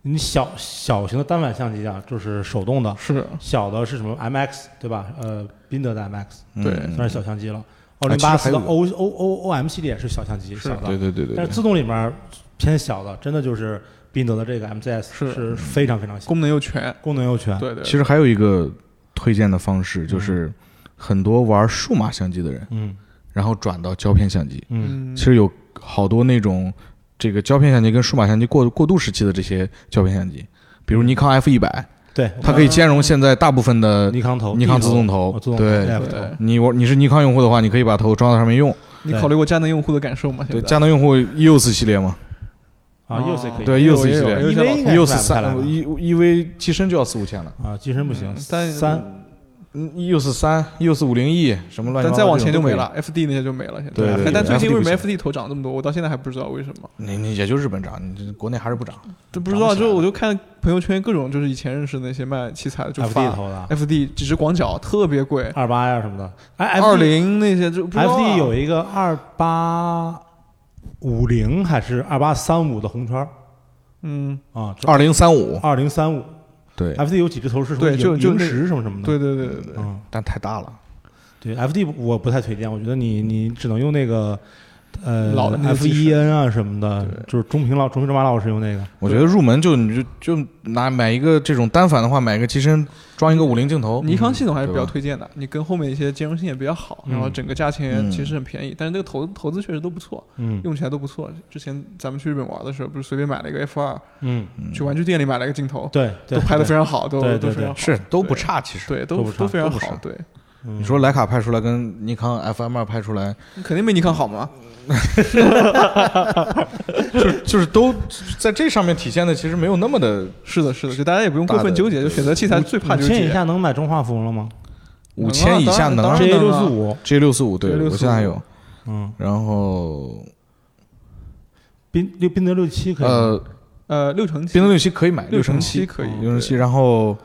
Speaker 1: 你小小型的单反相机啊，就是手动的，
Speaker 2: 是，
Speaker 1: 小的是什么 MX 对吧？呃，宾得的 MX
Speaker 2: 对
Speaker 3: 嗯啊
Speaker 1: 算是小相机了。奥林巴斯的
Speaker 3: 其实还
Speaker 1: O O O O M 系列是小相机，
Speaker 2: 是
Speaker 1: 小的，
Speaker 3: 对对对对
Speaker 1: 但
Speaker 3: 对
Speaker 1: 是，自动里面偏小的，真的就是宾得的这个 MZS
Speaker 2: 是
Speaker 1: 是非常非常小，
Speaker 2: 功能又全，
Speaker 1: 功能又全。
Speaker 2: 对对，
Speaker 3: 其实还有一个推荐的方式，就是很多玩数码相机的人，
Speaker 1: 嗯
Speaker 3: 然后转到胶片相机。
Speaker 1: 嗯
Speaker 2: 嗯
Speaker 3: 其实有好多那种这个胶片相机跟数码相机过过渡时期的这些胶片相机，比如尼康 F 一百，
Speaker 1: 对，
Speaker 3: 它可以兼容现在大部分的。
Speaker 1: 尼康头，
Speaker 3: 嗯尼康自动
Speaker 1: 头，
Speaker 3: 头
Speaker 1: 哦自动
Speaker 3: 对
Speaker 1: 头 F 头
Speaker 2: 对，
Speaker 3: 你我你是尼康用户的话，你可以把头装到上面用。
Speaker 2: 你考虑过佳能用户的感受吗？
Speaker 3: 对，
Speaker 2: 现在
Speaker 3: 佳能用户 EOS 系列嘛，
Speaker 1: 啊，
Speaker 2: 哦
Speaker 1: 又是可以，
Speaker 3: 对
Speaker 2: 也有
Speaker 3: EOS 系
Speaker 2: 也有
Speaker 3: 列
Speaker 2: 也
Speaker 1: ，EV E
Speaker 2: 有
Speaker 1: 应该是买
Speaker 3: ，EOS
Speaker 1: 不下
Speaker 3: 三
Speaker 1: 来了
Speaker 3: E EV 机身就要四五千了。，E
Speaker 1: 啊，机身不行
Speaker 2: 嗯，但
Speaker 1: 三
Speaker 3: U 四三、U 四五零 E 什么乱七八糟，
Speaker 2: 但再往前就没了。，FD 那些就没了。现在
Speaker 3: 对对对
Speaker 2: 但最近
Speaker 3: FD
Speaker 2: 为什么
Speaker 3: 不
Speaker 2: FD 头涨这么多？我到现在还不知道为什么。
Speaker 3: 你你也就日本涨，你这国内还是不涨。
Speaker 2: 这不知道，
Speaker 3: 涨不起来
Speaker 2: 就我就看朋友圈各种就是以前认识的那些卖器材的就
Speaker 1: FD
Speaker 2: 发
Speaker 1: 投的
Speaker 2: FD 几只广角特别贵，
Speaker 1: 二八呀什么的，哎
Speaker 2: 二零那些就不知道啊
Speaker 1: FD 有一个二八五零还是二八三五的红圈儿
Speaker 2: 嗯，
Speaker 1: 啊，
Speaker 3: 二零三五，
Speaker 1: 二零三五
Speaker 3: 对，
Speaker 1: FD 有几只头是什么
Speaker 2: 对就
Speaker 1: 银
Speaker 2: 就
Speaker 1: 银
Speaker 2: 那
Speaker 1: 石什么什么的，
Speaker 2: 对对对对对，
Speaker 1: 嗯，
Speaker 3: 但太大了。
Speaker 1: 对 FD 我不太推荐，我觉得你你只能用那个呃
Speaker 2: 老的那个
Speaker 1: F
Speaker 2: 技
Speaker 1: E
Speaker 2: 术
Speaker 1: N 啊什么的，就是中平老中平老马老师用那个，
Speaker 3: 我觉得入门就你就就拿买一个这种单反的话，买一个机身装一个五零镜头，
Speaker 2: 尼康系统还是比较
Speaker 3: 对吧
Speaker 2: 推荐的，你跟后面一些兼容性也比较好，
Speaker 1: 嗯
Speaker 2: 然后整个价钱
Speaker 3: 嗯
Speaker 2: 其实很便宜，但是这个投投资确实都不错，
Speaker 1: 嗯
Speaker 2: 用起来都不错。之前咱们去日本玩的时候，不是随便买了一个 F 二，
Speaker 1: 嗯，
Speaker 2: 去玩具店里买了一个镜头，
Speaker 1: 对，
Speaker 2: 都
Speaker 1: 对
Speaker 2: 拍的非常好，都
Speaker 1: 对
Speaker 2: 都
Speaker 1: 对
Speaker 2: 非常好，
Speaker 3: 是都不差，其实。
Speaker 2: 对，
Speaker 1: 都
Speaker 2: 都
Speaker 1: 不差
Speaker 2: 非常
Speaker 3: 都不
Speaker 2: 好
Speaker 3: 差，
Speaker 2: 对，
Speaker 1: 嗯
Speaker 3: 你说徕卡拍出来跟尼康 FM 二拍出来，
Speaker 2: 你肯定没尼康好嘛。
Speaker 3: 就是就是都在这上面体现的，其实没有那么的
Speaker 2: 是的，是的，就大家也不用过分纠结，就选择器材最怕
Speaker 1: 五
Speaker 2: 纠
Speaker 1: 千以
Speaker 2: 结。
Speaker 1: 下能买中画幅了吗
Speaker 3: 五千以下能
Speaker 2: 当然
Speaker 1: J
Speaker 2: 能
Speaker 1: 六
Speaker 2: 啊
Speaker 1: 四五，
Speaker 3: G 六四五，对
Speaker 2: G645
Speaker 3: 我现在还有，
Speaker 1: 嗯，
Speaker 3: 然后
Speaker 1: 宾六宾得六七可以吗，
Speaker 3: 呃，
Speaker 2: 呃，六乘
Speaker 3: 冰
Speaker 2: 七，
Speaker 3: 灯六七可以买，
Speaker 2: 六
Speaker 3: 乘
Speaker 2: 乘
Speaker 3: 七
Speaker 2: 七可以，
Speaker 3: 六乘七，
Speaker 2: 对
Speaker 3: 然后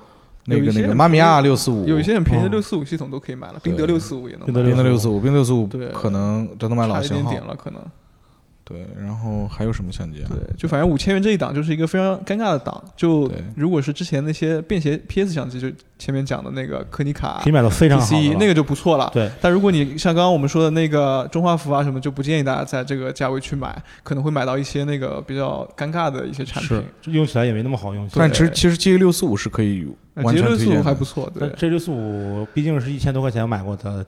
Speaker 3: 那
Speaker 2: 有
Speaker 3: 个
Speaker 2: 一些
Speaker 3: 那个
Speaker 2: 很
Speaker 3: 妈咪亚六四五，
Speaker 2: 有一些很便宜的
Speaker 1: 嗯
Speaker 2: 六四五系统都可以买了，
Speaker 3: 对
Speaker 2: 宾得六四五也能
Speaker 1: 宾
Speaker 2: 买
Speaker 1: 得
Speaker 3: 冰灯六四五，冰六四五
Speaker 2: 对
Speaker 3: 可能这都买老
Speaker 2: 差一
Speaker 3: 型
Speaker 2: 点
Speaker 3: 号
Speaker 2: 点，了，可能。
Speaker 3: 对，然后还有什么相机啊？
Speaker 2: 对，就反正五千元这一档就是一个非常尴尬的档。就
Speaker 3: 对
Speaker 2: 如果是之前那些便携 PS 相机，就前面讲的那个柯尼卡
Speaker 1: 可以、买到非常好的
Speaker 2: PC
Speaker 1: 了
Speaker 2: 那个就不错了。
Speaker 1: 对，
Speaker 2: 但如果你像刚刚我们说的那个中画幅啊什么，就不建议大家在这个价位去买，可能会买到一些那个比较尴尬的一些产品
Speaker 1: 是。用起来也没那么好用。
Speaker 3: 但其实其实 G 六四五是可以
Speaker 2: 那
Speaker 3: 完
Speaker 2: 杰
Speaker 3: 全
Speaker 2: 伦
Speaker 3: 推
Speaker 2: 哎四
Speaker 3: 荐
Speaker 2: 五还
Speaker 3: 的
Speaker 2: 不，错，对
Speaker 1: 但，J 六四五毕竟是一千多块钱买过的，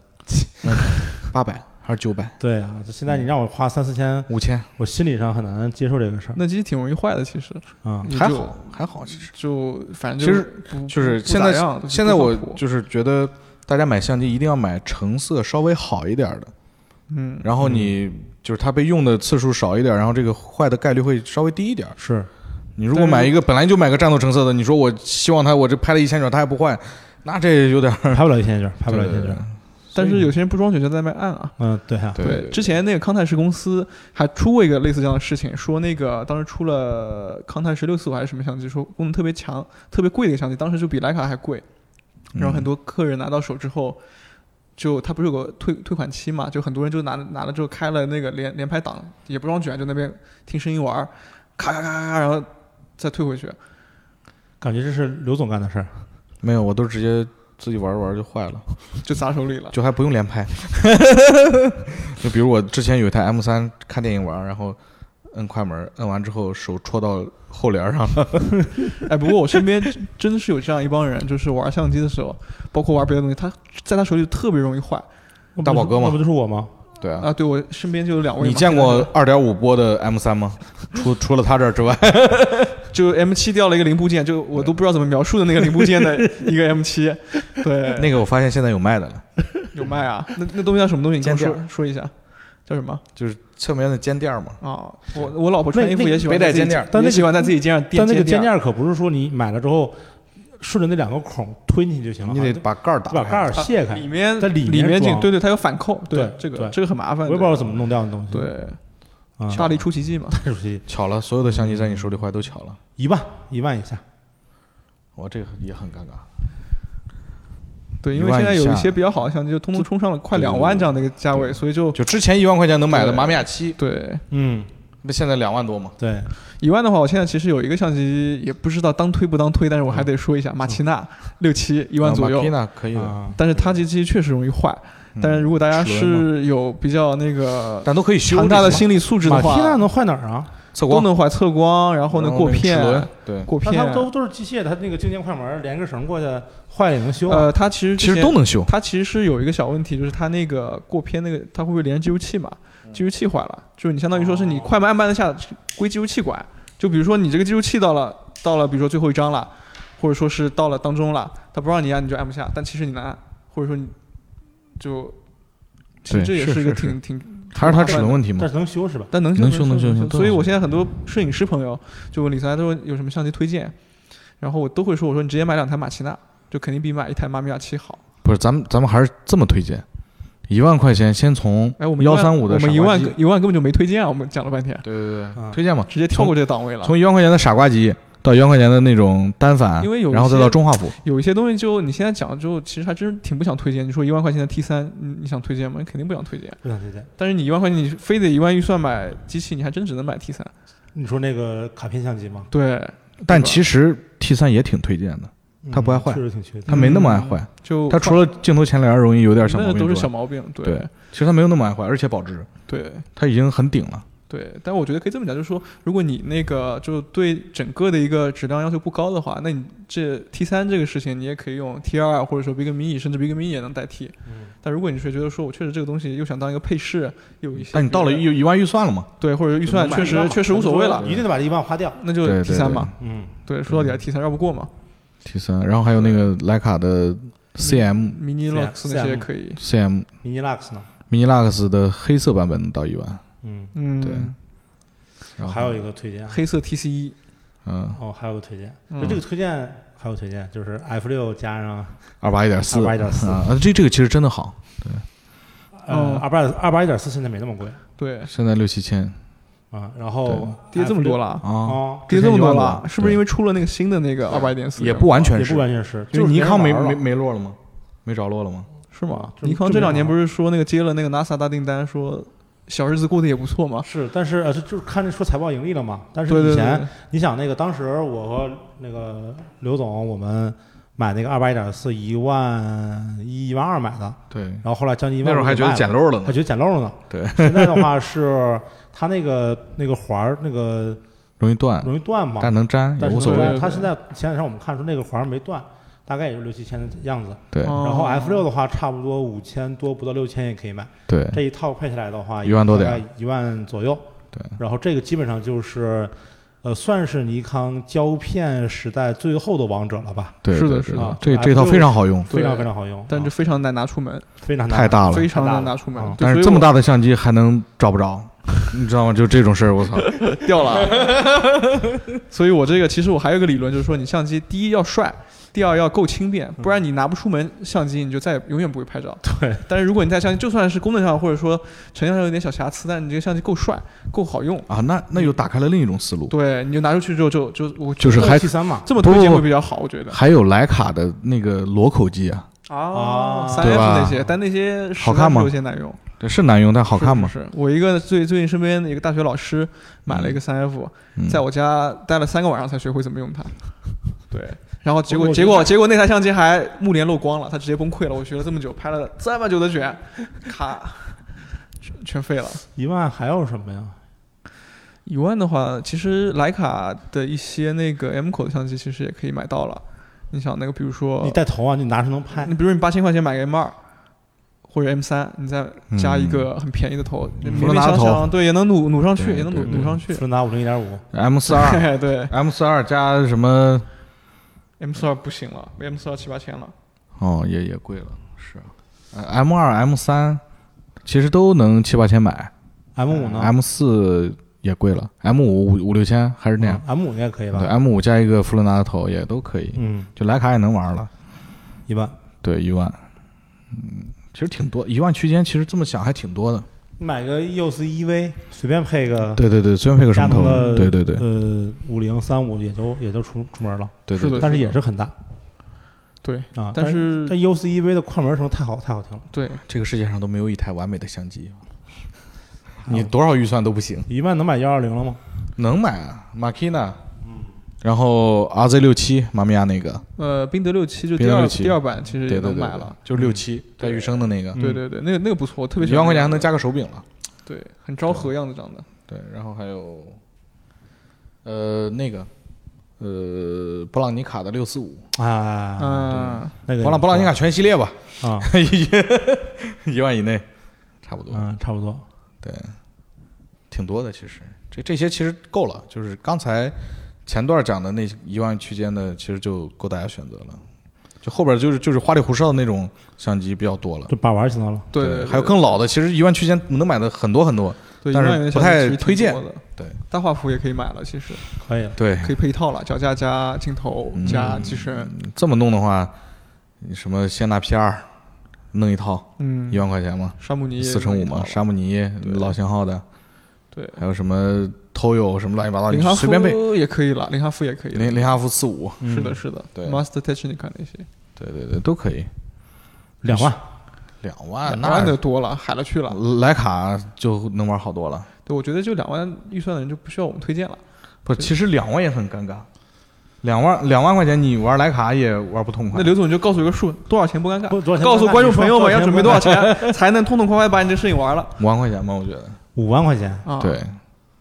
Speaker 3: 八百还是九百
Speaker 1: 对啊，这现在你让我花三四千，
Speaker 3: 五千，
Speaker 1: 我心理上很难接受这个事儿
Speaker 2: 那机器挺容易坏的，其实
Speaker 1: 啊。
Speaker 2: 你
Speaker 3: 嗯还
Speaker 2: 就
Speaker 3: 好还好，其实
Speaker 2: 就反正
Speaker 3: 其
Speaker 2: 就
Speaker 3: 实
Speaker 2: 不
Speaker 3: 就是
Speaker 2: 不
Speaker 3: 现
Speaker 2: 咋
Speaker 3: 在
Speaker 2: 样就是
Speaker 3: 现在
Speaker 2: 不靠
Speaker 3: 我
Speaker 2: 谱
Speaker 3: 就是觉得大家买相机一定要买成色稍微好一点的。
Speaker 2: 嗯
Speaker 3: 然后你就是它被用的次数少一点，然后这个坏的概率会稍微低一点。
Speaker 1: 是，
Speaker 3: 你如果买一个本来就买个战斗成色的，你说我希望它我这拍了一千卷它还不坏，那这有点儿
Speaker 1: 拍不了一千卷，拍不了一千
Speaker 3: 对对
Speaker 1: 卷
Speaker 3: 对。
Speaker 2: 但是有些人不装雪茄在卖暗啊。
Speaker 1: 嗯，对啊，
Speaker 3: 对对
Speaker 2: 之前那个康泰士公司还出过一个类似这样的事情，说那个当时出了康泰十六四五还是什么相机，说功能特别强、特别贵的一个相机，当时就比徕卡还贵。
Speaker 3: 嗯
Speaker 2: 然后很多客人拿到手之后，就他不是有个退退款期嘛，就很多人就拿拿了之后开了那个连连拍档，也不装卷，就那边听声音玩儿，咔咔咔咔咔，然后再退回去。
Speaker 1: 感觉这是刘总干的事儿。
Speaker 3: 没有，我都直接自己玩儿玩儿就坏了，
Speaker 2: 就砸手里 了。
Speaker 3: 就还不用连拍。就比如我之前有一台 M 三看电影玩儿，然后摁快门，摁完之后手戳到后帘儿 上了，
Speaker 2: 哎，不过我身边真真的是有这样一帮人，就是玩相机的时候，包括玩别的东西，他在他手里特别容易坏
Speaker 1: 那不
Speaker 3: 大宝
Speaker 1: 就是
Speaker 3: 哥嘛
Speaker 1: 那不就是我吗？
Speaker 3: 对啊。
Speaker 2: 啊。对我身边就有两位嘛，
Speaker 3: 你见过二点五波的 M 三吗？除 除了他这儿之外，
Speaker 2: 就 M 7掉了一个零部件，就我都不知道怎么描述的那个零部件 的一个 M 7对，
Speaker 3: 那个我发现现在有卖的了。
Speaker 2: 有卖啊？那那东西叫什么东西？你跟我
Speaker 3: 尖
Speaker 2: 说
Speaker 3: 调
Speaker 2: 说一下，叫什么
Speaker 3: 就是侧面的肩垫儿嘛。
Speaker 2: 啊？我我老婆穿
Speaker 1: 那
Speaker 2: 衣服
Speaker 1: 那
Speaker 2: 也喜欢
Speaker 3: 背带
Speaker 2: 在自己
Speaker 3: 肩垫儿
Speaker 1: 但那
Speaker 2: 也
Speaker 1: 个
Speaker 2: 喜欢在自己肩上垫
Speaker 1: 但那个肩
Speaker 2: 肩垫
Speaker 1: 垫
Speaker 2: 儿。
Speaker 1: 儿可不是说你买了之后顺着那两个孔推进去就行了，
Speaker 3: 你得把盖儿打
Speaker 1: 得
Speaker 3: 开，
Speaker 1: 把盖儿卸开。
Speaker 2: 里面
Speaker 1: 在里
Speaker 2: 里
Speaker 1: 面
Speaker 2: 面进
Speaker 1: 装
Speaker 2: 对对，它有反扣，
Speaker 1: 对
Speaker 2: 这个
Speaker 1: 对
Speaker 2: 这个很麻烦，
Speaker 1: 我也不知道怎么弄掉的东西。
Speaker 2: 对，
Speaker 1: 啊，
Speaker 2: 大力出奇迹嘛，
Speaker 1: 太熟悉，
Speaker 3: 巧了，所有的相机在你手里坏都巧了。
Speaker 1: 一万一万以下，
Speaker 3: 我这个也很尴尬。
Speaker 2: 嗯对，因
Speaker 3: 一
Speaker 2: 为
Speaker 3: 万
Speaker 2: 现在
Speaker 3: 以
Speaker 2: 有一
Speaker 3: 下
Speaker 2: 些比较好的相机，就通通冲上了快
Speaker 3: 对
Speaker 2: 两万这样的一个价位，所以就
Speaker 3: 就之前一万块钱能买的
Speaker 2: 对
Speaker 3: 马米亚七，
Speaker 2: 对
Speaker 1: 嗯，
Speaker 3: 那现在两万多嘛。
Speaker 1: 对，
Speaker 2: 一万的话，我现在其实有一个相机，也不知道当推不当推，但是我还
Speaker 3: 嗯
Speaker 2: 得说一下，马奇纳六七一
Speaker 3: 一
Speaker 2: 万左右，
Speaker 3: 那可以的，
Speaker 1: 啊，
Speaker 2: 但是它这机确实容易坏。但是如果大家
Speaker 3: 嗯齿轮
Speaker 2: 是有比较那个
Speaker 3: 但都可以修。
Speaker 2: 强大的心理素质的
Speaker 1: 马蒂娜
Speaker 2: 话，
Speaker 1: 能坏哪儿啊？
Speaker 3: 测
Speaker 2: 都
Speaker 3: 光，
Speaker 2: 能坏测光，然后呢
Speaker 3: 然
Speaker 2: 过
Speaker 3: 那个齿轮
Speaker 2: 片，啊
Speaker 3: 对，
Speaker 2: 过
Speaker 1: 那
Speaker 2: 片
Speaker 1: 它，都都是机械的，它那个静电快门连个绳过去，坏了也能修啊。
Speaker 2: 呃，它其实之
Speaker 3: 其实
Speaker 2: 前
Speaker 3: 都能修。
Speaker 2: 它其实是有一个小问题，就是它那个过偏那个，它会不会连计数器嘛？计数器坏了，就是你相当于说是你快慢慢的下归计数器管。就比如说你这个计数器到了到了，比如说最后一张了，或者说是到了当中了，它不让你按你就按不下，但其实你能按，或者说你就其实
Speaker 3: 对
Speaker 2: 这也
Speaker 3: 是
Speaker 2: 是一个
Speaker 3: 是是
Speaker 2: 挺挺，
Speaker 3: 还是它齿轮问题嘛
Speaker 1: 但？是能修是吧？
Speaker 2: 但能
Speaker 3: 能
Speaker 2: 修
Speaker 3: 修能修能修
Speaker 2: 所以我现在很多摄影师朋友就问李三，他说有什么相机推荐，然后我都会说，我说你直接买两台马奇纳，就肯定比买一台马米亚七好。
Speaker 3: 不是，咱们咱们还是这么推荐，一万块钱先从
Speaker 2: 哎，我们
Speaker 3: 幺三五的
Speaker 2: 我
Speaker 3: 傻
Speaker 2: 们一
Speaker 3: 瓜
Speaker 2: 万
Speaker 3: 机
Speaker 2: 个，一万根本就没推荐啊，我们讲了半天，
Speaker 3: 对对
Speaker 1: 啊
Speaker 3: 对，推荐嘛，
Speaker 2: 直接跳过这个档位了。
Speaker 3: 从一万块钱的傻瓜机到一万块钱的那种单反，
Speaker 2: 因为有一
Speaker 3: 然后再
Speaker 2: 些
Speaker 3: 到中画幅，
Speaker 2: 有一些东西就你现在讲了之后，其实还真挺不想推荐。你说一万块钱的 T 三，你你想推荐吗？你肯定不想推荐。
Speaker 1: 不想推荐。
Speaker 2: 但是你一万块钱，你非得一万预算买机器，你还真只能买 T 三。
Speaker 1: 你说那个卡片相机吗？
Speaker 2: 对，
Speaker 3: 但
Speaker 2: 吧
Speaker 3: 其实 T 三也挺推荐的，它不爱坏
Speaker 1: 嗯确实挺缺点。
Speaker 3: 它没那么爱坏，
Speaker 2: 就
Speaker 3: 它除了镜头前帘容易有点小毛
Speaker 2: 嗯那
Speaker 3: 病之
Speaker 2: 都
Speaker 3: 外，
Speaker 2: 是小毛病。对
Speaker 3: 对其实它没有那么爱坏，而且保值，
Speaker 2: 对
Speaker 3: 它已经很顶了。
Speaker 2: 对，但我觉得可以这么讲，就是说，如果你那个就对整个的一个质量要求不高的话，那你这 T 三这个事情，你也可以用 T 二啊或者说 Big Mini，甚至 Big Mini 也能代替。
Speaker 1: 嗯
Speaker 2: 但如果你是觉得说我确实这个东西又想当一个配饰，又有一些
Speaker 3: 但你到了
Speaker 2: 别的
Speaker 3: 一一万预算了嘛，
Speaker 2: 对或者预算
Speaker 1: 就能
Speaker 2: 确
Speaker 1: 买
Speaker 2: 实确实无所谓了，
Speaker 1: 一定得把这一万花掉。
Speaker 2: 那就
Speaker 3: 对
Speaker 2: T
Speaker 3: 对
Speaker 2: 三
Speaker 3: 对
Speaker 2: 嘛。
Speaker 1: 嗯，
Speaker 2: 对，说到底还是 T 三绕不过嘛。
Speaker 3: T 三，然后还有那个徕卡的 CM
Speaker 2: Mini
Speaker 1: CM
Speaker 2: Lux 那些也可以。
Speaker 3: CM
Speaker 1: mini lux 呢？
Speaker 3: Mini Lux 的黑色版本能到一万，
Speaker 1: 嗯，
Speaker 2: 嗯，
Speaker 3: 对然后
Speaker 1: 还有一个推荐，
Speaker 2: 黑色 TC 一，
Speaker 3: 嗯
Speaker 1: 哦，还有个推荐，
Speaker 2: 嗯
Speaker 1: 就这个推荐还有推荐，就是 F 六加上
Speaker 3: 二八一点四
Speaker 1: 二八一点四，
Speaker 3: 啊，这这个其实真的好，
Speaker 1: 呃
Speaker 2: 哦
Speaker 1: 二八二八一点四现在没那么贵
Speaker 2: 对，
Speaker 3: 现在六七千
Speaker 1: 啊，然后
Speaker 2: 跌这么多
Speaker 1: 了
Speaker 2: 了啊，
Speaker 3: 啊，
Speaker 1: 哦，
Speaker 2: 跌这么多了，
Speaker 3: 之前一万多
Speaker 2: 是不是因为出了那个新的那个二八一点四？
Speaker 3: 也不完全
Speaker 1: 也
Speaker 3: 是
Speaker 1: 不，完全是，
Speaker 3: 因
Speaker 1: 就
Speaker 3: 为
Speaker 1: 是
Speaker 3: 尼康没
Speaker 1: 玩了
Speaker 3: 没没落了吗？没着落了吗？
Speaker 2: 是吗？
Speaker 1: 这
Speaker 2: 尼康这两年
Speaker 1: 这么好
Speaker 2: 不是说那个接了那个 NASA 大订单，说小日子过得也不错嘛？
Speaker 1: 是，但是呃，就就是看着说财报盈利了嘛，但是
Speaker 2: 对
Speaker 1: 以
Speaker 2: 对
Speaker 1: 前
Speaker 2: 对，
Speaker 1: 你想那个当时我和那个刘总我们买那个二八一点四一万一一万二买的，
Speaker 3: 对，
Speaker 1: 然后后来将近一
Speaker 3: 那
Speaker 1: 万
Speaker 3: 时
Speaker 1: 五
Speaker 3: 候还觉得
Speaker 1: 卖了
Speaker 3: 捡漏了
Speaker 1: 还
Speaker 3: 呢，
Speaker 1: 觉得捡漏了呢。
Speaker 3: 对，
Speaker 1: 现在的话是它那个那个环儿那个
Speaker 3: 容易断，
Speaker 1: 容易断嘛，
Speaker 3: 但能粘也
Speaker 1: 但是
Speaker 3: 无所
Speaker 2: 能
Speaker 3: 谓
Speaker 2: 粘。
Speaker 1: 它现在前两天我们看出那个环儿没断，大概也就六七千的样子。
Speaker 3: 对
Speaker 2: 哦
Speaker 1: 然后 F 六的话，差不多五千多不到六千也可以买。
Speaker 3: 对，
Speaker 1: 这一套配起来的话，
Speaker 3: 一万多点儿，
Speaker 1: 一万左右。
Speaker 3: 对，
Speaker 1: 然后这个基本上就是，呃，算是尼康胶片时代最后的王者了吧，
Speaker 3: 对，
Speaker 2: 是的
Speaker 3: 对
Speaker 2: 是
Speaker 3: 对
Speaker 1: 的
Speaker 3: 这
Speaker 1: 啊
Speaker 3: 这套非常好用，
Speaker 1: 非常
Speaker 2: 对
Speaker 1: 非常好用，
Speaker 2: 但
Speaker 1: 啊
Speaker 2: 这非常难拿出门，
Speaker 1: 非常
Speaker 3: 太大了
Speaker 2: 非。常
Speaker 1: 太大
Speaker 2: 难
Speaker 1: 了
Speaker 2: 拿出门
Speaker 1: 嗯。
Speaker 2: 对
Speaker 3: 但是
Speaker 2: 所以
Speaker 3: 这么
Speaker 2: 我
Speaker 3: 大的相机还能找不着，你知道吗？就这种事儿，我操！
Speaker 2: 掉了啊。 所以我这个其实我还有一个理论，就是说你相机第一要帅，第二要够轻便，不然你拿不出门相机，你就再也永远不会拍照。
Speaker 1: 嗯对。
Speaker 2: 但是如果你带相机，就算是功能上或者说成像上有点小瑕疵，但你这个相机够帅、够好用，
Speaker 3: 啊，那那又打开了另一种思路，
Speaker 2: 对，你就拿出去之后就就我
Speaker 3: 就是还
Speaker 1: T 三嘛，
Speaker 2: 这么推荐
Speaker 3: 不
Speaker 2: 会比较好，我觉得
Speaker 3: 还有徕卡的那个裸口机啊，
Speaker 1: 啊
Speaker 2: 哦三
Speaker 3: 对
Speaker 2: F
Speaker 3: 吧
Speaker 2: 那些，但那些实
Speaker 3: 好看
Speaker 2: 在是
Speaker 3: 吗
Speaker 2: 有些难用，
Speaker 3: 这是难用，但好看吗？
Speaker 2: 是是是我一个最最近身边的一个大学老师买了一个三 F，、
Speaker 3: 嗯
Speaker 2: 在我家待了三个晚上才学会怎么用它。 对，然后结果
Speaker 1: 我
Speaker 2: 结果结果那台相机还幕帘漏光了，他直接崩溃了。我学了这么久，拍了这么久的卷，咔，全全废了。
Speaker 1: 一万还有什么呀？
Speaker 2: 一万的话，其实徕卡的一些那个 M 口的相机其实也可以买到了。你想那个，比如说
Speaker 3: 呃
Speaker 1: 你带头啊，你拿出能拍
Speaker 2: 你，比如你八千块钱买个 M 二或者 M 三，你再
Speaker 3: 嗯
Speaker 2: 加一个很便宜的头，
Speaker 1: 嗯
Speaker 2: 勉
Speaker 3: 弗
Speaker 2: 勉
Speaker 3: 兰达
Speaker 2: 强
Speaker 3: 的头
Speaker 2: 强对也能努努上去，
Speaker 3: 对
Speaker 2: 也能努
Speaker 3: 对
Speaker 2: 努上去
Speaker 1: 弗。兰达五零一点五，
Speaker 3: M 四 二
Speaker 2: 对
Speaker 3: ，M 四二加什么？
Speaker 2: ，M 四二不行了，M 四二七八千了。
Speaker 3: 哦，也也贵了，是。M 呃二、M 三其实都能七八千买
Speaker 1: M 五呢
Speaker 3: 嗯，M 四也贵了，M 五五五六千还是那样。
Speaker 1: ，M 五应该可以
Speaker 3: 对
Speaker 1: 嗯吧？
Speaker 3: ，M 五加一个弗伦达的头也都可以，
Speaker 1: 嗯，
Speaker 3: 就徕卡也能玩了。
Speaker 1: 一万。
Speaker 3: 对，一万，嗯，其实挺多，一万区间其实这么想还挺多的。
Speaker 1: 你买个 EOS EV，随便配个
Speaker 3: 对对对，虽然配个
Speaker 1: 佳
Speaker 3: 双
Speaker 1: 能
Speaker 3: 头，
Speaker 1: 的
Speaker 3: 对对对
Speaker 1: 呃五零三五也就也就出出门了，
Speaker 3: 对
Speaker 2: 是
Speaker 3: 对
Speaker 2: 的
Speaker 3: 对，
Speaker 1: 但是也是很大
Speaker 2: 对，
Speaker 1: 啊。
Speaker 2: 但
Speaker 1: 是
Speaker 2: 是
Speaker 1: 但 EOS EV 的快门声太好太好听了，
Speaker 2: 对，
Speaker 3: 这个世界上都没有一台完美的相机，
Speaker 1: 好
Speaker 3: 你多少预算都不行，
Speaker 1: 一万能买幺二零了吗？
Speaker 3: 能买啊，Makina，然后 RZ 六七，妈咪亚那个，
Speaker 2: 呃，宾得六七就
Speaker 3: 宾
Speaker 2: 第
Speaker 3: 得
Speaker 2: 二
Speaker 3: 67
Speaker 2: 第二版其实
Speaker 3: 对对
Speaker 2: 也
Speaker 3: 对，
Speaker 2: 能
Speaker 3: 对
Speaker 2: 买了。，嗯
Speaker 3: 就是六七带
Speaker 2: 对
Speaker 3: 玉生的那个
Speaker 1: 嗯，
Speaker 2: 对对对，那个那个不错，我特别
Speaker 3: 一
Speaker 2: 喜欢。
Speaker 3: 万块钱还能加个手柄了。
Speaker 2: 对，很昭和样子长得。
Speaker 3: 对，然后还有，呃，那个，呃，勃朗尼卡的六四五，
Speaker 1: 啊，
Speaker 2: 嗯，
Speaker 1: 那个
Speaker 3: 勃朗勃朗尼卡全系列吧，
Speaker 1: 啊，
Speaker 3: 一万以内，差不多。
Speaker 1: 嗯，差不多。
Speaker 3: 对，挺多的其实，这这些其实够了，就是刚才前段讲的那一万区间的，其实就够大家选择了。就后边就是就是花里胡哨的那种相机比较多了，
Speaker 1: 就把玩儿行了。
Speaker 2: 对对，
Speaker 3: 还有更老的，其实一万区间能买的很多很多。
Speaker 2: 对，
Speaker 3: 但是
Speaker 2: 1万元
Speaker 3: 不
Speaker 2: 相机
Speaker 3: 太
Speaker 2: 其实挺
Speaker 3: 推荐
Speaker 2: 多的
Speaker 3: 对，
Speaker 2: 大画幅也可以买了，其实
Speaker 1: 可以了。
Speaker 3: 对，
Speaker 2: 可以配一套了，脚架加镜头
Speaker 3: 嗯
Speaker 2: 加机身。
Speaker 3: 这么弄的话，你什么谢娜 P 二，弄一套
Speaker 2: 嗯
Speaker 3: 一，万块钱嘛，
Speaker 2: 沙姆尼
Speaker 3: 四乘五嘛，沙姆尼
Speaker 2: 对
Speaker 3: 老型号的，
Speaker 2: 对，
Speaker 3: 还有什么 Toyo 什么乱七八糟，
Speaker 2: 林
Speaker 3: 啊你
Speaker 2: 哈
Speaker 3: 随便背。
Speaker 2: 夫也可以了，林哈夫也可以了，
Speaker 3: 林林哈夫四五，
Speaker 2: 是的，是的，
Speaker 3: 对
Speaker 2: ，Master Technica 那些，
Speaker 3: 对对对，都可以。
Speaker 1: 两万，
Speaker 3: 两万
Speaker 2: 两万
Speaker 3: 那嗯
Speaker 2: 的多了，海了去了。
Speaker 3: 徕卡就能玩好多了。
Speaker 2: 对，我觉得就两万预算的人就不需要我们推荐了。
Speaker 3: 不，其实两万也很尴尬，两万两万块钱你玩徕卡也玩不痛快。
Speaker 2: 那刘总你就告诉我一个数，多少钱不尴尬？
Speaker 1: 不多少钱
Speaker 2: 告诉
Speaker 1: 不尴尬
Speaker 2: 观众朋友们
Speaker 1: 你
Speaker 2: 要
Speaker 1: 说
Speaker 2: 准备多少钱才能痛痛快快把你这事情玩了
Speaker 3: 五万块钱吧，我觉得。
Speaker 1: 五万块钱，
Speaker 2: 啊？，
Speaker 3: 对，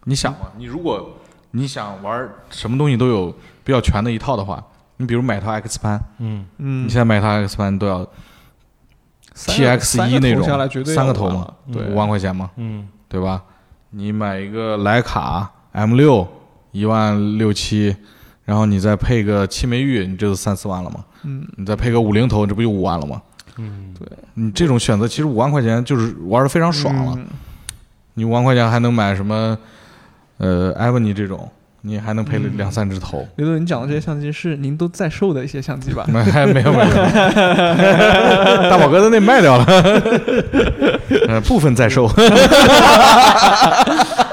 Speaker 3: 你想嘛，你如果你想玩什么东西都有比较全的一套的话，你比如买套 X 盘，
Speaker 1: 嗯，
Speaker 2: 嗯
Speaker 3: 你，现在买套 X 盘都要
Speaker 2: 三个
Speaker 3: TX 一那
Speaker 2: 三个头下来绝
Speaker 3: 种，
Speaker 2: 对
Speaker 3: 三个
Speaker 2: 要
Speaker 3: 头
Speaker 2: 完
Speaker 3: 嘛
Speaker 2: 了，对，
Speaker 3: 五万块钱嘛，
Speaker 1: 嗯，
Speaker 3: 对吧？你买一个徕卡 M 六一万六七，然后你再配个七枚玉，你这就三四万了嘛。
Speaker 2: 嗯，
Speaker 3: 你再配个五零头，这不就五万了吗？
Speaker 1: 嗯，
Speaker 3: 你这种选择其实五万块钱就是玩的非常爽了。
Speaker 2: 嗯
Speaker 3: 你五万块钱还能买什么？呃，艾文尼这种，你还能配
Speaker 2: 嗯
Speaker 3: 了两三只头。
Speaker 2: 刘总，你讲的这些相机是您都在售的一些相机吧
Speaker 3: ？没没有没有，大宝哥的那卖掉了，呃，部分在售。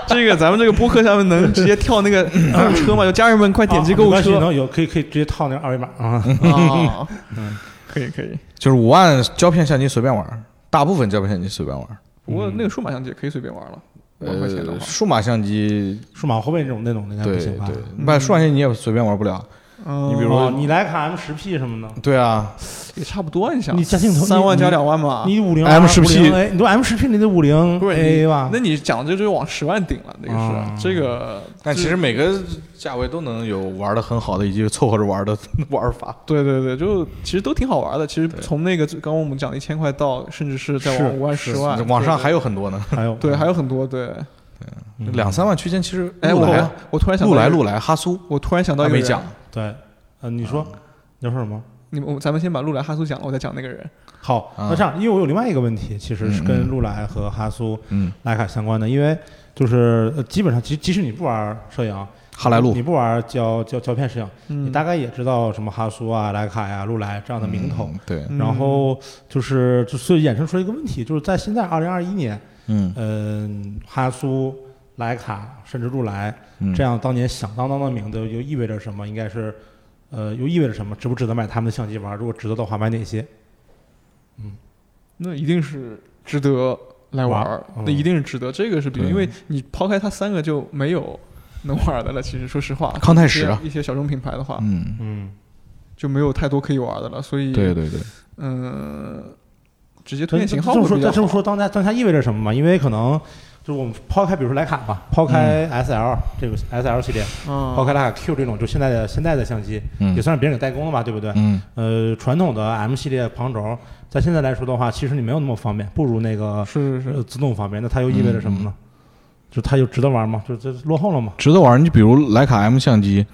Speaker 2: 这个咱们这个播客下面能直接跳 那个购物车吗？就家人们快点击
Speaker 1: 啊
Speaker 2: 购
Speaker 1: 没
Speaker 2: 物
Speaker 1: 关系
Speaker 2: 车
Speaker 1: 能有可以可以直接套那个二维码啊，
Speaker 2: 啊！
Speaker 3: 嗯
Speaker 2: 可以可以，
Speaker 3: 就是五万胶片相机随便玩，大部分胶片相机随便玩。
Speaker 2: 不过那个数码相机也可以随便玩了，五万块钱的
Speaker 3: 呃，
Speaker 2: 话，
Speaker 3: 数码相机
Speaker 1: 数码后背那种那种的应该不
Speaker 3: 对
Speaker 1: 行吧？
Speaker 3: 对，买数码相机你也随便玩不了。
Speaker 2: 嗯
Speaker 3: 你比如
Speaker 1: 哦
Speaker 3: 说，
Speaker 1: 你徕卡 M 十 P 什么的，
Speaker 3: 对啊，
Speaker 2: 也差不多，你想
Speaker 1: 你加镜头
Speaker 2: 三万
Speaker 1: 你
Speaker 2: 加两万嘛？
Speaker 1: 你五零
Speaker 3: M10P
Speaker 1: 哎，你都 M 十 P 你得五零
Speaker 2: 不是你
Speaker 1: A 吧
Speaker 2: 那？你讲的这就往十万顶了，那个
Speaker 1: 啊
Speaker 2: 是这个。
Speaker 3: 但
Speaker 2: 就
Speaker 3: 其实每个价位都能有玩的很好的以及凑合着玩的 玩法。
Speaker 2: 对对对，就其实都挺好玩的。其实从那个最刚刚我们讲的一千块到，甚至是再往
Speaker 1: 是
Speaker 2: 五万、十万，
Speaker 3: 网上
Speaker 2: 对
Speaker 3: 还有很多呢，
Speaker 1: 还有
Speaker 2: 对还有很多对。
Speaker 1: 嗯
Speaker 3: 两三万区间其实
Speaker 2: 哎，
Speaker 3: 路
Speaker 2: 我
Speaker 3: 来
Speaker 2: 我突然想到
Speaker 3: 路来
Speaker 2: 一个
Speaker 3: 路来哈苏
Speaker 2: 我突然想到
Speaker 3: 还
Speaker 2: 一个
Speaker 3: 没
Speaker 2: 人
Speaker 3: 讲，，
Speaker 1: 对，呃，你说
Speaker 2: 啊
Speaker 1: 你要说什么？
Speaker 2: 你们我咱们先把路来哈苏讲了，我再讲那个人。
Speaker 1: 好，
Speaker 3: 啊
Speaker 1: 那这样，因为我有另外一个问题，其实是
Speaker 3: 嗯
Speaker 1: 跟
Speaker 3: 嗯
Speaker 1: 禄来和哈苏、
Speaker 3: 嗯，
Speaker 1: 徕卡相关的，因为就是呃基本上，即即使你不玩摄影，
Speaker 3: 哈来路
Speaker 1: 你不玩胶胶胶片摄影，你
Speaker 2: 嗯，
Speaker 1: 大概也知道什么哈苏啊、徕卡呀、禄来这样的名头。
Speaker 3: 嗯对，
Speaker 2: 嗯
Speaker 1: 然后就是，就所以衍生出一个问题，就是在现在二零二一年，
Speaker 3: 嗯
Speaker 1: 嗯，哈苏、徕卡甚至禄来
Speaker 3: 嗯
Speaker 1: 这
Speaker 3: 样
Speaker 1: 样当年响当当的名字，又意味着什么？应该是，呃，又意味着什么？值不值得买他们的相机玩？如果值得的话，买哪些？
Speaker 2: 那一定是值得来玩儿
Speaker 1: 玩，
Speaker 2: 那
Speaker 1: 嗯
Speaker 2: 一定是值得。这个是比，
Speaker 3: 对
Speaker 2: 因为你抛开它三个就没有能玩的了。其实说实话，
Speaker 3: 康泰史啊
Speaker 2: 一些一些小众品牌的话，
Speaker 3: 嗯，
Speaker 1: 嗯，
Speaker 2: 就没有太多可以玩的了。所以，
Speaker 3: 对对对，
Speaker 2: 嗯，直接
Speaker 1: 所
Speaker 2: 推
Speaker 1: 以
Speaker 2: 荐
Speaker 1: 这
Speaker 2: 型
Speaker 1: 么
Speaker 2: 号
Speaker 1: 说，
Speaker 2: 会比较
Speaker 1: 这么
Speaker 2: 好。
Speaker 1: 说，当代当下意味着什么嘛？因为可能就是我们抛开，比如说徕卡吧，抛开 SL、这个 SL 系列，
Speaker 2: 嗯
Speaker 1: 抛开徕卡 Q 这种，就现在的现在的相机，
Speaker 3: 嗯
Speaker 1: 也算是别人给代工的嘛，对不对？
Speaker 3: 嗯
Speaker 1: 呃，传统的 M 系列旁轴，在现在来说的话，其实你没有那么方便，不如那个
Speaker 2: 是是是，
Speaker 1: 呃自动方便。那它又意味着什么
Speaker 2: 嗯
Speaker 1: 呢？嗯就它又值得玩吗？就这落后了吗？
Speaker 3: 值得玩儿。你比如徕卡 M 相机，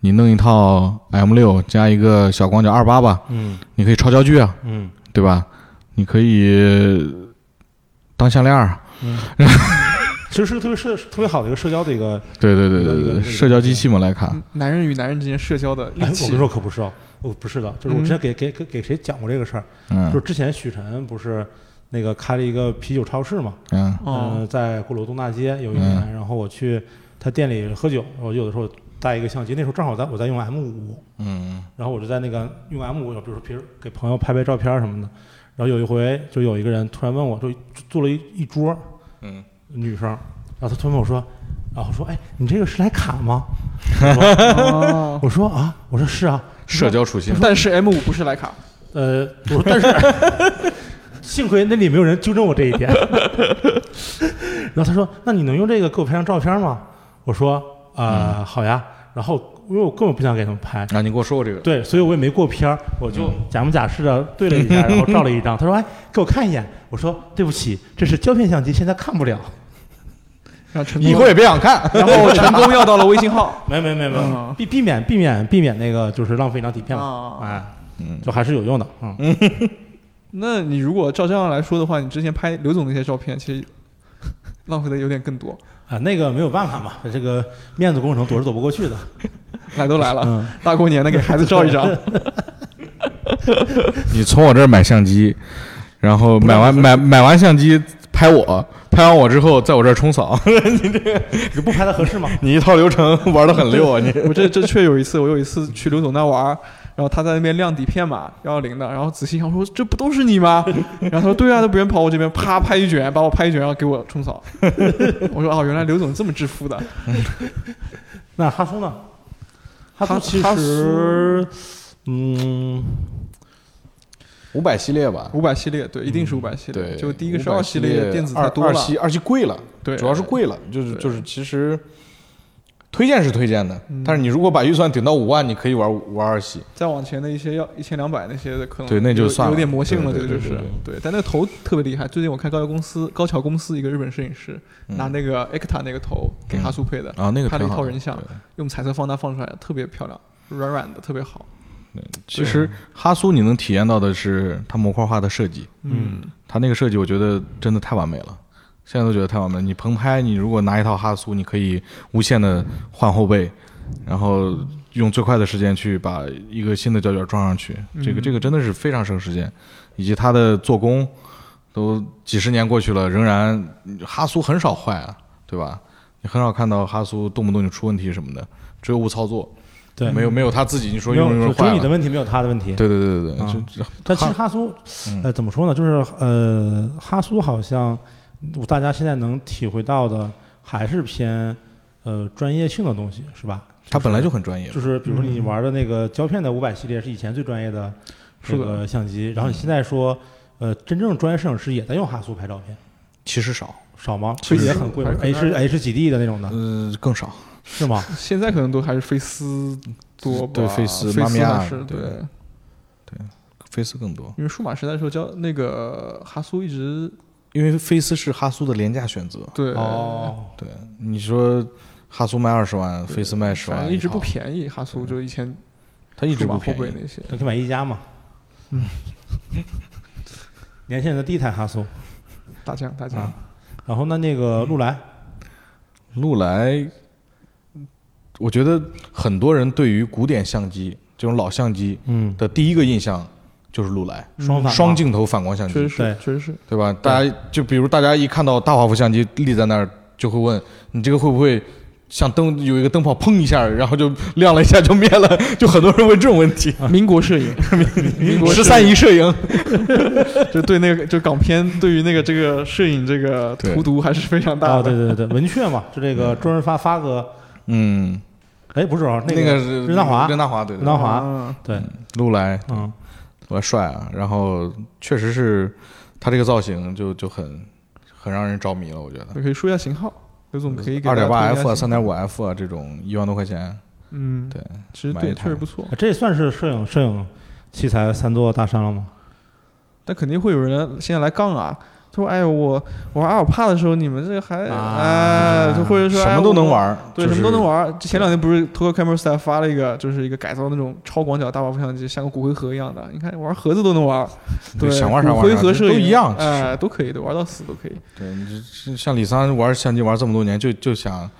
Speaker 3: 你弄一套 M 六加一个小广角二八吧，
Speaker 1: 嗯
Speaker 3: 你可以超焦距啊，
Speaker 1: 嗯
Speaker 3: 对吧？你可以当项链儿啊，
Speaker 1: 嗯，其实是个特别社特别好的一个社交的一个。
Speaker 3: 对对对对
Speaker 1: 一个一
Speaker 3: 对，
Speaker 1: 个
Speaker 3: 社交机器嘛，徕卡。
Speaker 2: 男人与男人之间社交的
Speaker 1: 嗯哎，
Speaker 2: 利
Speaker 1: 我
Speaker 2: 器
Speaker 1: 跟你。说可不是哦，我不是的，就是我
Speaker 2: 嗯
Speaker 1: 之前给给给给谁讲过这个事儿。就
Speaker 3: 嗯
Speaker 1: 是之前许晨不是那个开了一个啤酒超市嘛，
Speaker 3: 嗯
Speaker 2: 哦
Speaker 1: 嗯，在鼓楼东大街有一
Speaker 3: 嗯
Speaker 1: 年，然后我去他店里喝酒，我有的时候带一个相机，那时候正好在我在用 M 五，
Speaker 3: 嗯
Speaker 1: 然后我就在那个用 M 五，比如说平时给朋友拍拍照片什么的，然后有一回就有一个人突然问我，就坐了一一桌
Speaker 3: 嗯
Speaker 1: 女生，然后他突然问我说。然后说，哎，你这个是来卡吗？
Speaker 2: 哦
Speaker 1: 嗯 我说啊，我说是啊，
Speaker 3: 社交属性。
Speaker 2: 但是 M 五不是徕卡，
Speaker 1: 呃，我说但是 幸亏那里没有人纠正我这一 点。然后他说：“那你能用这个给我拍张照片吗？”我说：“呃，好呀。”然后因为我根本不想给他们拍，
Speaker 3: 啊，你给我说过这个，
Speaker 1: 对，所以我也没过片儿，我就假模假式的对了一下，然后照了一张。 他说：“哎，给我看一眼。”我说：“对不起，这是胶片相机，现在看不了。
Speaker 2: 然后成功
Speaker 3: 以后也别想 看。
Speaker 2: 然后成功要到了微信号
Speaker 1: 没”没没没
Speaker 2: 嗯
Speaker 1: 没，避避免避免避免那个就是浪费一张底片嘛，
Speaker 2: 啊。
Speaker 1: 哎，
Speaker 3: 嗯
Speaker 1: 就还是有用的，嗯，
Speaker 2: 那你如果照这样来说的话，你之前拍刘总那些照片，其实浪费的有点更多。
Speaker 1: 啊，那个没有办法嘛，这个面子工程躲是躲不过去的，
Speaker 2: 来都来了，
Speaker 1: 嗯。
Speaker 2: 大过年的给孩子照一张，
Speaker 3: 你从我这儿买相机，然后买完买买完相机拍我，拍完我之后在我这儿冲扫，
Speaker 1: 你不拍它合适吗？
Speaker 3: 你一套流程玩的很溜啊你。
Speaker 2: 我这这确有一次，我有一次去刘总那玩儿，然后他在那边亮底片嘛，幺幺零的，然后仔细一看，我说这不都是你吗？然后他说对啊，都别人跑我这边，啪拍一卷，把我拍一卷，然后给我冲扫。我说哦，原来刘总这么致富的。
Speaker 1: 那哈苏呢？哈
Speaker 2: 哈
Speaker 1: 苏其
Speaker 2: 哈苏
Speaker 1: 实，嗯，
Speaker 3: 五百系列吧，
Speaker 2: 五百系列，对，一定是五百系列。
Speaker 3: 嗯对，
Speaker 2: 就第一个是
Speaker 3: 500
Speaker 2: 二
Speaker 3: 系
Speaker 2: 列，电子太
Speaker 3: 二
Speaker 2: 多
Speaker 3: 二
Speaker 2: 了，
Speaker 3: 系二系贵了，
Speaker 2: 对，
Speaker 3: 主要是贵了，就是
Speaker 2: 对
Speaker 3: 就是其实。推荐是推荐的
Speaker 2: 嗯，
Speaker 3: 但是你如果把预算顶到五万，你可以玩玩二系。
Speaker 2: 再往前的一些要一千两百那些的，可能
Speaker 3: 对那就
Speaker 2: 有
Speaker 3: 算了
Speaker 2: 有点魔性了，
Speaker 3: 对
Speaker 2: 这
Speaker 3: 对
Speaker 2: 个就
Speaker 3: 对
Speaker 2: 是
Speaker 3: 对
Speaker 2: 对。但那个头特别厉害，最近我看高桥公司高桥公司一个日本摄影师
Speaker 3: 嗯
Speaker 2: 拿那个 ECTA 那个头给哈苏配的，
Speaker 3: 啊，那个
Speaker 2: 拍了
Speaker 3: 挺
Speaker 2: 一
Speaker 3: 好
Speaker 2: 套
Speaker 3: 的
Speaker 2: 人像，
Speaker 3: 对
Speaker 2: 用彩色放大放出来，特别漂亮，软软的，特别好。
Speaker 3: 其实哈苏你能体验到的是它模块化的设计，
Speaker 1: 嗯，
Speaker 3: 它那个设计我觉得真的太完美了，现在都觉得太完美了。你棚拍，你如果拿一套哈苏，你可以无限的换后背，然后用最快的时间去把一个新的胶卷装上去，这个
Speaker 2: 嗯
Speaker 3: 这个真的是非常省时间，以及它的做工都几十年过去了，仍然哈苏很少坏啊，对吧？你很少看到哈苏动不动就出问题什么的，只有误操作，
Speaker 1: 对，
Speaker 3: 没有没有他自己你说
Speaker 1: 没
Speaker 3: 用着用
Speaker 1: 有，
Speaker 3: 着
Speaker 1: 只有
Speaker 3: 坏
Speaker 1: 你的
Speaker 3: 了。
Speaker 1: 问题，没有他的问题。
Speaker 3: 对对对对对，
Speaker 1: 啊
Speaker 3: 就就
Speaker 1: 但其实
Speaker 3: 哈
Speaker 1: 哈苏，
Speaker 3: 嗯
Speaker 1: 呃，怎么说呢？就是呃，哈苏好像大家现在能体会到的还是偏呃专业性的东西，是吧？
Speaker 3: 他本来就很专业，
Speaker 1: 就是比如说你玩的那个胶片的五百系列是以前最专业的这
Speaker 2: 是
Speaker 1: 个相机，然后你现在说呃，真正专业摄影师也在用哈苏拍照片，
Speaker 3: 其实少，
Speaker 1: 少吗？
Speaker 2: 其实
Speaker 1: 也很贵吗
Speaker 2: 还是
Speaker 1: ？H H 几 D 的那种的，
Speaker 3: 呃，更少。
Speaker 1: 是吗？
Speaker 2: 现在可能都还是菲斯多吧，
Speaker 3: 对
Speaker 2: 菲
Speaker 3: 菲斯
Speaker 2: 菲
Speaker 3: 妈咪呀
Speaker 2: 还是
Speaker 3: 对
Speaker 2: 对，
Speaker 3: 菲斯更多，
Speaker 2: 因为数码时代的时候，叫那个哈苏一直
Speaker 3: 因为菲斯是哈苏的廉价选择。
Speaker 2: 对，
Speaker 1: 哦，
Speaker 3: 对，你说哈苏卖二十万，菲斯卖十
Speaker 2: 反
Speaker 3: 万，
Speaker 2: 正一直不，便宜。哈苏就以前
Speaker 3: 它一直
Speaker 2: 数码
Speaker 3: 不
Speaker 2: 后
Speaker 3: 便
Speaker 2: 背
Speaker 3: 宜。
Speaker 2: 那些，
Speaker 1: 那可以买一加嘛。
Speaker 2: 嗯
Speaker 1: 年轻人的第一台哈苏，
Speaker 2: 大疆
Speaker 3: 嗯
Speaker 2: 大疆
Speaker 1: 啊。然后呢，那个禄来，
Speaker 3: 禄来，我觉得很多人对于古典相机这种老相机
Speaker 1: 嗯，
Speaker 3: 的第一个印象就是禄来，
Speaker 1: 双反
Speaker 3: 双
Speaker 1: 嘛
Speaker 3: 镜头反光相
Speaker 2: 确
Speaker 3: 机，
Speaker 2: 实是，
Speaker 1: 对
Speaker 2: 确实是，
Speaker 3: 对吧？大家就比如大家一看到大画幅相机立在那儿，就会问你这个会不会？像灯有一个灯泡砰一下，然后就亮了一下就灭了，就很多人问这种问题。
Speaker 2: 民国摄影，民国
Speaker 3: 十三
Speaker 2: 一，
Speaker 3: 姨摄影，
Speaker 2: 就对那个就港片对于那个这个摄影这个
Speaker 3: 对
Speaker 2: 荼毒还是非常
Speaker 1: 啊，
Speaker 2: 大
Speaker 1: 对
Speaker 2: 的。
Speaker 1: 对对对，文雀嘛，就这个周润发发哥，
Speaker 3: 嗯，
Speaker 1: 哎，不是啊，
Speaker 3: 那
Speaker 1: 个
Speaker 3: 是
Speaker 1: 任达华
Speaker 3: 任达华对，对
Speaker 1: 任达华
Speaker 2: 啊
Speaker 1: 对，
Speaker 3: 陆来
Speaker 1: 嗯，
Speaker 3: 我帅啊，然后确实是他这个造型就就很很让人着迷了，我觉得。
Speaker 2: 我可以说一下型号，刘总可以给
Speaker 3: 二
Speaker 2: 大家
Speaker 3: 点八 F
Speaker 2: 推荐
Speaker 3: 啊，
Speaker 2: 一下
Speaker 3: 三
Speaker 2: 型号
Speaker 3: 点五 F 啊，这种一万多块钱，
Speaker 2: 嗯，
Speaker 3: 对，
Speaker 2: 其实
Speaker 3: 买一
Speaker 2: 对，
Speaker 3: 台
Speaker 2: 确实不错，
Speaker 1: 啊这算是摄影摄影器材三座大山了吗？
Speaker 2: 但肯定会有人现在来杠啊。他说：“哎呦，我我玩阿尔帕的时候，你们这还哎，就或者说
Speaker 3: 什么都能，玩
Speaker 2: 哎
Speaker 3: 儿
Speaker 2: 我，对，
Speaker 3: 就
Speaker 2: 什
Speaker 3: 是
Speaker 2: 么都能。玩。前两天不是 Toco Camera Staff 发了一个，就是一个改造那种超广角大画幅相机，像个骨灰盒一样的。你看玩盒子都能玩，对，
Speaker 3: 对，想玩啥
Speaker 2: 骨
Speaker 3: 玩
Speaker 2: 灰
Speaker 3: 啥，
Speaker 2: 盒摄
Speaker 3: 都
Speaker 2: 影
Speaker 3: 一样。其实
Speaker 2: 哎，都可以的，玩到死都可以。
Speaker 3: 对，你这像李桑玩相机玩这么多年，就就想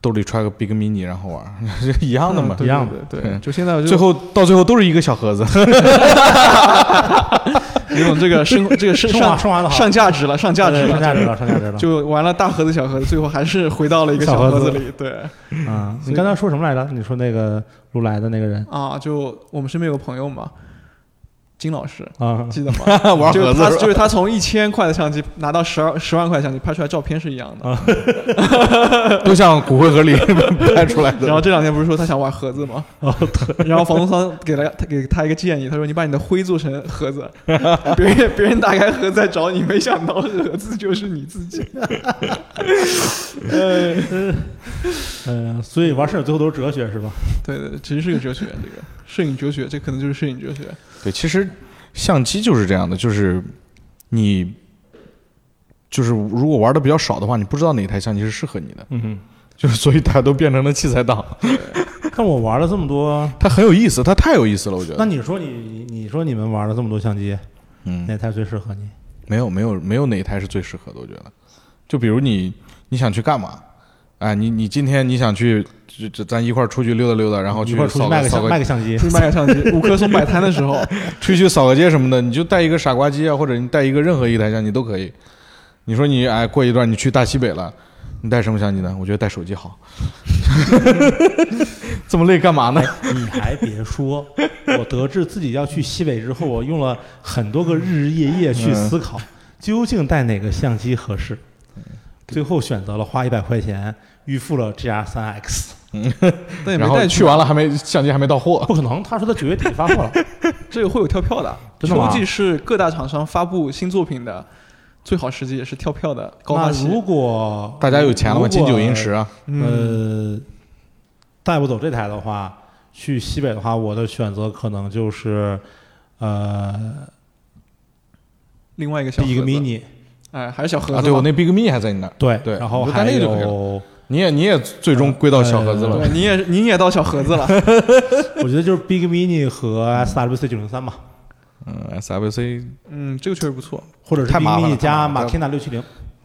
Speaker 3: 兜里揣个 Big Mini 然后玩儿， 一样的嘛。
Speaker 2: 嗯对
Speaker 1: 一样的
Speaker 2: 对对，
Speaker 3: 对
Speaker 2: 就现在我就
Speaker 3: 最后到最后都是一个小盒子，
Speaker 2: 有种这 个升这个升
Speaker 1: 升华
Speaker 2: 上
Speaker 1: 升华的好，
Speaker 2: 上价值了，上价值
Speaker 1: 对上
Speaker 2: 了，
Speaker 1: 价值了，上价值了。
Speaker 2: 就玩了大盒子小盒子，最后还是回到了一个
Speaker 1: 小
Speaker 2: 小
Speaker 1: 盒
Speaker 2: 盒
Speaker 1: 子
Speaker 2: 子里。对
Speaker 1: 啊，
Speaker 2: 所以
Speaker 1: 你刚才说什么来着？你说那个如来的那个人
Speaker 2: 啊，就我们身边有个朋友嘛，金老师，
Speaker 1: 啊，
Speaker 2: 记得 吗？
Speaker 3: 玩
Speaker 2: 就是
Speaker 3: 盒子
Speaker 2: 他，
Speaker 3: 是吧
Speaker 2: 就是他从一千块的相机拿到十二十万块相机，拍出来照片是一样的。
Speaker 3: 都像骨灰盒里 拍出来 的。
Speaker 2: 然后这两天不是说他想玩盒子吗？然后房东商给了他给他一个建议，他说你把你的灰做成盒子，别人别人打开盒子在找你，没想到盒子就是你自己。 呃，
Speaker 1: 嗯，所以玩摄影最后都是哲学是吧？
Speaker 2: 对对，其实是个哲学，这个摄影哲学，这可能就是摄影哲学。
Speaker 3: 对，其实相机就是这样的，就是你就是如果玩的比较少的话，你不知道哪台相机是适合你的，
Speaker 1: 嗯
Speaker 3: 就是所以大家都变成了器材党。
Speaker 1: 哼，但我玩了这么多，
Speaker 3: 它很有意思，它太有意思了，我觉
Speaker 1: 那
Speaker 3: 得。
Speaker 1: 你说你你你说你们玩了这么多相机，
Speaker 3: 嗯，
Speaker 1: 哪台最适合你？
Speaker 3: 没有没有没有哪一台是最适合的，我觉得。就比如你你想去干嘛？哎，你你今天你想去就就咱一块儿出去溜达溜达，然后
Speaker 1: 一
Speaker 3: 去
Speaker 1: 块儿出去
Speaker 3: 扫
Speaker 1: 卖
Speaker 3: 个
Speaker 1: 个
Speaker 3: 扫
Speaker 1: 相
Speaker 3: 个
Speaker 1: 卖个相 机
Speaker 2: 出，去卖个相机，五棵松摆摊的时候，
Speaker 3: 出去扫个街什么的，你就带一个傻瓜机啊，或者你带一个任何一台相机都可以。你说你哎，过一段你去大西北了，你带什么相机呢？我觉得带手机好。这么累干嘛呢？
Speaker 1: 你还别说，我得知自己要去西北之后，我用了很多个日日夜夜去思考，
Speaker 3: 嗯
Speaker 1: 究竟带哪个相机合适。最后选择了花一百块钱预付了 GR 三 X，
Speaker 2: 但也没
Speaker 3: 然后
Speaker 2: 带
Speaker 3: 去完了还没 相机还没到货，
Speaker 1: 不可能，他说他九月底发 货了，
Speaker 2: 这个会有跳票的。
Speaker 1: 真的吗
Speaker 2: 秋季是各大厂商发布新作品的最好时机，也是跳票的高
Speaker 1: 那
Speaker 2: 发期。嗯
Speaker 1: 如果
Speaker 3: 大家有钱了吗？
Speaker 1: 如果
Speaker 3: 金九银十啊，
Speaker 1: 呃，带不走这台的话，去西北的话，我的选择可能就是呃
Speaker 2: 另外一个小盒子
Speaker 1: 第一个 mini，
Speaker 2: 哎，还是小盒子吧。
Speaker 3: 啊，对我那 Big Me 还在你那儿，
Speaker 1: 对，
Speaker 3: 对
Speaker 1: 然后
Speaker 3: 你就
Speaker 1: 还
Speaker 3: 带那个就可以了
Speaker 1: 有，
Speaker 3: 你也你也最终归到小盒子了。
Speaker 2: 对，你也你也到小盒子了。
Speaker 1: 我觉得就是 Big Mini 和 SWC 九零三 吧，
Speaker 3: 嗯，SWC
Speaker 2: 嗯，这个确实不错。
Speaker 1: 或者是
Speaker 3: 太
Speaker 1: Big
Speaker 3: 麻烦了
Speaker 1: Mini 加
Speaker 3: 太麻烦
Speaker 1: 马
Speaker 3: 了
Speaker 1: k i n a 六七零，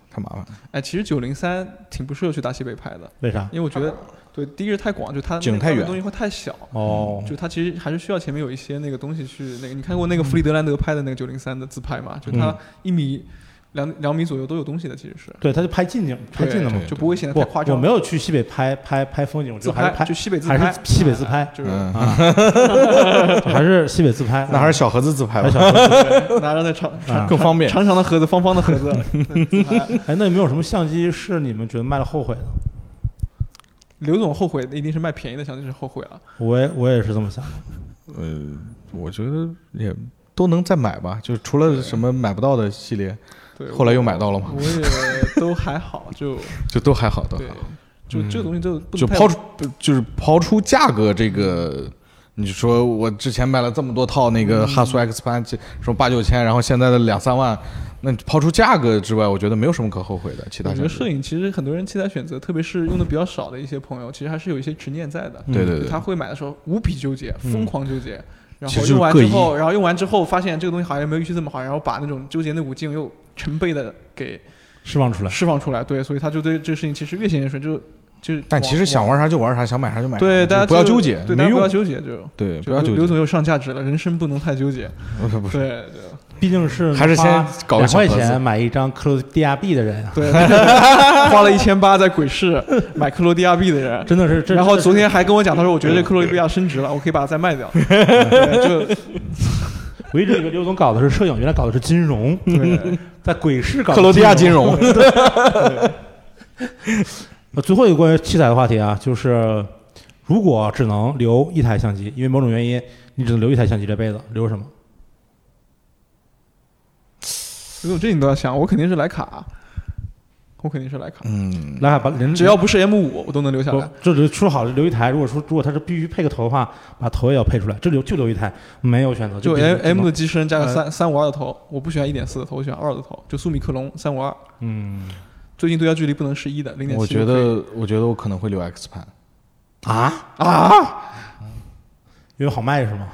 Speaker 3: 太麻烦了，
Speaker 2: 哎，其实九零三挺不适合去大西北拍的，
Speaker 1: 为啥？
Speaker 2: 因为我觉得，对，第一是太广，就它
Speaker 3: 景
Speaker 2: 那
Speaker 3: 太
Speaker 2: 个
Speaker 3: 远
Speaker 2: 东西会太小。
Speaker 3: 嗯
Speaker 1: 哦，
Speaker 2: 就它其实还是需要前面有一些那个东西去那个，你看过
Speaker 3: 嗯
Speaker 2: 那个弗里德兰德拍的那个九零三的自拍吗？就它一米两两米左右都有东西的，其实是
Speaker 1: 对，他就拍近景，拍近的嘛
Speaker 3: 对。
Speaker 2: 就不会显得
Speaker 1: 不
Speaker 2: 太夸，
Speaker 1: 我
Speaker 2: 张。
Speaker 1: 没有去西北拍拍拍风景，我
Speaker 2: 自
Speaker 1: 就还是
Speaker 2: 拍
Speaker 1: 拍
Speaker 2: 就西北自拍，
Speaker 1: 还是西北自拍
Speaker 2: 哎就是
Speaker 3: 嗯，
Speaker 1: 啊，还是西北自拍，
Speaker 3: 那还是小盒子自拍
Speaker 1: 还是
Speaker 3: 吧，
Speaker 1: 小盒子
Speaker 2: 拿着那长
Speaker 1: 啊
Speaker 2: 长
Speaker 3: 更方便。
Speaker 2: 长长的盒子，方方的 盒子，自拍
Speaker 1: 哎，那有没有什么相机是你们觉得卖了后悔的？
Speaker 2: 刘总后悔的一定是卖便宜的相机是后悔了，
Speaker 1: 我也我也是这么想的。
Speaker 3: 呃，我觉得也都能再买吧，就除了什么买不到的系列，
Speaker 2: 对，
Speaker 3: 后来又买到了嘛，
Speaker 2: 我也都还好，就
Speaker 3: 就都还好，都还
Speaker 2: 对
Speaker 3: 好。，嗯
Speaker 2: 就这个东西就不能
Speaker 3: 就
Speaker 2: 太
Speaker 3: 抛出不就是抛出价格这个，你说我之前买了这么多套那
Speaker 2: 嗯
Speaker 3: 个哈苏 X 八，这什么八九千，然后现在的两三万，那抛出价格之外，我觉得没有什么可后悔的。其他
Speaker 2: 我觉
Speaker 3: 相
Speaker 2: 得
Speaker 3: 机
Speaker 2: 摄影其实很多人器材选择，特别是用的比较少的一些朋友，其实还是有一些执念在的。
Speaker 3: 嗯对对
Speaker 2: 就
Speaker 3: 对嗯
Speaker 2: 他，会买的时候无比纠结，疯狂纠结，然
Speaker 3: 其实就
Speaker 2: 后
Speaker 3: 是
Speaker 2: 用完
Speaker 3: 各
Speaker 2: 之
Speaker 3: 异
Speaker 2: 后，然后用完之后发现这个东西好像没有预期这么好，然后把那种纠结那股劲又成倍的给
Speaker 1: 释放出来。
Speaker 2: 释放出来。对，所以他就对这个事情其实越想越顺，就就
Speaker 3: 但其实想玩啥就玩啥，想买啥就买啥，
Speaker 2: 对
Speaker 3: 就
Speaker 2: 大家
Speaker 3: 不要
Speaker 2: 就
Speaker 3: 纠结，
Speaker 2: 对，大
Speaker 3: 没
Speaker 2: 家不要
Speaker 3: 用，
Speaker 2: 纠结，就
Speaker 3: 对，不
Speaker 2: 就
Speaker 3: 要
Speaker 2: 刘
Speaker 3: 纠
Speaker 2: 刘
Speaker 3: 结，
Speaker 2: 总又上价值了，人生不能太纠结。
Speaker 3: 不是不是，
Speaker 2: 对对。
Speaker 1: 毕竟是
Speaker 3: 还是先
Speaker 1: 花
Speaker 3: 搞个
Speaker 1: 两
Speaker 3: 小
Speaker 1: 块
Speaker 3: 盒子
Speaker 1: 钱买一张克罗地亚币的人啊，
Speaker 2: 对， 花了一千八在鬼市买克罗地亚币的人，
Speaker 1: 真的是这。
Speaker 2: 然后昨
Speaker 1: 天
Speaker 2: 天还跟我讲，他说我觉得这克罗地亚升值了，我可以把它再 卖掉。对
Speaker 1: 我一直以为刘总搞的是摄影，原来搞的是金融，
Speaker 2: 就
Speaker 3: 嗯
Speaker 2: 对，
Speaker 1: 在鬼市搞的
Speaker 3: 克罗地亚金
Speaker 1: 融。
Speaker 3: 融，
Speaker 1: 呃最后一个关于器材的话题啊，就是如果只能留一台相机，因为某种原因你只能留一台相机这辈子，留什么？
Speaker 2: 刘总这你都要想，我肯定是徕卡，啊我肯定是徕卡，
Speaker 3: 嗯，
Speaker 1: 来把人
Speaker 2: 只要不是 M 五，我都能留下
Speaker 1: 不
Speaker 2: 来。
Speaker 1: 这留出好留一台，如果说如果他是必须配个头的话，把头也要配出来，这留就留一台，没有选择，
Speaker 2: 就
Speaker 3: 啊
Speaker 1: 必须
Speaker 2: M
Speaker 1: 只能
Speaker 2: M 的机身加个
Speaker 3: 呃
Speaker 2: 三三五二的头，我不喜欢一点四的头，我喜欢二的头，就苏米克隆三五二。
Speaker 1: 嗯
Speaker 2: 最近对焦距离不能是一的，零点七。
Speaker 3: 我觉得我觉得我可能会留 X 盘，
Speaker 1: 啊，
Speaker 2: 啊，
Speaker 1: 因为好卖是吗？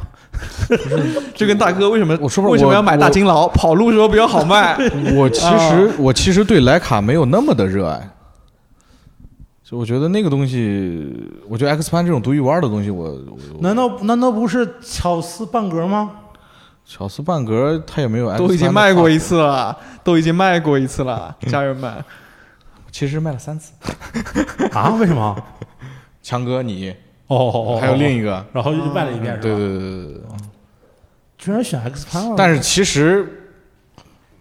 Speaker 2: 就跟大哥为什么
Speaker 3: 我说不是
Speaker 2: 为什么
Speaker 3: 我
Speaker 2: 要买大金劳，跑路时候比较好卖。
Speaker 3: 我其实
Speaker 2: 啊
Speaker 3: 我其实对徕卡没有那么的热爱，就我觉得那个东西，我觉得 X 盘这种独一无二的东西，我我我
Speaker 1: 难道难道不是巧思半格吗？
Speaker 3: 小斯半格它也没有 X
Speaker 2: 都已经卖过一，次了，都已经卖过一次了，家人们，
Speaker 3: 其实卖了三次。
Speaker 1: 啊？为什么？
Speaker 3: 强哥你
Speaker 1: 哦哦哦，
Speaker 3: 还有另
Speaker 1: 一，
Speaker 3: 一个，
Speaker 1: 然后就卖了一遍
Speaker 2: 哦
Speaker 1: 是吧？
Speaker 3: 哦对对对对对对，
Speaker 1: 居然选 X 盘了。
Speaker 3: 但是其实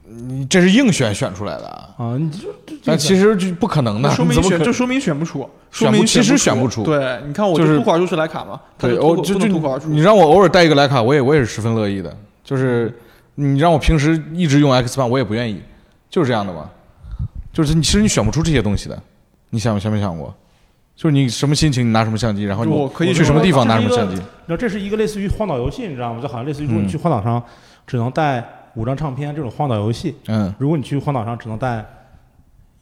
Speaker 3: 你这是硬选选出来的啊，
Speaker 1: 啊，你就
Speaker 3: 但其实就不可能的，
Speaker 2: 那说
Speaker 3: 怎
Speaker 2: 明
Speaker 3: 么
Speaker 2: 选
Speaker 3: 可
Speaker 2: 就说明选不出，
Speaker 3: 选
Speaker 2: 说
Speaker 3: 不
Speaker 2: 明
Speaker 3: 其实选不
Speaker 2: 不
Speaker 3: 出
Speaker 2: 对，你看我
Speaker 3: 就是
Speaker 2: 脱口而出是徕卡嘛，他
Speaker 3: 对，
Speaker 2: 脱
Speaker 3: 我
Speaker 2: 口
Speaker 3: 就
Speaker 2: 不
Speaker 3: 就
Speaker 2: 能脱口而出。
Speaker 3: 你让我偶尔带一个徕卡，我也我也是十分乐意的。就是你让我平时一直用 X 版，我也不愿意，就是这样的嘛。就是你其实你选不出这些东西的，你想想没想过？就是你什么心情，你拿什么相机，然后你
Speaker 2: 我可以
Speaker 3: 去什么地方拿
Speaker 1: 这
Speaker 3: 什
Speaker 1: 是
Speaker 3: 么
Speaker 1: 一个
Speaker 3: 相机。
Speaker 1: 你知道这是一个类似于荒岛游戏，你知道吗？就好像类似于
Speaker 3: 嗯
Speaker 1: 如果你去荒岛上只能带五张唱片这种荒岛游戏，
Speaker 3: 嗯，
Speaker 1: 如果你去荒岛上只能带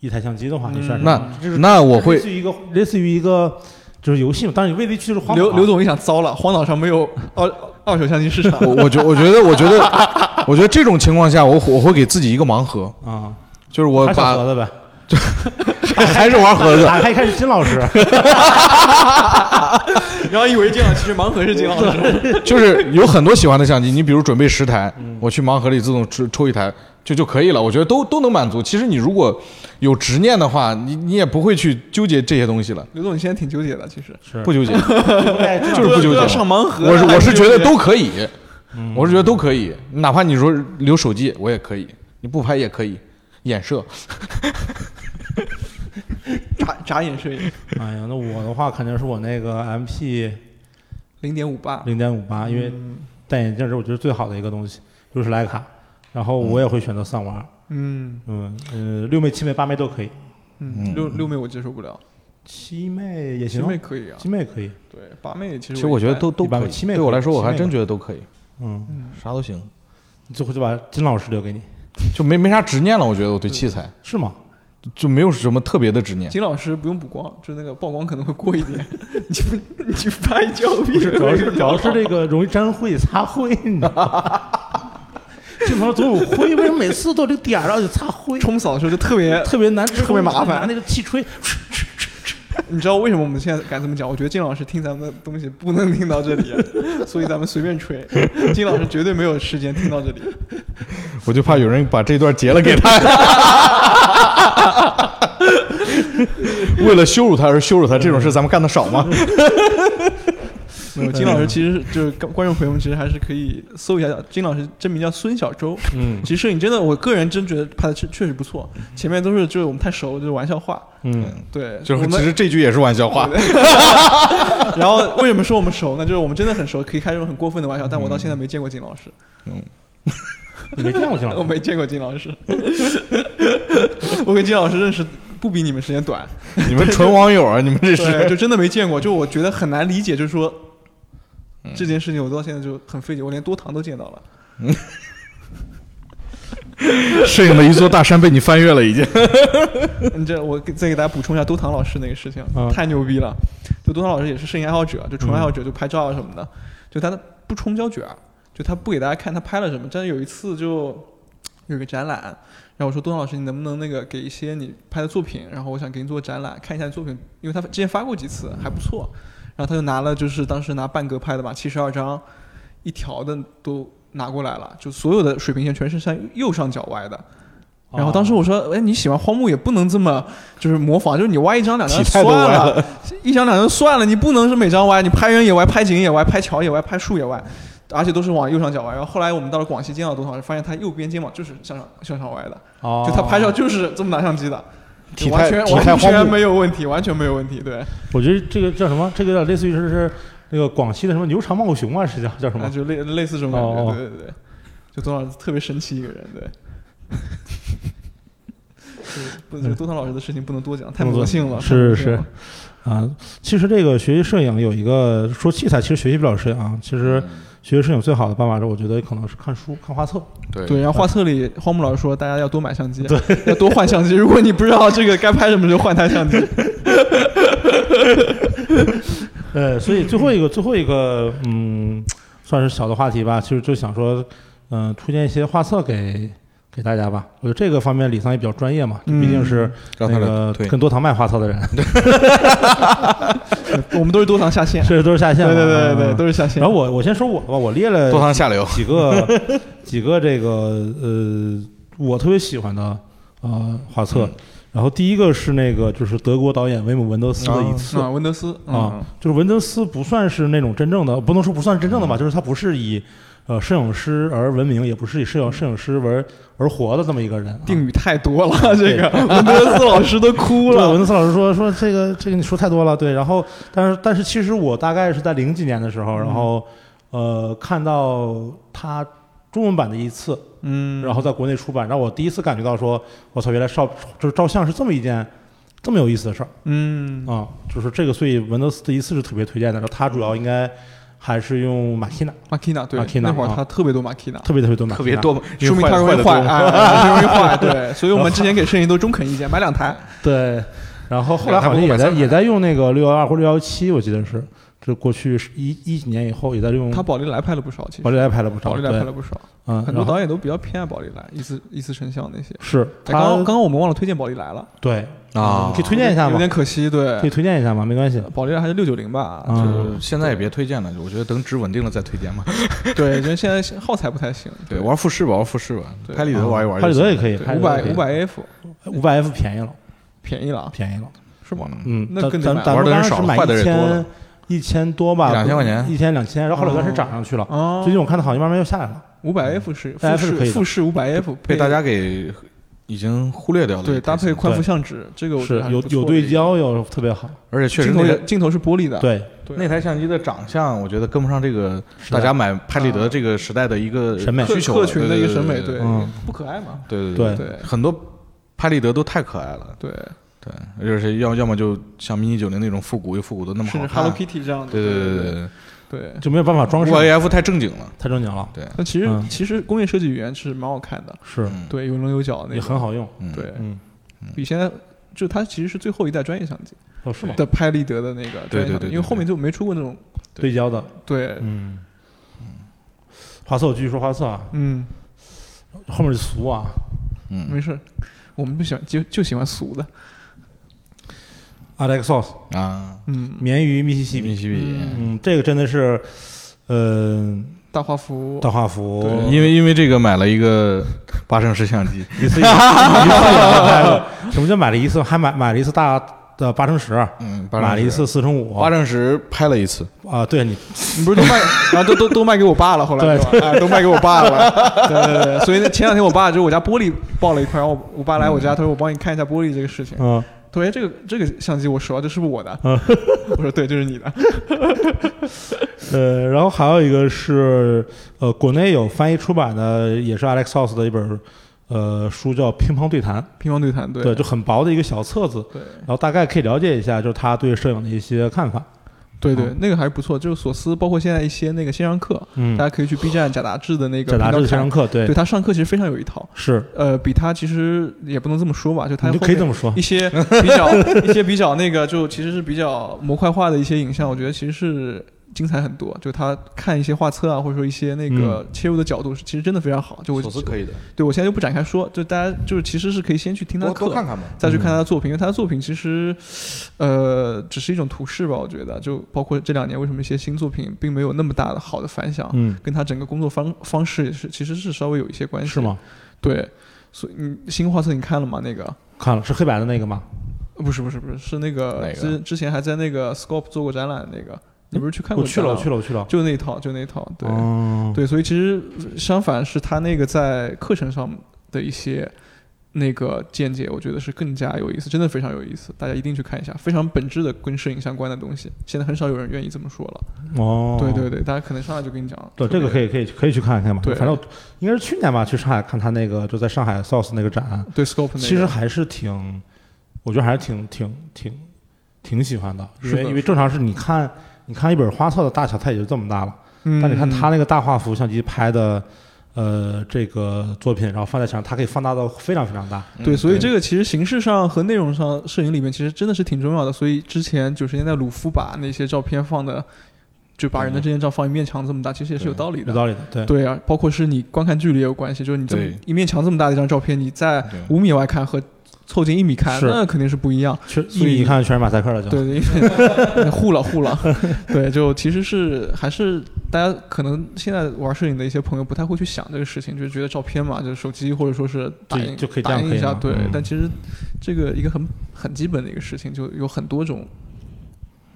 Speaker 1: 一台相机的话，你选什么？
Speaker 3: 嗯那那我会，
Speaker 1: 类似于一个类似于一个就是游戏嘛，当然你未必去就是荒岛
Speaker 2: 刘
Speaker 1: 啊。
Speaker 2: 刘总一想，糟了，荒岛上没有二二手相机市场
Speaker 3: 我我觉我觉得我觉得我觉得这种情况下，我我会给自己一个盲盒，
Speaker 1: 啊，
Speaker 3: 就是我
Speaker 1: 还是小
Speaker 3: 把
Speaker 1: 盒子呗，
Speaker 3: 还是玩盒子，
Speaker 1: 打开一看是金老 师，
Speaker 2: 然后以为金老师其实盲盒是金老师，
Speaker 3: 就是有很多喜欢的相机，你比如准备十台，我去盲盒里自动抽抽一台就就可以了，我觉得都都能满足。其实你如果有执念的话，你你也不会去纠结这些东西了，
Speaker 2: 刘总你现在挺纠结的，其实
Speaker 1: 是
Speaker 3: 不纠结。
Speaker 1: 就
Speaker 3: 就是不纠结
Speaker 2: 都要上盲盒，
Speaker 3: 我是我是觉得
Speaker 2: 还
Speaker 3: 都可以，我是觉得都可以，哪怕你说留手机我也可以，你不拍也可以，衍射。
Speaker 2: 眨眨眼摄影，
Speaker 1: 哎呀，那我的话肯定是我那个 MP
Speaker 2: 零点五八，
Speaker 1: 零点五八，因为
Speaker 2: 嗯
Speaker 1: 戴眼镜是我觉得最好的一个东西，就是徕卡。然后我也会选择丧娃，
Speaker 2: 嗯
Speaker 1: 嗯呃，六妹、七妹、八妹都可以，
Speaker 2: 嗯，六六妹我接受不了，
Speaker 1: 七妹也
Speaker 2: 七
Speaker 1: 行，
Speaker 2: 妹可以啊，
Speaker 1: 七妹可以，
Speaker 2: 对，八妹其实
Speaker 3: 其实我觉得都都
Speaker 1: 一般
Speaker 3: 可以，
Speaker 1: 七妹
Speaker 3: 对我来说
Speaker 1: 可以
Speaker 3: 我还
Speaker 1: 七妹
Speaker 3: 真
Speaker 1: 可以
Speaker 3: 觉得都可以，
Speaker 1: 嗯，
Speaker 3: 啥都行，
Speaker 1: 最后就把金老师留给你，
Speaker 3: 就没没啥执念了。我觉得我对器材
Speaker 1: 是 吗？
Speaker 3: 就没有什么特别的执念。
Speaker 2: 金老师不用补光，就那个曝光可能会过一点， 你去你去拍照片，
Speaker 1: 主要是主要是这个容易沾灰擦灰，你知道吗？ 镜头上总有灰，为什么每次都这个点儿，然后啊就擦灰，
Speaker 2: 冲扫的时候就特别，
Speaker 1: 特别难冲，
Speaker 2: 特别麻烦
Speaker 1: 拿那个气吹，
Speaker 2: 你知道为什么我们现在敢这么讲？我觉得金老师听咱们的东西不能听到这里， 所以咱们随便吹，金老师绝对没有时间听到这里。
Speaker 3: 我就怕有人把这段截了给他，为了羞辱他而羞辱他，这种事咱们干的少吗？
Speaker 2: 没有，金老师其实就是观观众朋友们，其实还是可以搜一下金老师真名叫孙小周。
Speaker 1: 嗯
Speaker 2: 其实摄影真的，我个人真觉得拍的确确实不错。前面都是就是我们太熟，就是玩笑话。
Speaker 1: 嗯，
Speaker 2: 对，
Speaker 3: 就是
Speaker 2: 我
Speaker 3: 其
Speaker 2: 们。
Speaker 3: 实这句也是玩笑 话，
Speaker 2: 然后为什么说我们熟呢？就是我们真的很熟，可以开这种很过分的玩笑。但我到现在没见过金老师，
Speaker 1: 你没见过金老
Speaker 2: 我
Speaker 1: 师，
Speaker 2: 没见过金老师。 我跟金老师认识不比你们时间短，
Speaker 3: 你们纯网友啊，你们这
Speaker 2: 对，
Speaker 3: 是
Speaker 2: 就真的没见过。就我觉得很难理解，就是说这件事情，我到现在就很费解，我连多糖都见到了。
Speaker 3: 摄影的一座大山被你翻越了， 已经。
Speaker 2: 你这我给再给大家补充一下多唐老师那个事情，
Speaker 1: 嗯
Speaker 2: 太牛逼了！就多唐老师也是摄影爱好者，就纯爱好者，就拍照啊什么的，就他的不冲胶卷儿，就他不给大家看他拍了什么。但是有一次就有个展览，然后我说多唐老师，你能不能那个给一些你拍的作品，然后我想给你做展览，看一下你作品，因为他之前发过几次，还不错。然后他就拿了，就是当时拿半格拍的吧，七十二张，一条的都拿过来了，就所有的水平线全是向右上角歪的。然后当时我说，哎，你喜欢荒木也不能这么就是模仿，就是你歪一张两张
Speaker 3: 体态
Speaker 2: 算
Speaker 3: 都歪
Speaker 2: 了，一张两张算了，你不能是每张歪，你拍人也歪，拍景也歪，拍桥也歪，拍树也歪，而且都是往右上角歪。然后后来我们到了广西见到多少，发现他右边肩膀就是向上向上歪的，
Speaker 1: 哦，
Speaker 2: 就他拍照就是这么拿相机的，
Speaker 3: 体态
Speaker 2: 完全
Speaker 3: 体态
Speaker 2: 完
Speaker 3: 荒
Speaker 2: 全
Speaker 3: 木，
Speaker 2: 没有问题，完全没有问题，对，
Speaker 1: 我觉得这个叫什么？这个有点类似于是是那个广西的什么牛肠茂雄啊，是叫叫什
Speaker 2: 那
Speaker 1: 么？
Speaker 2: 就类类似这种感
Speaker 1: 哦
Speaker 2: 觉，
Speaker 1: 哦
Speaker 2: 对对对，就多少特别神奇一个人，对。 不，这个多唐老师的事情不能多讲，太魔性了。太
Speaker 1: 是
Speaker 2: 魔性
Speaker 1: 是
Speaker 2: 了
Speaker 1: 啊，其实这个学习摄影有一个说器材，其实学习不了摄影啊。其实学习摄影最好的办法是，我觉得可能是看书、看画册。
Speaker 2: 嗯
Speaker 3: 对
Speaker 2: 对，然后画册里荒木老师说，大家要多买相机，要多换相机。如果你不知道这个该拍什么，就换台 相机。
Speaker 1: 呃，所以最后一个，最后一个，嗯，算是小的话题吧。其实就想说，嗯、推荐一些画册给给大家吧。我觉得这个方面李桑也比较专业嘛，
Speaker 2: 嗯
Speaker 1: 就毕竟是
Speaker 3: 让
Speaker 1: 那
Speaker 3: 他
Speaker 1: 个
Speaker 3: 来推。
Speaker 1: 跟多堂卖画册的人，
Speaker 2: 我们都是多唐下线，
Speaker 1: 这都是下线
Speaker 2: 对
Speaker 1: 嘛。
Speaker 2: 对对对，
Speaker 1: 嗯
Speaker 2: 都是下线
Speaker 1: 然。后我我先说我的吧，我列
Speaker 3: 多
Speaker 1: 了
Speaker 3: 趟下流，
Speaker 1: 几个几个这个呃，我特别喜欢的呃画册。然后第一个是那个就是德国导演维姆文德斯的一次
Speaker 2: 啊，文德斯
Speaker 1: 啊
Speaker 2: 嗯，
Speaker 1: 就是文登斯不算是那种真正的，不能说不算真正的吧，就是他不是以呃摄影师而闻名，也不是以摄影摄影师为而活的这么一个人、啊。
Speaker 2: 定语太多了，这个文德斯老师都哭
Speaker 1: 对，文
Speaker 2: 了。
Speaker 1: 登斯老师说说这个这个你说太多了，对。然后，但是但是其实我大概是在零几年的时候，
Speaker 2: 嗯
Speaker 1: 然后呃看到他中文版的一次，
Speaker 2: 嗯，
Speaker 1: 然后在国内出版，让我第一次感觉到说，我操，原来照就是照相是这么一件这么有意思的事儿。
Speaker 2: 嗯
Speaker 1: 啊、就是这个，所以文德斯第一次是特别推荐的。然后他主要应该还是用马希娜，
Speaker 2: ，Makina 对
Speaker 1: Makina，，
Speaker 2: 那会儿
Speaker 1: 啊
Speaker 2: 他特别多 Makina，
Speaker 1: 特别特别多马希娜
Speaker 3: 特别，多，
Speaker 2: 说明他容易
Speaker 3: 啊坏得
Speaker 2: 坏，
Speaker 3: 多
Speaker 2: 哎，容易坏。对，所以我们之前给摄影都中肯意见，买两台。
Speaker 1: 对。然后后来好像也在也在用那个六幺二或六幺七，我记得是，这过去是一一几年以后也在用
Speaker 2: 他宝丽来拍了不少，其实
Speaker 1: 嗯宝丽来拍了不少，
Speaker 2: 宝丽来拍
Speaker 1: 对
Speaker 2: 了不少，
Speaker 1: 嗯，
Speaker 2: 很
Speaker 1: 然
Speaker 2: 多
Speaker 1: 后
Speaker 2: 导演都比较偏爱宝丽来，一次一次成像那些。
Speaker 1: 是
Speaker 2: 哎刚刚
Speaker 1: 他
Speaker 2: 刚刚我们忘了推荐宝丽来了，
Speaker 1: 对嗯
Speaker 3: 啊
Speaker 1: 可以推荐一下
Speaker 2: 有
Speaker 1: 吗？
Speaker 2: 点呃可惜，
Speaker 1: 可以
Speaker 2: 对，荐
Speaker 1: 推荐一下吗？没关系，
Speaker 2: 宝丽来还是六九零吧，
Speaker 1: 嗯
Speaker 3: 就是现在也别推荐了，我觉得等纸稳定了再推荐嘛。
Speaker 2: 对，因为现在耗材不太行，
Speaker 3: 对，玩复试吧，玩复试吧，
Speaker 2: 对
Speaker 3: 拍立得玩一玩
Speaker 1: 拍立
Speaker 3: 就行了。
Speaker 1: 得也可以，拍
Speaker 2: 五
Speaker 1: 立得也
Speaker 2: 百
Speaker 1: 可以
Speaker 2: 五百 F
Speaker 1: 五百 F 便宜了，
Speaker 2: 便宜了啊，
Speaker 1: 便宜了。
Speaker 2: 是吗？
Speaker 1: 嗯，
Speaker 2: 那
Speaker 1: 咱
Speaker 2: 更
Speaker 1: 咱
Speaker 2: 得买
Speaker 1: 咱
Speaker 3: 玩
Speaker 1: 们
Speaker 3: 的
Speaker 1: 当
Speaker 3: 人
Speaker 1: 时
Speaker 3: 少了
Speaker 1: 买
Speaker 3: 坏的
Speaker 1: 一
Speaker 3: 人多了
Speaker 1: 千一千多吧，
Speaker 3: 2000块钱
Speaker 1: 一千两千，然后后来有段时间涨上去了。
Speaker 2: 哦，
Speaker 1: 最近我看它好像慢慢又下来了。
Speaker 2: 五百 F 是
Speaker 1: 哎
Speaker 2: 富
Speaker 1: 是可以
Speaker 2: 士
Speaker 1: 的
Speaker 2: 富士五百 F
Speaker 3: 被大家给已经忽略掉了。
Speaker 2: 对搭配宽幅
Speaker 1: 对
Speaker 2: 相纸，这个我觉
Speaker 1: 是
Speaker 2: 得还
Speaker 1: 有
Speaker 2: 不错
Speaker 1: 有
Speaker 2: 的
Speaker 1: 对
Speaker 2: 一个，
Speaker 1: 焦，又特别好。
Speaker 3: 而且确实
Speaker 2: 镜头
Speaker 3: 那
Speaker 2: 也
Speaker 3: 个
Speaker 2: 镜头是玻璃的，
Speaker 1: 对，
Speaker 2: 对，
Speaker 3: 那台相机的长相，我觉得跟不上这个
Speaker 1: 是的
Speaker 3: 大家买
Speaker 2: 啊
Speaker 3: 拍立得这个时代的一个
Speaker 1: 审美
Speaker 2: 客
Speaker 3: 需求
Speaker 2: 客
Speaker 3: 了，
Speaker 2: 群的一个审美，
Speaker 3: 对
Speaker 2: 对
Speaker 1: 嗯，
Speaker 2: 不可爱嘛，
Speaker 3: 对
Speaker 1: 对
Speaker 3: 对
Speaker 2: 对
Speaker 3: 很多拍立得都太可爱了，
Speaker 2: 对，
Speaker 3: 对，就是要要么就像 mini 九零那种复古又复古的那么
Speaker 2: 甚
Speaker 3: 好
Speaker 2: 至 Hello
Speaker 3: 看，
Speaker 2: Kitty 这样的，
Speaker 3: 对
Speaker 2: 对
Speaker 3: 对
Speaker 2: 对
Speaker 3: 对
Speaker 2: 对。
Speaker 1: 就没有办法装
Speaker 3: 对，
Speaker 1: 饰
Speaker 3: 五，AF 太正经了，
Speaker 1: 太正经了。
Speaker 2: 那其实
Speaker 1: 嗯
Speaker 2: 其实工业设计语言是蛮好看的，
Speaker 1: 是，
Speaker 3: 嗯，
Speaker 2: 对，有棱有角那
Speaker 1: 也
Speaker 2: 种，
Speaker 1: 很好用。
Speaker 3: 嗯，
Speaker 2: 对，
Speaker 1: 嗯，
Speaker 2: 比现在就它其实是最后一代专业相机
Speaker 1: 哦，是吗？
Speaker 2: 的拍立得的那个专
Speaker 3: 对
Speaker 2: 业相
Speaker 3: 对
Speaker 2: 机，
Speaker 3: 对
Speaker 2: 因为后面就没出过那种
Speaker 1: 对焦的，
Speaker 2: 对，
Speaker 1: 嗯。华策，我继续说华策啊，
Speaker 2: 嗯，
Speaker 1: 后面就俗啊，
Speaker 3: 嗯
Speaker 2: 没事，我们不喜欢就就喜欢俗的，
Speaker 1: Alexos
Speaker 3: 啊，
Speaker 2: 嗯，
Speaker 1: 绵于密西西比，
Speaker 3: 密西比，
Speaker 1: 嗯，这个真的是，呃，
Speaker 2: 大画幅，
Speaker 1: 大画幅，
Speaker 2: 对
Speaker 3: 因为因为这个买了一个八胜式相机，
Speaker 1: 一次一次一次一次拍了，什么叫买了一次，还买买了一次大的八乘十，
Speaker 3: 嗯，八
Speaker 1: 买了一
Speaker 3: 胜式
Speaker 1: 次四乘五
Speaker 3: 八胜时拍了一次，
Speaker 1: 啊，对你
Speaker 2: 你不是 都卖，然后都都都卖给我爸了，后来是吧？哎，都卖给我爸了。 对对对，所以那前两天我爸就是我家玻璃爆了一块，然后我我爸来我家，他说我帮你看一下玻璃这个事情。
Speaker 1: 嗯，
Speaker 2: 他说哎，这个这个相机我手上这是不是我的？
Speaker 1: 嗯
Speaker 2: 我说对，这是你 的。
Speaker 1: 呃，然后还有一个是呃，国内有翻译出版的，也是 Alexos 的一本呃书，叫《乒乓对谈》，
Speaker 2: 乒乓对谈，对
Speaker 1: 对，就很薄的一个小册子，
Speaker 2: 对
Speaker 1: 然后大概可以了解一下，就是他对摄影的一些看法，
Speaker 2: 对对，那个还是不错。就是索斯，包括现在一些那个线上课，
Speaker 1: 嗯
Speaker 2: 大，家可以去 B 站贾达志的那个
Speaker 1: 在杂志
Speaker 2: 频
Speaker 1: 线
Speaker 2: 道看
Speaker 1: 上课，对
Speaker 2: 对，他上课其实非常有一套。
Speaker 1: 是，
Speaker 2: 呃，比他其实也不能这么说吧，就他
Speaker 1: 你就
Speaker 2: 后
Speaker 1: 可以
Speaker 2: 面
Speaker 1: 这么说
Speaker 2: 一，些比较一些比较那个，就其实是比较模块化的一些影像，我觉得其实是精彩很多。就他看一些画册啊，或者说一些那
Speaker 1: 嗯
Speaker 2: 个切入的角度，是其实真的非常好。就我
Speaker 3: 索斯可以的，
Speaker 2: 对我现在就不展开说，就大家就是其实是可以先去听他
Speaker 3: 多
Speaker 2: 的课，
Speaker 3: 多看看吧，
Speaker 2: 再去看
Speaker 1: 嗯
Speaker 2: 他的作品，因为他的作品其实，呃，只是一种图示吧。我觉得，就包括这两年为什么一些新作品并没有那么大的好的反响，
Speaker 1: 嗯，
Speaker 2: 跟他整个工作方方式也是其实是稍微有一些关系。
Speaker 1: 是？吗？
Speaker 2: 对，所以你新画册你看了吗？那个？
Speaker 1: 看了是黑白的那个吗？
Speaker 2: 呃不是不是不是，是那
Speaker 3: 哪
Speaker 2: 个
Speaker 3: 个
Speaker 2: 之之前还在那个 Scope 做过展览那个，你不是去看
Speaker 1: 我
Speaker 2: 过？
Speaker 1: 去了，我去
Speaker 2: 了，
Speaker 1: 了，我去了，
Speaker 2: 就那一套，就那一套，对、
Speaker 1: 哦
Speaker 2: 对，所以其实呃相反是他那个在课程上的一些那个见解，我觉得是更加有意思，真的非常有意思，大家一定去看一下，非常本质的跟摄影相关的东西，现在很少有人愿意这么说了。
Speaker 1: 哦，
Speaker 2: 对对对，大家可能上来就跟你讲，
Speaker 1: 对，这个可
Speaker 2: 以，
Speaker 1: 以可以可以去看一看嘛。
Speaker 2: 对
Speaker 1: 反正我应该是去年吧，去上海看他那个，就在上海 SOS 那个展，
Speaker 2: 对 Scope 那个
Speaker 1: 其实还是挺，我觉得还是挺挺挺挺喜欢的，因
Speaker 2: 是
Speaker 1: 为
Speaker 2: 的
Speaker 1: 因为正常是你看你看一本画册的大小，它也就这么大了，
Speaker 2: 嗯
Speaker 1: 但你看他那个大画幅相机拍的。呃，这个作品，然后放在墙上，它可以放大到非常非常大。
Speaker 3: 嗯
Speaker 2: 对，所以
Speaker 1: 对
Speaker 2: 这个其实形式上和内容上，摄影里面其实真的是挺重要的。所以之前九十年代鲁夫把那些照片放的，就把人的
Speaker 3: 嗯
Speaker 2: 证件照放一面墙这么大，其实也是有
Speaker 3: 对
Speaker 2: 道理
Speaker 1: 有
Speaker 2: 的。
Speaker 1: 道理的，对，
Speaker 2: 对啊，包括是你观看距离也有关系，就是你这么
Speaker 3: 对
Speaker 2: 一面墙这么大的一张照片，你在
Speaker 3: 对
Speaker 2: 五米外看和凑近一米看，
Speaker 1: 是
Speaker 2: 那肯定是不一样。
Speaker 1: 全
Speaker 2: 所
Speaker 1: 一
Speaker 2: 以
Speaker 1: 米一看全是马赛克了，就。
Speaker 2: 对，因为糊了糊了，对，就其实是还是大家可能现在玩摄影的一些朋友不太会去想这个事情，就是觉得照片嘛，就是手机或者说是打
Speaker 1: 对
Speaker 2: 印
Speaker 1: 就可以这
Speaker 2: 打
Speaker 1: 样
Speaker 2: 印
Speaker 1: 可
Speaker 2: 一
Speaker 1: 以
Speaker 2: 下，
Speaker 1: 吗
Speaker 2: 对
Speaker 1: 嗯。
Speaker 2: 但其实这个一个很很基本的一个事情，就有很多种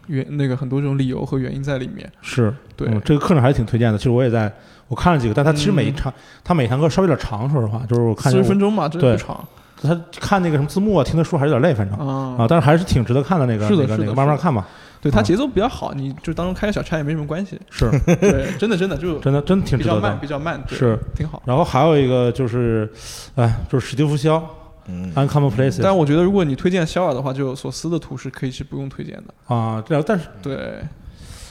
Speaker 2: 原那个很多种理由和原因在里面。
Speaker 1: 是，
Speaker 2: 对
Speaker 1: 嗯这个课程还是挺推荐的。其实我也在，我看了几个，但它其实每一场，它每堂课稍微有点长，说实话，就是我看
Speaker 2: 四
Speaker 1: 见
Speaker 2: 十
Speaker 1: 我
Speaker 2: 嗯分钟嘛，真
Speaker 1: 对
Speaker 2: 的不长
Speaker 1: 他看那个什么字幕啊，听的书还是有点累，反正啊，
Speaker 2: 啊。
Speaker 1: 但是还是挺值得看的那个，
Speaker 2: 是的
Speaker 1: 那个
Speaker 2: 是的
Speaker 1: 那个，慢慢看吧，
Speaker 2: 对，它
Speaker 1: 啊
Speaker 2: 节奏比较好，你就当中开个小差也没什么 关系。
Speaker 1: 是
Speaker 2: 对，真的真的就
Speaker 1: 真的真的挺
Speaker 2: 比
Speaker 1: 值
Speaker 2: 较
Speaker 1: 得
Speaker 2: 慢，
Speaker 1: 的。
Speaker 2: 比较慢，对
Speaker 1: 是，
Speaker 2: 挺好。
Speaker 1: 然后还有一个就是，哎，就是史蒂夫·肖
Speaker 3: 嗯，
Speaker 2: 啊
Speaker 1: ，Uncommon Places，
Speaker 2: 但我觉得，如果你推荐肖尔的话，就索斯的图是可以是不用推荐的。
Speaker 1: 啊，这但是
Speaker 2: 对，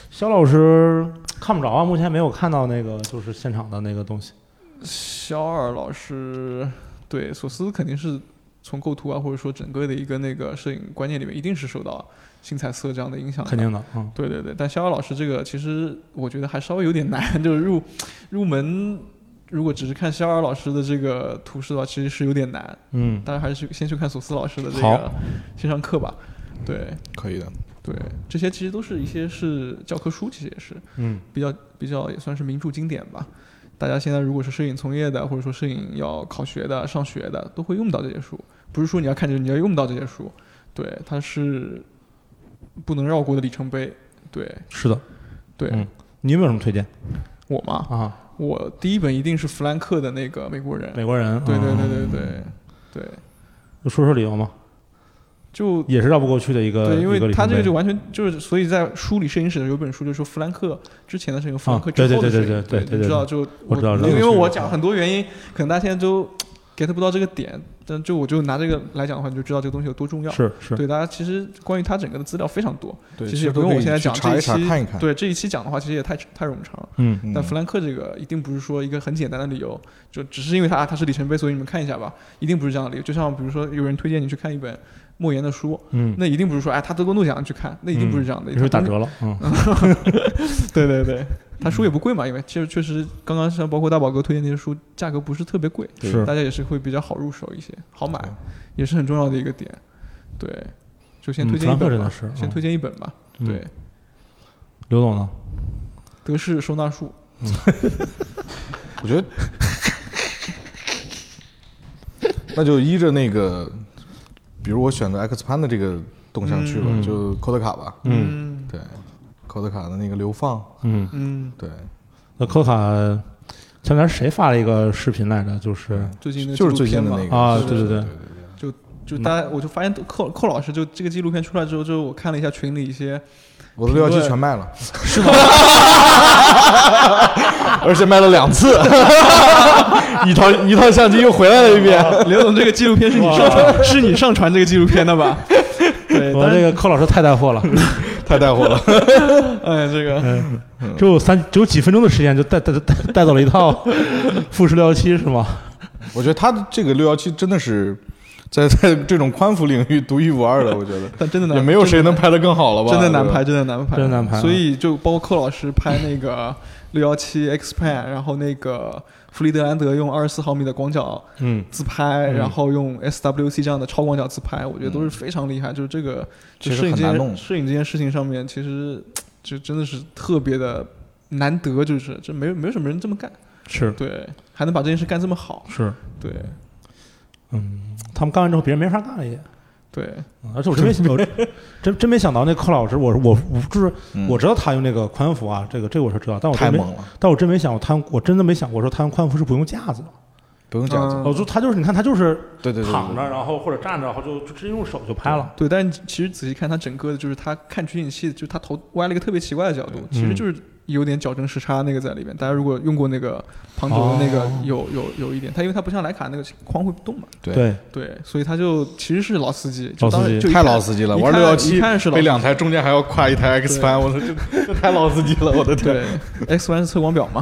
Speaker 1: 肖老师看不着啊，目前没有看到那个就是现场的那个东西。
Speaker 2: 肖尔老师，对索斯肯定是从构图啊，或者说整个的一个那个摄影观念里面，一定是受到新彩色这样的影响的。
Speaker 1: 肯定的，嗯，
Speaker 2: 对对对，但逍遥老师这个其实我觉得还稍微有点难， 就是入入门，如果只是看逍遥老师的这个图示的话，其实是有点难。
Speaker 1: 嗯，
Speaker 2: 当然还是先去看索斯老师的这
Speaker 1: 好
Speaker 2: 个线上课吧。对
Speaker 3: 可以的。
Speaker 2: 对，这些其实都是一些是教科书，其实也是
Speaker 1: 嗯，
Speaker 2: 比较比较也算是名著经典吧。大家现在如果是摄影从业的，或者说摄影要考学的、上学的，都会用到这些书。不是说你要看这个，你要用到这些书。对，它是不能绕过的里程碑。对
Speaker 1: 是的。
Speaker 2: 对，
Speaker 1: 嗯你有没有什么推荐
Speaker 2: 我嘛，
Speaker 1: 啊？
Speaker 2: 我第一本一定是弗兰克的那个《美国人》。
Speaker 1: 美国人，
Speaker 2: 对对
Speaker 1: 嗯，
Speaker 2: 对对对对，
Speaker 1: 说说理由吗？
Speaker 2: 就
Speaker 1: 也是绕不过去的一个，
Speaker 2: 对，因
Speaker 1: 呃一个
Speaker 2: 为
Speaker 1: 里
Speaker 2: 他
Speaker 1: 程
Speaker 2: 这个
Speaker 1: 碑
Speaker 2: 就完全就是，所以在梳理摄影史的有本书，就是说弗兰克之前的摄影，弗兰克之
Speaker 1: 啊对
Speaker 2: 后的摄
Speaker 1: 对
Speaker 2: 影，
Speaker 1: 对对对对对
Speaker 2: 你知道就
Speaker 1: 我知道知道
Speaker 2: 因为
Speaker 1: 我
Speaker 2: 我讲很多原因，可能大家现在都 get 不到这个点，但就我就拿这个来讲的话，你就知道这个东西有多重要。
Speaker 1: 是是，
Speaker 2: 对，大家其实关于他整个的资料非常多。
Speaker 3: 对，
Speaker 2: 其实也不用我现在讲
Speaker 3: 去查
Speaker 2: 这
Speaker 3: 一
Speaker 2: 一
Speaker 3: 查
Speaker 2: 期
Speaker 3: 看一看。
Speaker 2: 对这一期讲的话，其实也太太冗长了。
Speaker 1: 嗯，
Speaker 3: 哎嗯
Speaker 2: 但弗兰克这个一定不是说一个很简单的理由，就只是因为它啊它是里程碑，所以你们看一下吧，一定不是这样的理由。就像比如说有人推荐你去看一本莫言的书，
Speaker 1: 嗯，
Speaker 2: 那一定不是说哎他得过诺奖去看，那一定不是这样的。
Speaker 1: 你说
Speaker 2: 他
Speaker 1: 打
Speaker 2: 东西
Speaker 1: 折了，嗯，
Speaker 2: 对对对，他书也不贵嘛，因为其实确实刚刚像包括大宝哥推荐那些书，价格不是特别贵，
Speaker 3: 对
Speaker 1: 是
Speaker 2: 大家也是会比较好入手一些，好买
Speaker 3: 对，
Speaker 2: 也是很重要的一个点。对，就先
Speaker 1: 嗯
Speaker 2: 推荐
Speaker 1: 弗
Speaker 2: 一
Speaker 1: 兰克
Speaker 2: 本
Speaker 1: 真的
Speaker 2: 吧
Speaker 1: 是，嗯
Speaker 2: 先推荐一本吧。
Speaker 1: 嗯
Speaker 2: 对，
Speaker 1: 刘总呢？
Speaker 2: 德式收纳术，
Speaker 3: 我 觉得，那就依着那个，比如我选择 X p a n 的这个动向去吧，
Speaker 1: 嗯
Speaker 3: 就寇特卡吧，
Speaker 1: 嗯
Speaker 3: 对，寇特卡的那个流放，
Speaker 1: 嗯，
Speaker 2: 嗯，
Speaker 3: 对，
Speaker 1: 那科卡前面谁发了一个视频来着？就是
Speaker 2: 最近那
Speaker 3: 就是最近的
Speaker 2: 纪录
Speaker 3: 那
Speaker 2: 片嘛
Speaker 3: 个
Speaker 1: 啊，
Speaker 2: 是
Speaker 1: 对对对
Speaker 3: 对，
Speaker 2: 就大家我就发现寇寇老师就这个纪录片出来之后，就我看了一下群里一些，
Speaker 3: 我的六幺
Speaker 2: 评
Speaker 3: 七
Speaker 2: 论
Speaker 3: 全卖了， 是吗？而且卖了两次， 一套一套相机又回来了一遍。
Speaker 2: 啊刘总这个纪录片是你上传是你上传这个纪录片的吧？ 对，
Speaker 1: 我
Speaker 2: 但
Speaker 1: 这
Speaker 2: 是
Speaker 1: 个寇老师太带货了，
Speaker 3: 太带货了，
Speaker 2: 哎这
Speaker 3: 嗯
Speaker 2: 个。嗯
Speaker 1: 只有三只有几分钟的时间就带带带带走了一套 富士六幺七是吗？
Speaker 3: 我觉得他这个六幺七真的是在在这种宽幅领域独一无二的，我觉得
Speaker 2: 但真的难，
Speaker 3: 也没有谁能拍得更好了吧？
Speaker 2: 真的难
Speaker 3: 对吧
Speaker 2: 拍，，真的难拍，
Speaker 1: 真的难拍啊
Speaker 2: 所以就包括寇老师拍那个六幺七 X Pan，然后那个弗里德兰德用二十四毫米的广角
Speaker 1: 嗯，
Speaker 2: 自拍，
Speaker 1: 嗯
Speaker 2: 然后用 SWC 这样的超广角自拍，我觉得都是非常厉害。就是这个，
Speaker 3: 嗯其
Speaker 2: 就
Speaker 3: 实
Speaker 2: 摄影
Speaker 3: 很
Speaker 2: 这
Speaker 3: 难弄
Speaker 2: 件摄影这件事情上面，其实就真的是特别的难得，就是这没有没有什么人这么干，
Speaker 1: 是
Speaker 2: 对，还能把这件事干这么好，
Speaker 1: 是，
Speaker 2: 对
Speaker 1: 嗯，他们干完之后别人没法干了也。
Speaker 2: 对，
Speaker 1: 嗯而且我真没想，我真真没想到那寇老师，我我我就是
Speaker 3: 嗯
Speaker 1: 我知道他用那个宽幅啊，这个这个我是知道，但我
Speaker 3: 太
Speaker 1: 真没
Speaker 3: 猛了，
Speaker 1: 但我真没想过，他我真的没想过说他用宽幅是不用架子的。
Speaker 3: 不用讲究
Speaker 2: 嗯。
Speaker 1: 哦，就他就是你看他就是
Speaker 3: 对对对，对
Speaker 1: 躺着，然后或者站着，然后就就直接用手就拍了。
Speaker 2: 对，但是其实仔细看他整个的，就是他看取景器，就是他头歪了一个特别奇怪的角度，其实
Speaker 1: 嗯
Speaker 2: 就是有点矫正时差那个在里面。大家如果用过那个庞德的那个
Speaker 1: 哦，
Speaker 2: 有有有一点，他因为他不像徕卡那个框会动嘛，
Speaker 3: 对
Speaker 1: 对，
Speaker 2: 对，所以他就其实是老司机，
Speaker 1: 老
Speaker 2: 就当
Speaker 1: 司
Speaker 2: 时
Speaker 1: 机
Speaker 2: 就一
Speaker 3: 太
Speaker 2: 看
Speaker 3: 老司机了，
Speaker 2: 一
Speaker 3: 玩
Speaker 2: 看
Speaker 3: 六幺七
Speaker 2: 一看是老
Speaker 3: 被两台中间还要跨一台 X
Speaker 2: 对
Speaker 3: 班，我说 这这太老司机了，我 的天！
Speaker 2: 对 X One 是测光表嘛，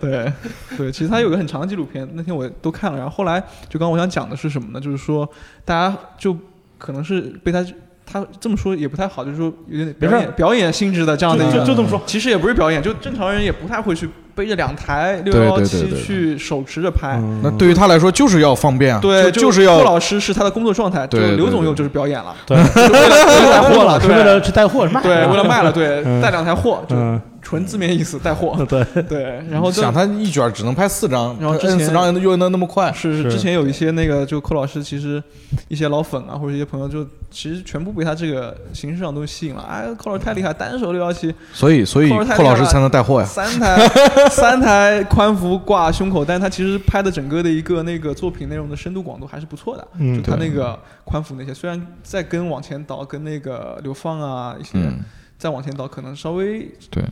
Speaker 2: 对对，其实它有个很长的纪录片，那天我都看了，然后后来就刚刚我想讲的是什么呢？就是说大家就可能是被他他这么说也不太好，就是说有点表
Speaker 1: 没事
Speaker 2: 演表演性质的这样的
Speaker 1: 就
Speaker 2: 一
Speaker 1: 就
Speaker 2: 个，
Speaker 1: 就这么说。
Speaker 2: 其实也不是表演，就正常人也不太会去背着两台
Speaker 3: 对
Speaker 2: 六
Speaker 3: 对
Speaker 2: 幺
Speaker 3: 对对
Speaker 2: 七
Speaker 3: 对
Speaker 2: 去手持着拍。
Speaker 3: 那
Speaker 1: 嗯
Speaker 3: 对于他来说就是要方便啊，
Speaker 2: 对，
Speaker 3: 就
Speaker 2: 就是寇
Speaker 3: 要
Speaker 2: 老师是他的工作状态，就
Speaker 3: 对对
Speaker 2: 刘
Speaker 3: 对
Speaker 2: 总
Speaker 3: 对
Speaker 2: 用就是表演了，
Speaker 1: 对，
Speaker 2: 就为了为了带货了，
Speaker 1: 是为
Speaker 2: 对
Speaker 1: 了去带货卖。
Speaker 2: 对，为了卖了，对，
Speaker 1: 嗯
Speaker 2: 带两台货，就
Speaker 1: 嗯，
Speaker 2: 纯字面意思带货，
Speaker 1: 对，
Speaker 2: 对，然后就
Speaker 3: 想他一卷只能拍四张，
Speaker 2: 然后之前
Speaker 3: 摁四张又能那么快，
Speaker 2: 是
Speaker 1: 是
Speaker 2: 是，之前有一些那个，就寇老师其实一些老粉啊，或者一些朋友就，其实全部被他这个形式上都吸引了。哎，寇老师太厉害，单手六幺七，
Speaker 3: 所以所以
Speaker 2: 寇老师太
Speaker 3: 寇老
Speaker 2: 厉害
Speaker 3: 师
Speaker 2: 了
Speaker 3: 才能带哎货呀。
Speaker 2: 三台三台宽幅挂胸口，但他其实拍的整个的一个那个作品内容的深度广度还是不错的。
Speaker 1: 嗯
Speaker 2: 就他
Speaker 3: 对
Speaker 2: 那个宽幅那些，虽然再跟往前倒，跟那个流放啊一些、
Speaker 3: 嗯，
Speaker 2: 再往前倒，可能稍微
Speaker 3: 对，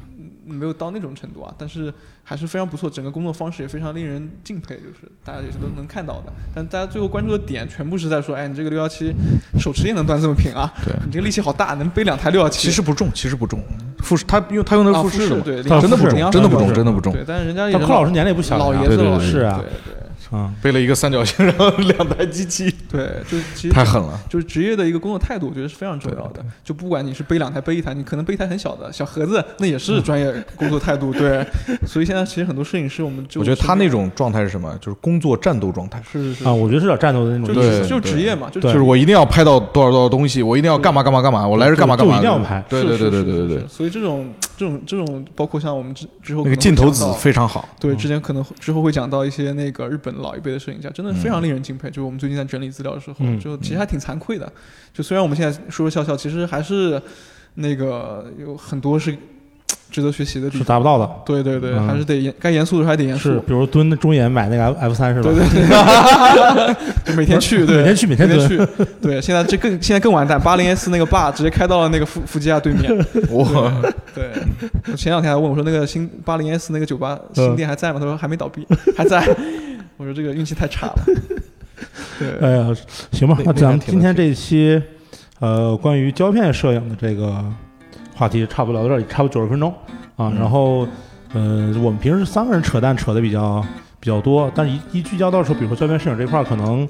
Speaker 2: 没有到那种程度啊，但是还是非常不错，整个工作方式也非常令人敬佩，就是大家也是都能看到的。但大家最后关注的点全部是在说，哎，你这个六幺七手持也能端这么平啊，
Speaker 3: 对
Speaker 2: 你这个力气好大，能背两台六幺七。
Speaker 3: 其实不重，其实不重，复试他用他用的
Speaker 2: 啊
Speaker 3: 是复
Speaker 2: 复
Speaker 3: 式的嘛，
Speaker 2: 对，
Speaker 1: 但
Speaker 2: 零
Speaker 3: 真的不
Speaker 1: 复式
Speaker 3: 重，真的不重，真的不重。
Speaker 2: 对，但是人家也
Speaker 1: 但
Speaker 2: 是
Speaker 1: 寇老师年龄也不小了啊
Speaker 2: 老
Speaker 1: 呀，
Speaker 2: 爷子
Speaker 3: 对对
Speaker 2: 了，
Speaker 3: 对
Speaker 1: 是啊
Speaker 2: 对对，
Speaker 1: 嗯
Speaker 3: 背了一个三角形，然后两台机器，
Speaker 2: 对，就是其实
Speaker 3: 太狠了。
Speaker 2: 就是职业的一个工作态度，我觉得是非常重要的。就不管你是背两台、背一台，你可能背一台很小的小盒子，那也是专业工作态度。对，所以现在其实很多摄影师，我们就
Speaker 3: 我觉得他
Speaker 2: 是
Speaker 3: 那种状态是什么？就是工作战斗状态，
Speaker 2: 是是
Speaker 1: 啊，我觉得是有点战斗的那
Speaker 2: 是，就
Speaker 1: 种
Speaker 3: 对
Speaker 1: 意
Speaker 2: 是
Speaker 1: 识，
Speaker 2: 就是职业嘛，就
Speaker 1: 对
Speaker 3: 就是我一定要拍到多少多少东西，我一定要干嘛干嘛干嘛，我来是干嘛干嘛，
Speaker 1: 就一定要拍
Speaker 3: 对对对对对对对，。
Speaker 2: 所以这种这种这种，包括像我们之之后
Speaker 3: 那个
Speaker 2: 可能
Speaker 3: 镜
Speaker 2: 会
Speaker 3: 头
Speaker 2: 讲
Speaker 3: 子
Speaker 2: 到
Speaker 3: 非常好。
Speaker 2: 对，
Speaker 1: 嗯
Speaker 2: 之前可能会之后会讲到一些那个日本老一辈的摄影家，真的非常令人敬佩。就是我们最近在整理资料的时候，
Speaker 1: 嗯
Speaker 2: 就其实还挺惭愧的。就虽然我们现在说说笑笑，其实还是那个有很多是值得学习的地
Speaker 1: 是
Speaker 2: 方。
Speaker 1: 达不到的。
Speaker 2: 对对对，
Speaker 1: 嗯
Speaker 2: 还是得严，该严肃的时候还得严肃
Speaker 1: 是，。比如蹲中研买那个 F 三是吧
Speaker 2: 对？对对， 就每天去，对，
Speaker 1: 每天去每天蹲
Speaker 2: 去，对，现在这更现在更完蛋，八零 S 那个坝直接开到了那个富富吉亚对面，
Speaker 3: 我
Speaker 2: 对，我前两天还问我说那个新八零 S 那个酒吧
Speaker 1: 嗯
Speaker 2: 新店还在吗？他说还没倒闭，还在。 我说这个运气太差了。对，
Speaker 1: 哎呀，行吧，
Speaker 3: 那
Speaker 1: 那
Speaker 3: 那
Speaker 1: 咱
Speaker 3: 还
Speaker 1: 们
Speaker 3: 挺
Speaker 1: 今天这一期，呃，关于胶片摄影的这个话题，差不多聊到这里，差不多九十分钟啊。
Speaker 3: 嗯
Speaker 1: 然后，呃，我们平时三个人扯淡扯的比较比较多，但是一一聚焦到时候，比如说胶片摄影这一块，儿，可能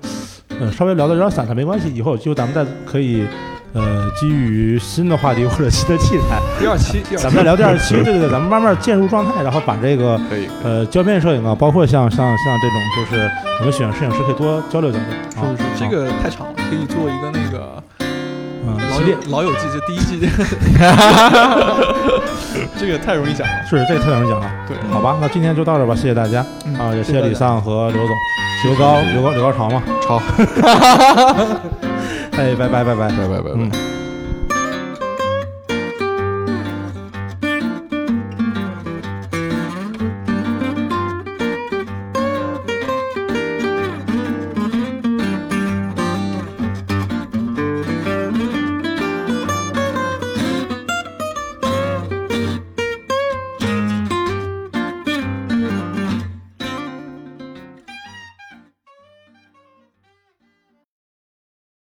Speaker 1: 呃稍微聊的有点散，但没关系，以后有机会咱们再可以。呃，基于新的话题或者新的器材，
Speaker 2: 第二期，第二
Speaker 1: 咱们
Speaker 2: 期
Speaker 1: 再聊第二期，对对对，咱们慢慢进入状态，然后把这个
Speaker 3: 可以，
Speaker 1: 呃胶片摄影啊，包括像像像这种，就是我们选摄影师可以多交流交流啊
Speaker 2: 是。是是，这
Speaker 1: 啊
Speaker 2: 个太长了，可以做一个那个
Speaker 1: 嗯，
Speaker 2: 老
Speaker 1: 系列
Speaker 2: 友老友记，就第一 季，这个太容易讲了。
Speaker 1: 是这个特有人讲了。
Speaker 2: 对，
Speaker 1: 好吧，那今天就到这儿吧，谢谢大家
Speaker 2: 嗯
Speaker 1: 啊，也谢谢
Speaker 2: 大
Speaker 1: 李
Speaker 2: 家
Speaker 1: 丧和刘总、刘高、
Speaker 3: 谢谢
Speaker 1: 刘高、刘高潮嘛，
Speaker 3: 超，
Speaker 1: 哎，拜拜拜拜。
Speaker 3: 拜拜拜拜
Speaker 1: 嗯。